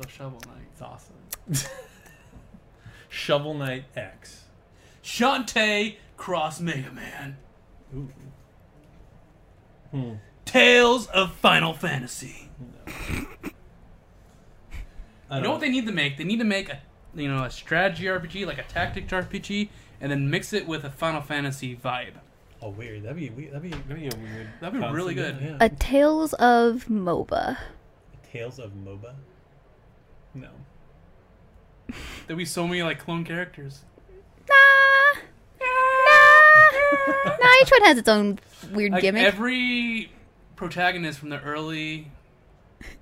Speaker 3: it.
Speaker 2: The Shovel Knight.
Speaker 3: It's awesome. Shovel Knight X.
Speaker 2: Shantae cross Mega Man.
Speaker 3: Ooh.
Speaker 2: Tales of Final Fantasy.
Speaker 3: I
Speaker 2: You know what they need to make? They need to make a you know a strategy RPG like a tactics RPG, and then mix it with a Final Fantasy vibe.
Speaker 3: Oh, weird. That'd be weird. That'd be, that'd be a weird.
Speaker 2: That'd be really
Speaker 3: concept,
Speaker 2: good.
Speaker 3: Yeah.
Speaker 4: A Tales of MOBA.
Speaker 3: Tales of MOBA. No.
Speaker 2: There'd be so many like clone characters.
Speaker 4: Nah. Nah. nah, each one has its own weird
Speaker 2: Like
Speaker 4: gimmick.
Speaker 2: every protagonist from the early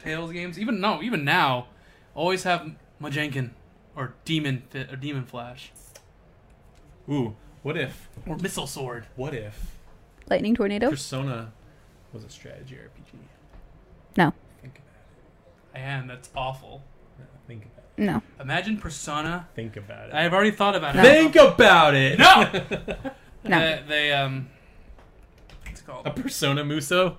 Speaker 2: Tales games, even no, even now, always have Majenkin or Demon Fi- or Demon Flash
Speaker 3: Ooh. What if?
Speaker 2: or Missile Sword.
Speaker 3: What if
Speaker 4: Lightning tornado?
Speaker 3: Persona was a strategy RPG?
Speaker 4: No.
Speaker 3: Think about
Speaker 2: I am. That's awful.
Speaker 3: it. No, think about it.
Speaker 4: No.
Speaker 2: Imagine Persona.
Speaker 3: Think about it.
Speaker 2: I have already thought about it.
Speaker 3: think about it.
Speaker 2: No.
Speaker 4: No.
Speaker 2: They, they um. What's it called?
Speaker 3: A Persona Muso,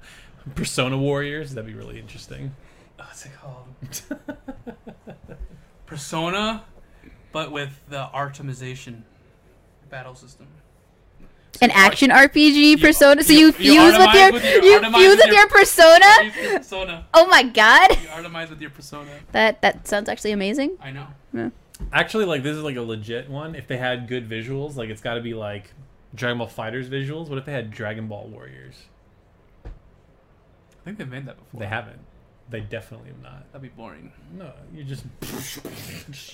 Speaker 3: Persona Warriors. That'd be really interesting.
Speaker 2: what's it called? Persona, but with the artemization battle system.
Speaker 4: An action RPG persona. So
Speaker 2: you-
Speaker 4: you,
Speaker 2: you
Speaker 4: fuse with
Speaker 2: automize
Speaker 4: your,
Speaker 2: with your-
Speaker 4: you
Speaker 2: automize
Speaker 4: fuse
Speaker 2: with
Speaker 4: with
Speaker 2: your-
Speaker 4: your persona.
Speaker 2: persona.
Speaker 4: Oh my god.
Speaker 2: You artemize with your persona.
Speaker 4: That that sounds actually amazing.
Speaker 2: I know.
Speaker 3: Actually, like this is like a legit one. If they had good visuals, like it's got to be like Dragon Ball Fighters visuals. What if they had Dragon Ball Warriors?
Speaker 2: I think they've made that before.
Speaker 3: They haven't. They definitely have not.
Speaker 2: That'd be boring.
Speaker 3: No, you just. just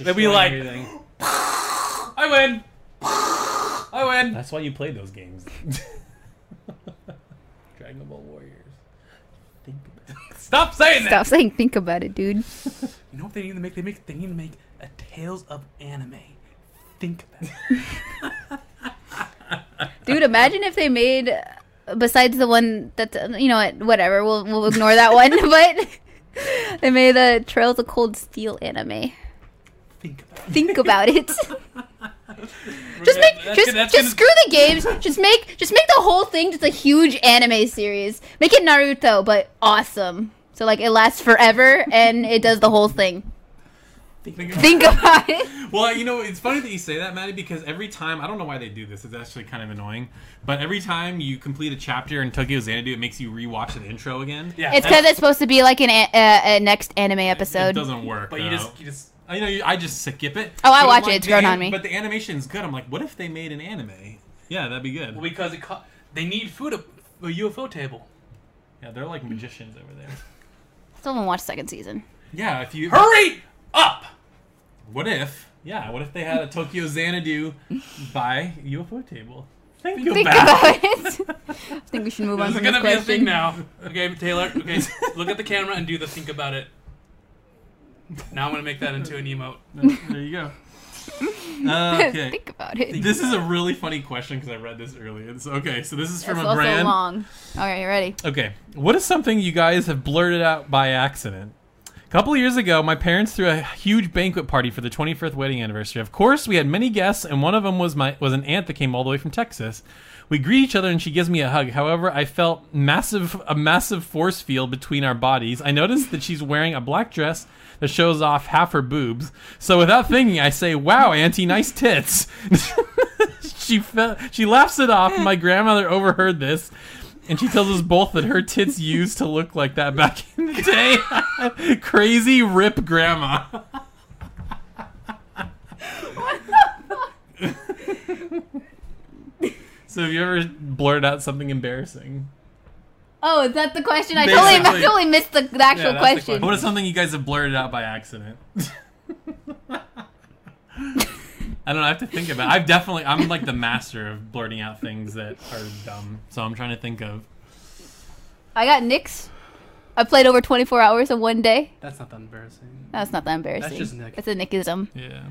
Speaker 2: They'd be
Speaker 3: destroying
Speaker 2: like-
Speaker 3: everything.
Speaker 2: I win. I win.
Speaker 3: That's why you played those games. Dragon Ball Warriors. Think about it.
Speaker 2: Stop saying that.
Speaker 4: Stop saying think about it, dude.
Speaker 2: You know what they need to make? They make. They need to make a Tales of Anime. Think about it.
Speaker 4: Dude, imagine if they made uh, besides the one that you know what, whatever. We'll we'll ignore that one, but they made the Trails of Cold Steel anime.
Speaker 2: Think about it.
Speaker 4: Think about it. just make
Speaker 2: That's
Speaker 4: just
Speaker 2: gonna- that's
Speaker 4: just
Speaker 2: gonna-
Speaker 4: screw the games. Just make just make the whole thing just a huge anime series. Make it Naruto, but awesome. So like it lasts forever and it does the whole thing.
Speaker 2: Think about it.
Speaker 4: Think about it.
Speaker 3: Well, you know, it's funny that you say that, Maddie, because every time I don't know why they do this. It's actually kind of annoying. But every time you complete a chapter in Tokyo Xanadu, it makes you rewatch the intro again.
Speaker 2: Yeah. that's-
Speaker 4: It's because it's supposed to be like an a- uh, a, a next anime
Speaker 3: It
Speaker 4: episode.
Speaker 3: doesn't work.
Speaker 2: But you
Speaker 3: though.
Speaker 2: just you just
Speaker 3: I know you, I just skip it.
Speaker 4: Oh, I
Speaker 3: But I'm
Speaker 4: watch it,
Speaker 3: like,
Speaker 4: it's
Speaker 3: the
Speaker 4: grown
Speaker 3: an-
Speaker 4: on me.
Speaker 3: But the animation's good. I'm like, what if they made an anime? Yeah, that'd be good.
Speaker 2: well, because it co- they need food a, a UFO table.
Speaker 3: yeah, they're like
Speaker 2: Mm-hmm.
Speaker 3: magicians over there.
Speaker 4: Still haven't watched second season.
Speaker 3: Yeah, if you
Speaker 2: Hurry up.
Speaker 3: What if? Yeah, what if they had a Tokyo Xanadu by UFO table? Think,
Speaker 4: Think
Speaker 3: about, it.
Speaker 4: about it. I think we should move on
Speaker 2: This is
Speaker 4: to the
Speaker 2: gonna
Speaker 4: next
Speaker 2: be a
Speaker 4: question.
Speaker 2: thing now. Okay, Taylor. Okay, look at the camera and do the think about it. Now I'm gonna make that into an emote.
Speaker 3: there you go. Uh, okay.
Speaker 4: think about it.
Speaker 3: This is a really funny question because I read this earlier. It's, okay, so this is from
Speaker 4: It's
Speaker 3: a
Speaker 4: also
Speaker 3: brand.
Speaker 4: long. All right, you ready?
Speaker 3: Okay, what is something you guys have blurted out by accident? A couple of years ago, my parents threw a huge banquet party for the 25th wedding anniversary. Of course, we had many guests, and one of them was my was an aunt that came all the way from Texas. We greet each other, and she gives me a hug. However, I felt massive a massive force field between our bodies. I noticed that she's wearing a black dress that shows off half her boobs. So without thinking, I say, "Wow, auntie, nice tits." she fell, she laughs it off. My grandmother overheard this, and she tells us both that her tits used to look like that back in the day. Crazy rip grandma. so have you ever blurted out something embarrassing?
Speaker 4: Oh, is that the question? I totally, I
Speaker 3: Basically-
Speaker 4: totally missed the, the
Speaker 2: that's
Speaker 4: actual
Speaker 2: the
Speaker 4: question.
Speaker 2: question.
Speaker 3: What is something you guys have blurted out by accident? I don't know. I have to think about. It. I've definitely. I'm like the master of blurting out things that are dumb. So I'm trying to think of.
Speaker 4: I got Nick's. I played over 24 hours in one day.
Speaker 2: That's not that embarrassing.
Speaker 4: That's not that embarrassing.
Speaker 2: just Nick.
Speaker 4: It's a Nickism.
Speaker 3: Yeah.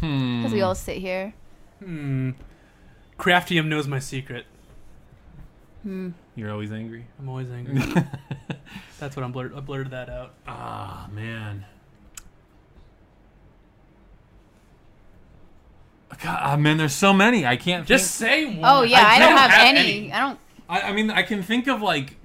Speaker 4: Because we all sit here.
Speaker 2: Hmm. Craftium knows my secret.
Speaker 3: You're always angry.
Speaker 2: I'm always angry. That's what I'm blurred. I blurred that out.
Speaker 3: Ah, man. God, ah, man, there's so many. I can't
Speaker 2: Just say one.
Speaker 4: Oh yeah, I, don't have, any. I don't.
Speaker 3: think- I, I mean, I can think of like.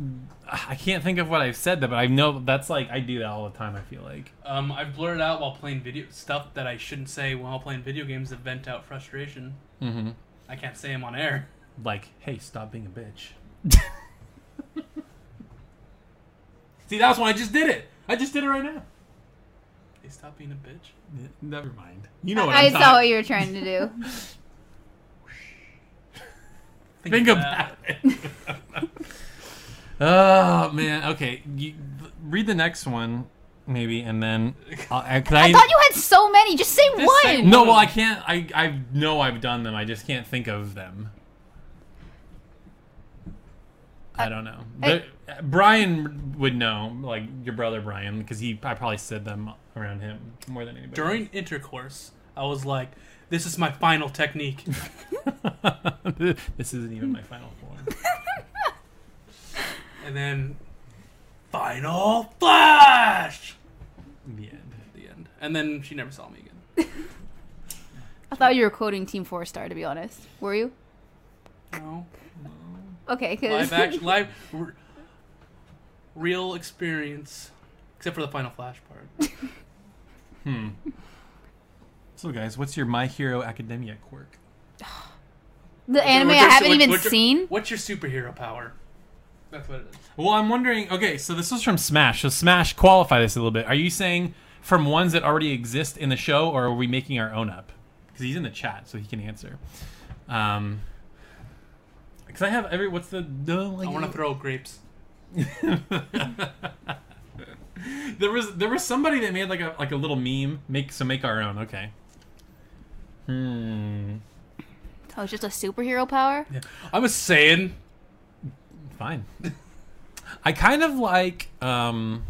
Speaker 3: I can't think of what I've said that, but I know that's like I do that all the time. I feel like.
Speaker 2: Um, I've blurted out while playing video stuff that I shouldn't say while playing video games to vent out frustration.
Speaker 3: Mm-hmm.
Speaker 2: I can't say them on air.
Speaker 3: like, hey, stop being a bitch. See, that's why I just did it. I just did it right now.
Speaker 2: They stop being a bitch.
Speaker 3: Never mind. You know what
Speaker 4: I
Speaker 3: I'm
Speaker 4: saw what
Speaker 3: talking.
Speaker 4: you were trying to do.
Speaker 3: Think
Speaker 2: of
Speaker 3: about it. oh man. Okay. You, read the next one, maybe, and then. I'll, I, can
Speaker 4: I thought you had so many. Just say
Speaker 2: Just say
Speaker 4: one.
Speaker 3: No, well, I can't. I I know I've done them. I just can't think of them. I don't know.
Speaker 4: I-
Speaker 3: But Brian would know, like your brother Brian, because he I probably said them around him more than anybody.
Speaker 2: During intercourse, I was like, "This is my final technique."
Speaker 3: else. this isn't even my final form.
Speaker 2: and then, final flash.
Speaker 3: The end.
Speaker 2: The end. And then she never saw me again.
Speaker 4: I thought you were quoting Team Four Star. To be honest, were you?
Speaker 2: No.
Speaker 4: Okay, because
Speaker 2: Live action. Live. r- real experience, except for the final flash part.
Speaker 3: So guys, what's your My Hero Academia quirk?
Speaker 4: the anime I
Speaker 2: What's your-
Speaker 4: haven't
Speaker 2: what-
Speaker 4: even
Speaker 2: what's your-
Speaker 4: seen.
Speaker 2: What's your superhero power? That's what it is.
Speaker 3: Well, I'm wondering. Okay, so this was from Smash. So Smash, qualify this a little bit. Are you saying from ones that already exist in the show, or are we making our own up? Because he's in the chat, so he can answer. Um, because I have every. What's the? the like,
Speaker 2: I want to throw grapes.
Speaker 3: There was there was somebody that made like a like a little meme. Make so make our own. Okay. Hmm.
Speaker 4: Oh, it's just a superhero power.
Speaker 2: I was saying.
Speaker 3: Fine. I kind of like um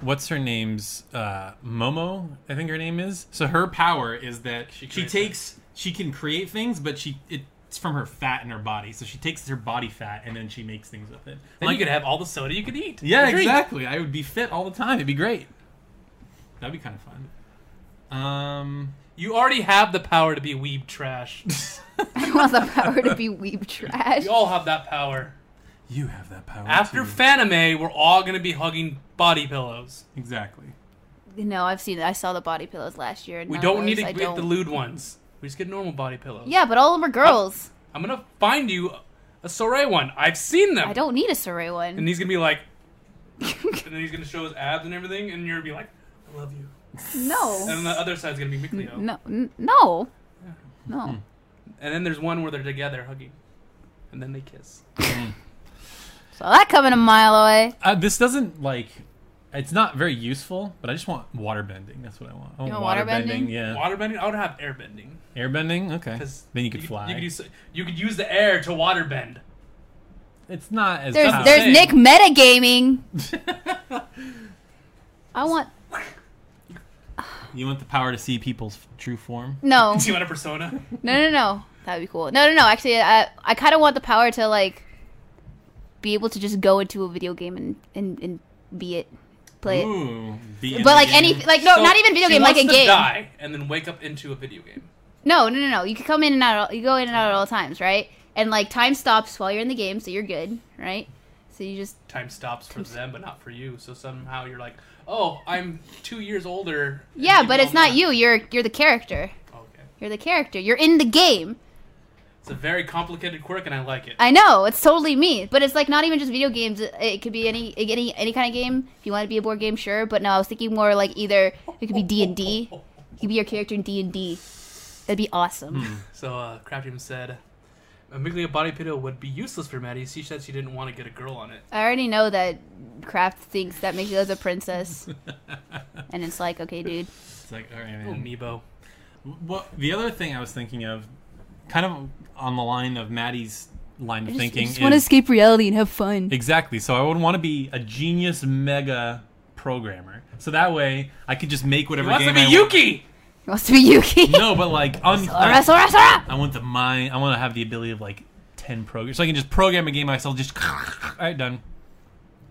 Speaker 3: what's her name's uh Momo, I think her name is. So her power is that she,
Speaker 2: creates
Speaker 3: takes she can create things, but she it's from her fat in her body. So she takes her body fat and then she makes things with it.
Speaker 2: Then you could have all the soda you could eat.
Speaker 3: Yeah,
Speaker 2: and drink.
Speaker 3: exactly. I would be fit all the time. It'd be great. That'd be kind of fun. Um
Speaker 2: You already have the power to be weeb trash.
Speaker 4: I want the power to be weeb trash.
Speaker 2: we all have that power.
Speaker 3: you have that power.
Speaker 2: After
Speaker 3: too.
Speaker 2: Fanime, we're all gonna be hugging body pillows.
Speaker 3: Exactly.
Speaker 4: No, I've seen it. I saw the body pillows last year. and
Speaker 2: We
Speaker 4: none of
Speaker 2: don't need
Speaker 4: those
Speaker 2: to
Speaker 4: I
Speaker 2: get the lewd ones. We just get normal body pillows.
Speaker 4: Yeah, but all of them are girls.
Speaker 2: I'm gonna find you a Soray one. I've seen them.
Speaker 4: I don't need a Saray
Speaker 2: And
Speaker 4: one.
Speaker 2: he's gonna be like, and then he's gonna show his abs and everything, and you're gonna be like, I love you. And
Speaker 4: No.
Speaker 2: then the other side's gonna be Mikleo.
Speaker 4: No. n- No.
Speaker 2: Hmm.
Speaker 4: No.
Speaker 2: And then there's one where they're together hugging, and then they kiss.
Speaker 4: Saw that coming a mile away.
Speaker 3: Uh, this doesn't like. It's not very useful, but I just want water bending. That's what I want. I want water
Speaker 4: want water
Speaker 3: bending.
Speaker 4: bending?
Speaker 3: Yeah.
Speaker 2: Waterbending? I would have airbending.
Speaker 3: Airbending. Okay.
Speaker 2: 'cause
Speaker 3: Then you could fly.
Speaker 2: You could, use, you could use the air to waterbend.
Speaker 3: it's not as.
Speaker 4: There's
Speaker 3: tough.
Speaker 4: there's
Speaker 2: saying.
Speaker 4: Nick metagaming. I want
Speaker 3: you want the power to see people's f- true form.
Speaker 4: no
Speaker 2: Do you want a persona?
Speaker 4: no no no that'd be cool. No no no actually I I kind of want the power to like be able to just go into a video game and and, and be it play it.
Speaker 3: Ooh. be in
Speaker 4: But
Speaker 3: the
Speaker 4: like
Speaker 3: game.
Speaker 4: any like no
Speaker 2: So
Speaker 4: not even video
Speaker 2: she
Speaker 4: game like
Speaker 2: wants
Speaker 4: a
Speaker 2: to
Speaker 4: game.
Speaker 2: die and then wake up into a video game.
Speaker 4: No, no, no, no. You can come in and out. At all, you go in and out at all times, right? And like time stops while you're in the game, so you're good, right? So you just
Speaker 2: Time stops for them, but not for you. So somehow you're like, oh, I'm two years older. and
Speaker 4: yeah,
Speaker 2: they
Speaker 4: but
Speaker 2: know
Speaker 4: it's not
Speaker 2: my-"
Speaker 4: you. You're you're the character.
Speaker 2: Okay.
Speaker 4: You're the character. You're in the game.
Speaker 2: It's a very complicated quirk, and I like it.
Speaker 4: I know it's totally me, but it's like not even just video games. It, it could be any any any kind of game. If you want to be a board game, sure. But no, I was thinking more like either it could be D and D. You could be your character in D and D. That'd be awesome.
Speaker 3: Hmm.
Speaker 2: So uh, Craftium said, a Miglia body pillow would be useless for Maddie. She said she didn't want to get a girl on it.
Speaker 4: I already know that Kraft thinks that Mikila's a princess, and it's like, okay, dude.
Speaker 3: It's like all right, man.
Speaker 2: Oh, Amiibo.
Speaker 3: Well, the other thing I was thinking of, kind of on the line of Maddie's line of thinking,
Speaker 4: just
Speaker 3: is
Speaker 4: want to escape reality and have fun.
Speaker 3: Exactly. So I would want to be a genius mega programmer. So that way I could just make
Speaker 2: He
Speaker 3: whatever
Speaker 2: wants to
Speaker 3: game
Speaker 2: be
Speaker 3: I want.
Speaker 2: Yuki!
Speaker 4: He wants to be Yuki.
Speaker 3: No, but like on
Speaker 4: Sora, Sora, Sora!
Speaker 3: I want the mind. I want to have the ability of like ten programs, so I can just program a game myself. Just all right, done.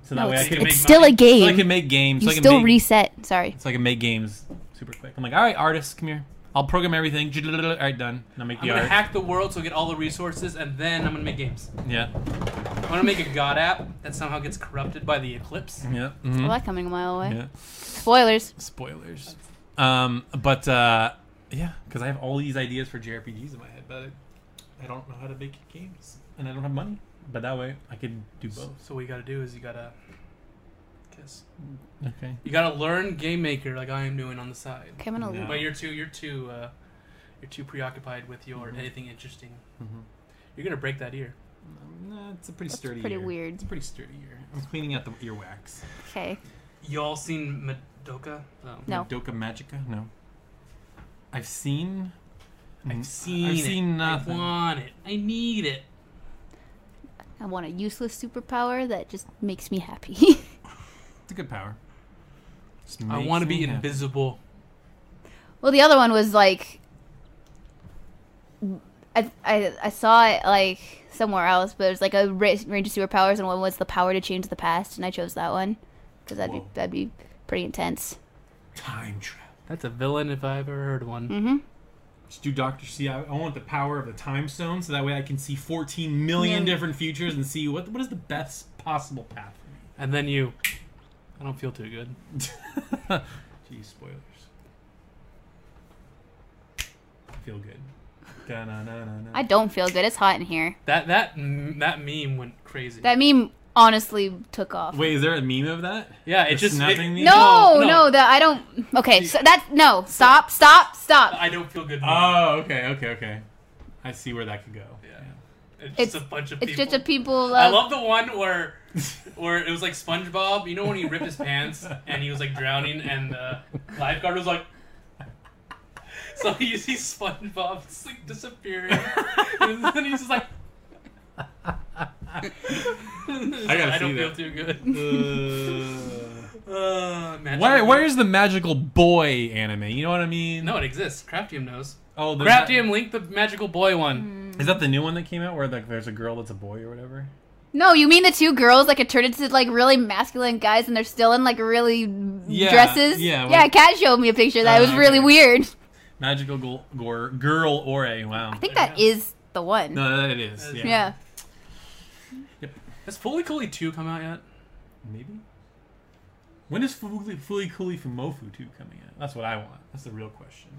Speaker 3: So that
Speaker 4: No,
Speaker 3: way I
Speaker 4: it's,
Speaker 3: can
Speaker 4: it's
Speaker 3: make
Speaker 4: still
Speaker 3: my-
Speaker 4: a game.
Speaker 3: So I can make games.
Speaker 4: you
Speaker 3: so I can
Speaker 4: still
Speaker 3: make,
Speaker 4: reset. Sorry.
Speaker 3: So I can make games super quick. I'm like, all right, artists, come here. I'll program everything. All right, done. And I'll make
Speaker 2: I'm
Speaker 3: the
Speaker 2: gonna
Speaker 3: art.
Speaker 2: hack the world so I get all the resources, and then I'm gonna make games.
Speaker 3: yeah,
Speaker 2: I'm gonna make a god app that somehow gets corrupted by the eclipse.
Speaker 3: yeah, mhm,
Speaker 4: Well, that coming a mile away.
Speaker 3: yeah.
Speaker 4: Spoilers.
Speaker 3: Spoilers. Um, but uh, yeah, because I have all these ideas for JRPGs in my head, but I don't know how to make games, and I don't have money. But that way, I could do both.
Speaker 2: So what you gotta do is you gotta, guess,
Speaker 3: Okay.
Speaker 2: you gotta learn game maker like I am doing on the side.
Speaker 4: Okay, I'm gonna
Speaker 3: Yeah.
Speaker 2: But you're too, you're too, uh, you're too preoccupied with your anything interesting.
Speaker 3: Mhm.
Speaker 2: You're gonna break that ear.
Speaker 3: Nah, it's a pretty
Speaker 4: That's
Speaker 3: sturdy.
Speaker 4: pretty
Speaker 3: ear.
Speaker 4: weird.
Speaker 3: It's a pretty sturdy ear. I'm cleaning out the earwax.
Speaker 4: Okay.
Speaker 2: Y'all seen Madoka? Um,
Speaker 4: No.
Speaker 3: Doka Magica? No. I've seen.
Speaker 2: I've seen.
Speaker 3: I've
Speaker 2: it.
Speaker 3: seen
Speaker 2: I
Speaker 3: nothing.
Speaker 2: want it. I need it.
Speaker 4: I want a useless superpower that just makes me happy.
Speaker 3: It's a good power. Just
Speaker 2: I
Speaker 3: makes
Speaker 2: want to
Speaker 3: me
Speaker 2: be
Speaker 3: happy.
Speaker 2: invisible.
Speaker 4: well, the other one was like, I, I I saw it like somewhere else, but it was like a ra- range of superpowers, and one was the power to change the past, and I chose that one because that'd be
Speaker 3: Whoa.
Speaker 4: that'd be pretty intense.
Speaker 3: Time travel.
Speaker 2: That's a villain if I ever heard one.
Speaker 3: Just do Doctor C. I, I want the power of the time stone, so that way I can see 14 million
Speaker 4: Yeah.
Speaker 3: different futures and see what what is the best possible path for
Speaker 2: And then you, I don't feel too good.
Speaker 3: me. Geez, spoilers. Feel good. Da-na-na-na-na.
Speaker 4: I don't feel good. It's hot in here.
Speaker 2: That that m- that meme went crazy.
Speaker 4: That meme honestly took off.
Speaker 3: Wait, is there a meme of that?
Speaker 2: yeah, it
Speaker 3: The
Speaker 2: just
Speaker 3: snapping
Speaker 2: it-
Speaker 3: meme?
Speaker 4: no,
Speaker 2: no.
Speaker 4: no, that I don't. Okay, so that no. Stop, stop, stop.
Speaker 2: I don't feel good. meme.
Speaker 3: Oh, okay, okay, okay. I see where that could go.
Speaker 2: yeah. It's,
Speaker 4: It's-
Speaker 2: just a bunch of
Speaker 4: It's
Speaker 2: people.
Speaker 4: just a people.
Speaker 2: I
Speaker 4: of-
Speaker 2: love the one where where it was like SpongeBob. You know when he ripped his pants and he was like drowning, and the lifeguard was like. So you see SpongeBob just like disappearing, and then he's just like. I
Speaker 3: gotta
Speaker 2: I don't
Speaker 3: see
Speaker 2: feel
Speaker 3: that.
Speaker 2: too good. Uh, man,
Speaker 3: Where,
Speaker 2: Jim-
Speaker 3: where's the magical boy anime? You know what I mean?
Speaker 2: No, it exists. Craftium knows. Hmm.
Speaker 3: Oh, the
Speaker 2: Craftium linked the magical boy one.
Speaker 3: Is that the new one that came out where like there's a girl that's a boy or whatever?
Speaker 4: No, you mean the two girls like it turned into like really masculine guys and they're still in like really dresses?
Speaker 3: yeah,
Speaker 4: yeah.
Speaker 3: well-
Speaker 4: Kat showed me a picture of
Speaker 3: Uh,
Speaker 4: that it was really
Speaker 3: okay.
Speaker 4: weird. I
Speaker 3: Magical go- gore, girl ore. Wow.
Speaker 4: think that is the one.
Speaker 3: no, that it is. Yeah.
Speaker 4: yeah.
Speaker 2: Has Fully Cooley 2 come out yet?
Speaker 3: Maybe. When is Fully Fully Cooley from Mofu two coming out? That's what I want. That's the real question.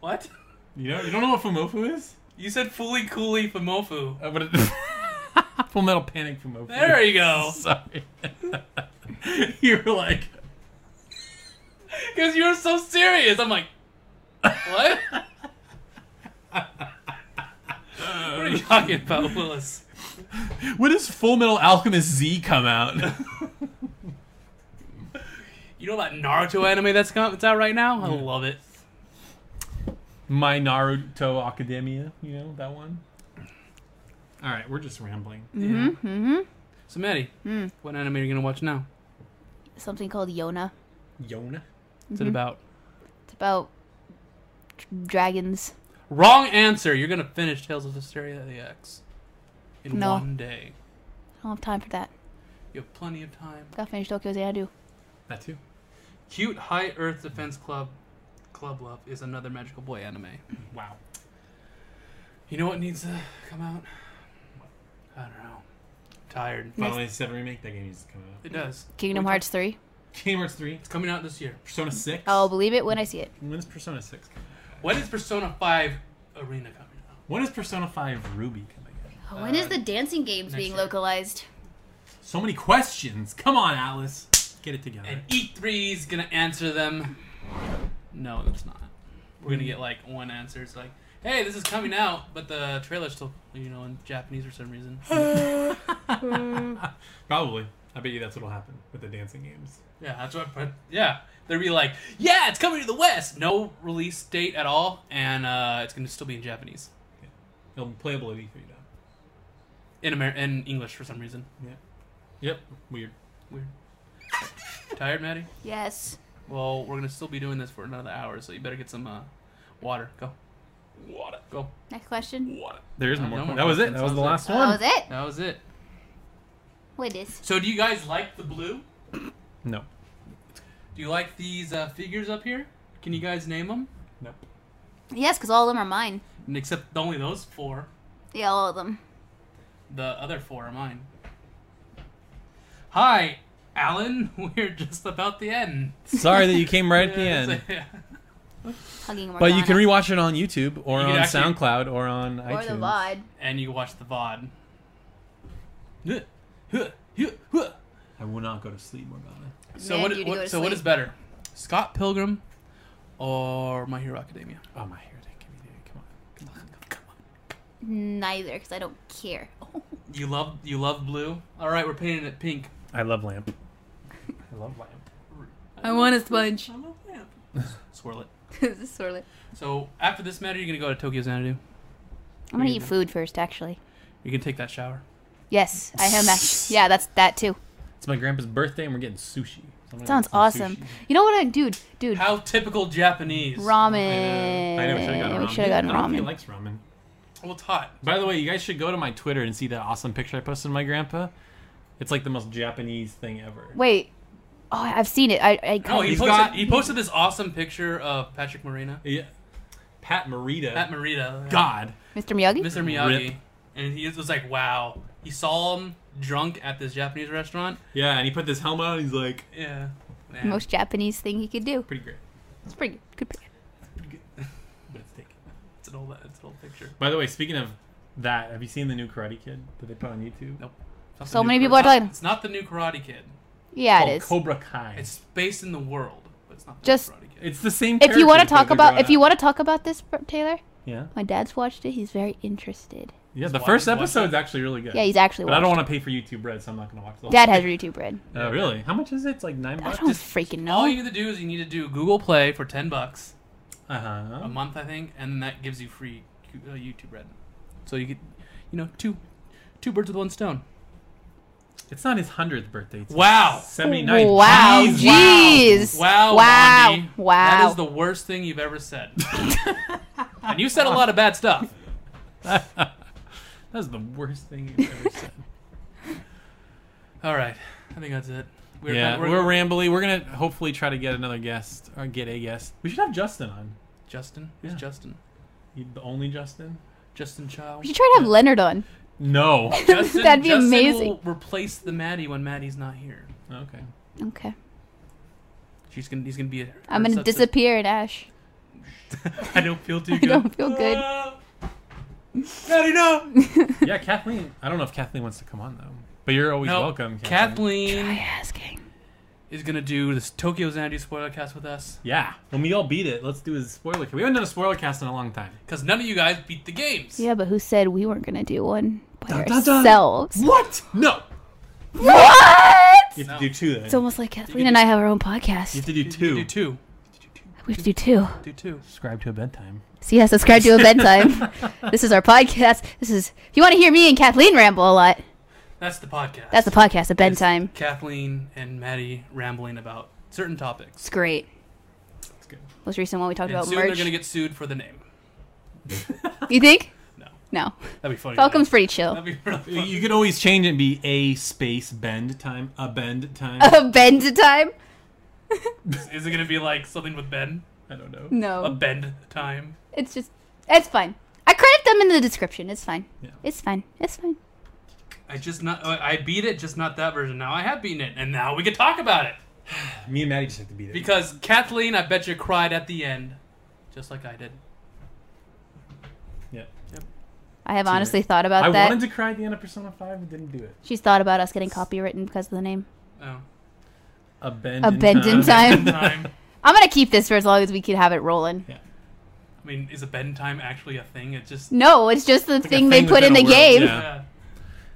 Speaker 2: What?
Speaker 3: You know, you don't know what Fumofu is?
Speaker 2: You said Fully Cooley for Mofu.
Speaker 3: Uh, but it... Full Metal Panic Fumofu.
Speaker 2: There you go.
Speaker 3: Sorry. you were like,
Speaker 2: Because you were so serious. I'm like, what? what are you talking about, Willis?
Speaker 3: when does Full Metal Alchemist Z come out?
Speaker 2: You know that Naruto anime that's, got, that's out right now? I love it.
Speaker 3: My Naruto Academia, you know, that one? All right, we're just rambling.
Speaker 4: Mm-hmm. Mm. Mm-hmm.
Speaker 2: So, Maddie, what anime are you going to watch now?
Speaker 4: Something called Yona.
Speaker 3: Yona.
Speaker 2: What's
Speaker 4: Mm-hmm.
Speaker 2: it about?
Speaker 4: It's about d- dragons.
Speaker 2: Wrong answer. You're going to finish Tales of Hysteria AX in
Speaker 4: No.
Speaker 2: one day.
Speaker 4: I don't have time for that.
Speaker 2: You have plenty of time.
Speaker 4: Gotta finish Tokyo Xanadu.
Speaker 3: That too.
Speaker 2: Cute High Earth Defense Club Club Love is another magical boy anime.
Speaker 3: Wow.
Speaker 2: You know what needs to come out? I don't know. Tired.
Speaker 3: Final Fantasy 7 Remake, that game needs to come out.
Speaker 2: It does.
Speaker 4: Kingdom
Speaker 2: We're
Speaker 4: Hearts three.
Speaker 3: Kingdom Hearts 3,
Speaker 2: It's coming out this year.
Speaker 3: Persona 6.
Speaker 4: I'll believe it when I see it.
Speaker 3: When is Persona 6 coming
Speaker 2: When is Persona 5 Arena coming out?
Speaker 3: out? When is Persona 5 Ruby coming out?
Speaker 4: Oh, when is the dancing games
Speaker 2: next
Speaker 4: being
Speaker 2: year.
Speaker 4: localized?
Speaker 3: So many questions. Come on, Alice. Get it together.
Speaker 2: And E3 is gonna answer them. No, it's not. We're gonna get like one answer. It's like, hey, this is coming out, but the trailer's still, you know, in Japanese for some reason.
Speaker 3: Probably. I bet you that's what'll happen with the dancing games.
Speaker 2: Yeah, that's what. But yeah, they'd be like, "Yeah, it's coming to the West. No release date at all, and uh, it's going to still be in Japanese,
Speaker 3: It'll be playable at E E3 now.
Speaker 2: in Amer- in English for some reason."
Speaker 3: Yeah. Yep. Weird.
Speaker 2: Weird. Tired, Maddie?
Speaker 4: Yes.
Speaker 2: Well, we're gonna still be doing this for another hour, so you better get some uh, water. Go. Water. Go.
Speaker 4: Next question.
Speaker 2: Water.
Speaker 3: There is no
Speaker 2: No,
Speaker 3: more.
Speaker 2: no
Speaker 3: que-
Speaker 2: more
Speaker 3: that was it.
Speaker 2: questions.
Speaker 3: That was the
Speaker 2: That
Speaker 3: last
Speaker 2: was
Speaker 4: Oh,
Speaker 3: one.
Speaker 4: that was it.
Speaker 2: That was it.
Speaker 4: What is?
Speaker 2: So, do you guys like the blue?
Speaker 3: No.
Speaker 2: Do you like these uh, figures up here? Can you guys name them?
Speaker 3: No.
Speaker 4: Yes, because all of them are mine.
Speaker 2: Except only those four.
Speaker 4: Yeah, all of them.
Speaker 2: The other four are mine. Hi, Alan. We're just about the end.
Speaker 3: Sorry that you came right at the
Speaker 2: Yeah,
Speaker 3: end.
Speaker 2: that's it.
Speaker 4: Hugging Morgana.
Speaker 3: But you can rewatch it on YouTube or
Speaker 2: You
Speaker 3: on
Speaker 2: can actually-
Speaker 3: SoundCloud or on
Speaker 4: Or
Speaker 3: iTunes.
Speaker 4: the VOD.
Speaker 2: and you watch the VOD. Huh, huh, huh, huh.
Speaker 3: I will not go to sleep, Morgana.
Speaker 2: So
Speaker 4: Man,
Speaker 2: what?
Speaker 4: you to go to
Speaker 2: what so what
Speaker 4: sleep.
Speaker 2: is better, Scott Pilgrim, or My Hero Academia?
Speaker 3: Oh my hair! Give me the Come on.
Speaker 2: Come on, come on.
Speaker 4: Neither, because I don't care.
Speaker 2: You love you love blue. All right, we're painting it pink.
Speaker 3: I love lamp. I love lamp.
Speaker 4: I want a sponge.
Speaker 2: I love lamp. Swirl it.
Speaker 4: this is sort of like-
Speaker 2: So after this matter, you're gonna go to Tokyo Xanadu.
Speaker 4: I'm gonna eat food first, actually.
Speaker 2: You can take that shower.
Speaker 4: Yes, I am actually. Yeah, that's that too.
Speaker 3: It's my grandpa's birthday, and we're getting sushi. So I'm gonna
Speaker 4: Sounds
Speaker 3: get some
Speaker 4: awesome.
Speaker 3: sushi.
Speaker 4: You know what, I, dude? Dude,
Speaker 2: How typical Japanese.
Speaker 4: ramen.
Speaker 3: I know we should have gotten
Speaker 4: We
Speaker 3: ramen.
Speaker 4: should have gotten
Speaker 3: I don't think
Speaker 4: ramen.
Speaker 3: He likes ramen.
Speaker 2: Well, it's hot.
Speaker 3: By the way, you guys should go to my Twitter and see that awesome picture I posted of my grandpa. It's like the most Japanese thing ever.
Speaker 4: Wait. Oh, I've seen it. I, I
Speaker 2: No, he
Speaker 3: He's
Speaker 2: posted,
Speaker 3: got-
Speaker 2: he posted this awesome picture of Patrick Marina,
Speaker 3: Yeah. Pat Morita.
Speaker 2: Pat Morita,
Speaker 3: God.
Speaker 4: Mr. Miyagi.
Speaker 2: Mr. Miyagi,
Speaker 3: Rip.
Speaker 2: and he was like, "Wow." He saw him drunk at this Japanese restaurant.
Speaker 3: Yeah, and he put this helmet on. He's like,
Speaker 2: Yeah. Man.
Speaker 4: Most Japanese thing he could do.
Speaker 3: pretty great.
Speaker 4: It's pretty good. Good.
Speaker 3: But it's taken.
Speaker 2: It's an old, it's an old picture.
Speaker 3: By the way, speaking of that, have you seen the new Karate Kid that they put on YouTube?
Speaker 2: Nope. It's not the
Speaker 4: So
Speaker 2: new
Speaker 4: many
Speaker 2: Kara-
Speaker 4: people are
Speaker 2: it's not-
Speaker 4: talking.
Speaker 2: It's not the new Karate Kid.
Speaker 4: Yeah,
Speaker 3: Called
Speaker 4: it is.
Speaker 3: Oh, Cobra Kai.
Speaker 2: It's based in the world, but it's not the
Speaker 4: Just-
Speaker 2: new Karate Kid.
Speaker 3: It's the same.
Speaker 4: if you want to
Speaker 3: characters, but
Speaker 4: talk
Speaker 3: they're uh,
Speaker 4: about,
Speaker 3: grown
Speaker 4: if you
Speaker 3: up.
Speaker 4: want to talk about this, Taylor,
Speaker 3: yeah,
Speaker 4: my dad's watched it. He's very interested.
Speaker 3: yeah. The
Speaker 2: Just
Speaker 3: first
Speaker 2: watch- watch
Speaker 3: episode's
Speaker 2: it.
Speaker 3: actually really good.
Speaker 4: Yeah, he's actually.
Speaker 3: But I don't
Speaker 4: watched
Speaker 3: want to pay for YouTube Red, so I'm not going to watch the
Speaker 4: it. Dad has YouTube Red.
Speaker 3: Oh, really? How much is it? It's like nine
Speaker 4: I
Speaker 3: bucks.
Speaker 4: don't freaking
Speaker 2: All
Speaker 4: know.
Speaker 2: you need to do is you need to do Google Play for ten bucks
Speaker 3: Uh
Speaker 2: a
Speaker 3: huh.
Speaker 2: month, I think, and that gives you free Q- uh, YouTube Red. So you get, you know, two, two birds with one stone.
Speaker 3: It's not his hundredth birthday. It's
Speaker 2: Wow.
Speaker 3: seventy nine.
Speaker 4: Wow, jeez.
Speaker 2: Wow.
Speaker 4: Wow.
Speaker 2: Bondi, That
Speaker 4: Wow.
Speaker 2: is the worst thing you've ever said. and you said a lot of bad stuff.
Speaker 3: That's the worst thing you've ever said.
Speaker 2: All right, I think that's it. We're,
Speaker 3: yeah, we're, rambly. We're gonna hopefully try to get another guest or get a guest. We should have Justin on.
Speaker 2: Justin. Who's
Speaker 3: Yeah.
Speaker 2: Justin?
Speaker 3: You- The only Justin?
Speaker 2: Justin Child.
Speaker 4: We should try to have Leonard on.
Speaker 3: No.
Speaker 2: Justin,
Speaker 4: That'd be
Speaker 2: Justin
Speaker 4: amazing.
Speaker 2: Will replace the Maddie when Maddie's not here.
Speaker 3: okay.
Speaker 4: Okay.
Speaker 2: She's gonna. He's gonna be. A,
Speaker 4: I'm gonna disappear in Ash.
Speaker 2: I don't feel too
Speaker 4: I
Speaker 2: good.
Speaker 4: don't feel good.
Speaker 3: Ah!
Speaker 2: Maddie, no.
Speaker 3: Yeah, Kathleen. I don't know if Kathleen wants to come on though. But you're always
Speaker 2: no.
Speaker 3: welcome, Kathleen.
Speaker 4: Try
Speaker 2: Kathleen
Speaker 4: asking.
Speaker 2: is gonna do this Tokyo Xanadu spoiler cast with us
Speaker 3: Yeah. When we all beat it, let's do a spoiler. We haven't done a spoiler cast in a long time.
Speaker 2: because none of you guys beat the games.
Speaker 4: Yeah, but who said we weren't gonna do one by
Speaker 3: Dun, dun, dun.
Speaker 4: ourselves?
Speaker 3: What? No.
Speaker 4: What?
Speaker 3: You have
Speaker 2: No.
Speaker 3: to do two then.
Speaker 4: It's almost like Kathleen and I have our own
Speaker 3: you have
Speaker 4: podcast.
Speaker 3: to do
Speaker 2: You
Speaker 3: two.
Speaker 2: do two.
Speaker 4: We have to do two.
Speaker 2: Do two.
Speaker 3: Subscribe to a bedtime.
Speaker 4: So yeah, subscribe to a bedtime. this is our podcast. This is if you want to hear me and Kathleen ramble a lot.
Speaker 2: That's the podcast.
Speaker 4: That's the podcast at bedtime.
Speaker 2: Kathleen and Maddie rambling about certain topics.
Speaker 4: It's great.
Speaker 3: That's good.
Speaker 4: Most recent one we talked
Speaker 2: And
Speaker 4: about
Speaker 2: soon they're
Speaker 4: merch.
Speaker 2: gonna get sued for the name.
Speaker 4: you think?
Speaker 2: No.
Speaker 4: No.
Speaker 2: That'd be funny.
Speaker 4: Falcom's pretty chill.
Speaker 2: That'd be really funny.
Speaker 3: You could always change it and be a space bend time, a bend time.
Speaker 4: A bend time?
Speaker 2: Is it gonna be like something with Ben?
Speaker 3: I don't know.
Speaker 2: A
Speaker 4: No.
Speaker 2: bend time.
Speaker 4: It's just it's fine. I credit them in the description. It's fine.
Speaker 3: Yeah.
Speaker 4: It's fine. It's fine.
Speaker 2: I just not. oh, I I beat it, just not that version. Now I have beaten it, and now we can talk about it
Speaker 3: Me and Maddie just have to beat it.
Speaker 2: because Kathleen, I bet you cried at the end, just like I did.
Speaker 3: yeah.
Speaker 4: I have honestly thought about
Speaker 3: I
Speaker 4: that.
Speaker 3: wanted to cry at the end of Persona 5 and didn't do it.
Speaker 4: She's thought about us getting copywritten because of the name.
Speaker 2: Oh,
Speaker 3: A bend
Speaker 4: A bend in time.
Speaker 2: time.
Speaker 4: I'm gonna keep this for as long as we can have it rolling.
Speaker 3: Yeah.
Speaker 2: I mean, is a bend time actually a thing? It just.
Speaker 4: No, it's just the
Speaker 3: a
Speaker 4: thing they
Speaker 3: thing
Speaker 4: put in
Speaker 3: within
Speaker 4: the
Speaker 3: a world,
Speaker 4: game.
Speaker 3: yeah.
Speaker 2: Yeah.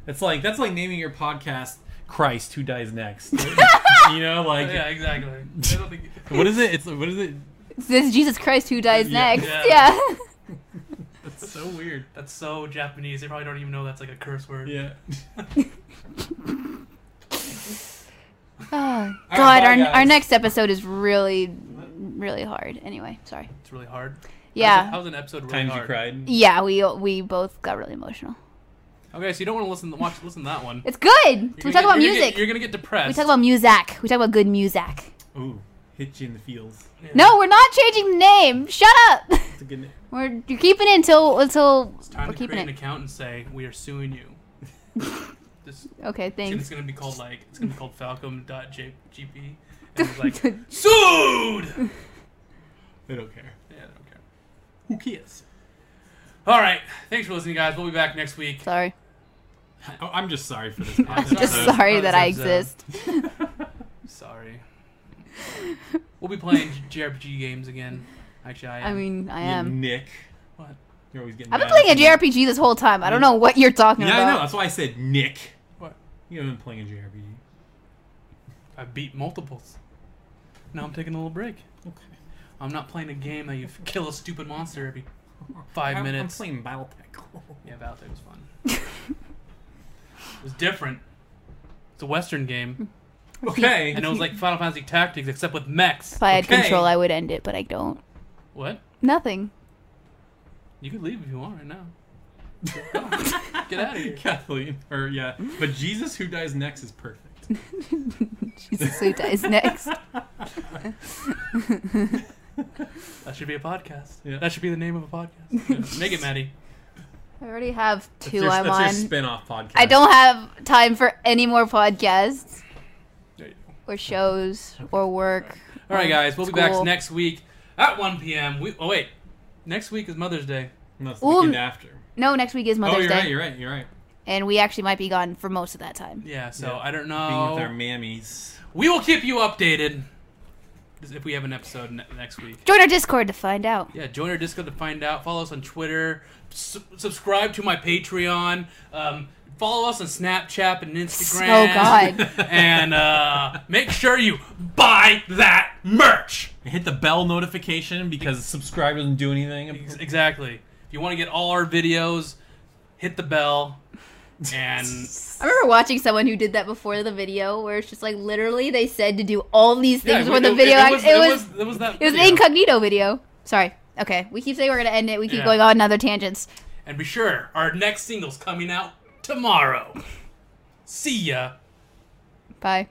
Speaker 3: It's like that's like naming your podcast Christ Who Dies Next. you know, like
Speaker 2: Yeah, exactly. I don't think.
Speaker 3: what is it? It's what is it?
Speaker 4: This is Jesus Christ who dies
Speaker 3: Yeah.
Speaker 4: next.
Speaker 2: Yeah.
Speaker 4: Yeah. Oh,
Speaker 3: That's so weird.
Speaker 2: That's so Japanese. They probably don't even know that's like a curse word.
Speaker 3: Yeah.
Speaker 4: Oh,
Speaker 3: All
Speaker 4: what? Our,
Speaker 3: Bye,
Speaker 4: our
Speaker 3: guys.
Speaker 4: next episode is really, really hard. Anyway, sorry.
Speaker 2: It's really hard.
Speaker 4: Yeah.
Speaker 2: How's an episode really
Speaker 3: Times you
Speaker 2: hard?
Speaker 3: cried.
Speaker 4: Yeah, we we both got really emotional.
Speaker 2: Okay, so you don't want to listen to watch listen to that one.
Speaker 4: It's good.
Speaker 2: You're
Speaker 4: We
Speaker 2: gonna
Speaker 4: talk
Speaker 2: get-
Speaker 4: about
Speaker 2: you're gonna get-
Speaker 4: music.
Speaker 2: you're gonna get depressed.
Speaker 4: we talk about music. We talk about good music.
Speaker 3: Ooh, hit you in the feels.
Speaker 2: Yeah.
Speaker 4: No, we're not changing the name. Shut up.
Speaker 3: It's a good. na-
Speaker 4: We're you're keeping it until until
Speaker 2: It's time
Speaker 4: we're
Speaker 2: to
Speaker 4: keeping
Speaker 2: create an
Speaker 4: it.
Speaker 2: account and say we are suing you. This,
Speaker 4: Okay,
Speaker 2: it's
Speaker 4: thanks.
Speaker 2: gonna be called like it's gonna be called Falcom.jp. And it's like sued.
Speaker 3: They don't care.
Speaker 2: Yeah, I don't care.
Speaker 3: Who cares?
Speaker 2: All right, thanks for listening, guys. We'll be back next week.
Speaker 4: Sorry.
Speaker 3: Oh, I'm just sorry for this.
Speaker 2: I'm
Speaker 3: podcast.
Speaker 4: Just
Speaker 2: Sorry.
Speaker 4: sorry that I
Speaker 2: Sorry.
Speaker 4: exist.
Speaker 2: Sorry. We'll be playing JRPG games again. Actually, I, am.
Speaker 4: I mean, I
Speaker 3: You
Speaker 4: am.
Speaker 3: Nick.
Speaker 2: What?
Speaker 3: You're always getting.
Speaker 4: I've been
Speaker 3: mad at
Speaker 4: playing a
Speaker 3: me.
Speaker 4: JRPG this whole time. I don't know what you're talking
Speaker 3: Yeah, I know.
Speaker 4: about.
Speaker 3: That's why I said Nick.
Speaker 2: What?
Speaker 3: You haven't been playing a JRPG.
Speaker 2: I beat multiples. Now I'm taking a little break.
Speaker 3: Okay.
Speaker 2: I'm not playing a game that you f- kill a stupid monster every five
Speaker 3: I'm,
Speaker 2: minutes.
Speaker 3: I'm playing BattleTech.
Speaker 2: Yeah, Battletech was fun. it was different. It's a Western game,
Speaker 3: okay.
Speaker 2: and it was like Final Fantasy Tactics, except with mechs.
Speaker 4: If I had
Speaker 3: Okay.
Speaker 4: control, I would end it, but I don't.
Speaker 2: What?
Speaker 4: Nothing.
Speaker 2: You could leave if you want right now. Get out of here.
Speaker 3: Kathleen, or yeah, but Jesus who dies next is perfect.
Speaker 4: Jesus, who dies next?
Speaker 2: That should be a podcast.
Speaker 3: Yeah.
Speaker 2: That should be the name of a podcast. Make it, Maddie.
Speaker 4: I already have
Speaker 3: That's
Speaker 4: two
Speaker 3: your,
Speaker 4: I'm
Speaker 3: that's
Speaker 4: on.
Speaker 3: your spin-off podcast.
Speaker 4: I don't have time for any more podcasts
Speaker 2: There you go.
Speaker 4: or shows or work.
Speaker 2: All right, guys. We'll be back
Speaker 4: School.
Speaker 2: next week at 1 p.m. We, oh, wait. Next week is Mother's Day.
Speaker 3: No, it's the
Speaker 4: Ooh.
Speaker 3: weekend after.
Speaker 4: No, next week is Mother's
Speaker 3: oh, you're
Speaker 4: Day,
Speaker 3: right. You're right. You're right.
Speaker 4: and we actually might be gone for most of that time.
Speaker 2: Yeah, so
Speaker 3: Yeah.
Speaker 2: I don't
Speaker 3: Being with
Speaker 2: know.
Speaker 4: Oh.
Speaker 3: our mammies.
Speaker 2: we will keep you updated if we have an episode ne- next week.
Speaker 4: Join our Discord to find out.
Speaker 2: Yeah, join our Discord to find out. Follow us on Twitter. S- subscribe to my Patreon. Um, follow us on Snapchat and Instagram.
Speaker 4: Oh, God.
Speaker 2: And uh, make sure you buy that merch.
Speaker 3: Hit the bell notification because subscribe doesn't do anything.
Speaker 2: Ex- Exactly. If you want to get all our videos, hit the bell. And
Speaker 4: I remember watching someone who did that before the video, where it's just like literally they said to do all these
Speaker 2: Yeah,
Speaker 4: things before the
Speaker 2: it-
Speaker 4: video.
Speaker 2: It,
Speaker 4: act-
Speaker 2: was,
Speaker 4: It was
Speaker 2: it was that.
Speaker 4: it was the
Speaker 2: video.
Speaker 4: incognito video. Sorry. Okay, we keep saying we're gonna end it. We keep
Speaker 2: Yeah.
Speaker 4: going on other tangents.
Speaker 2: And be sure, our next single's coming out tomorrow. See ya.
Speaker 4: Bye.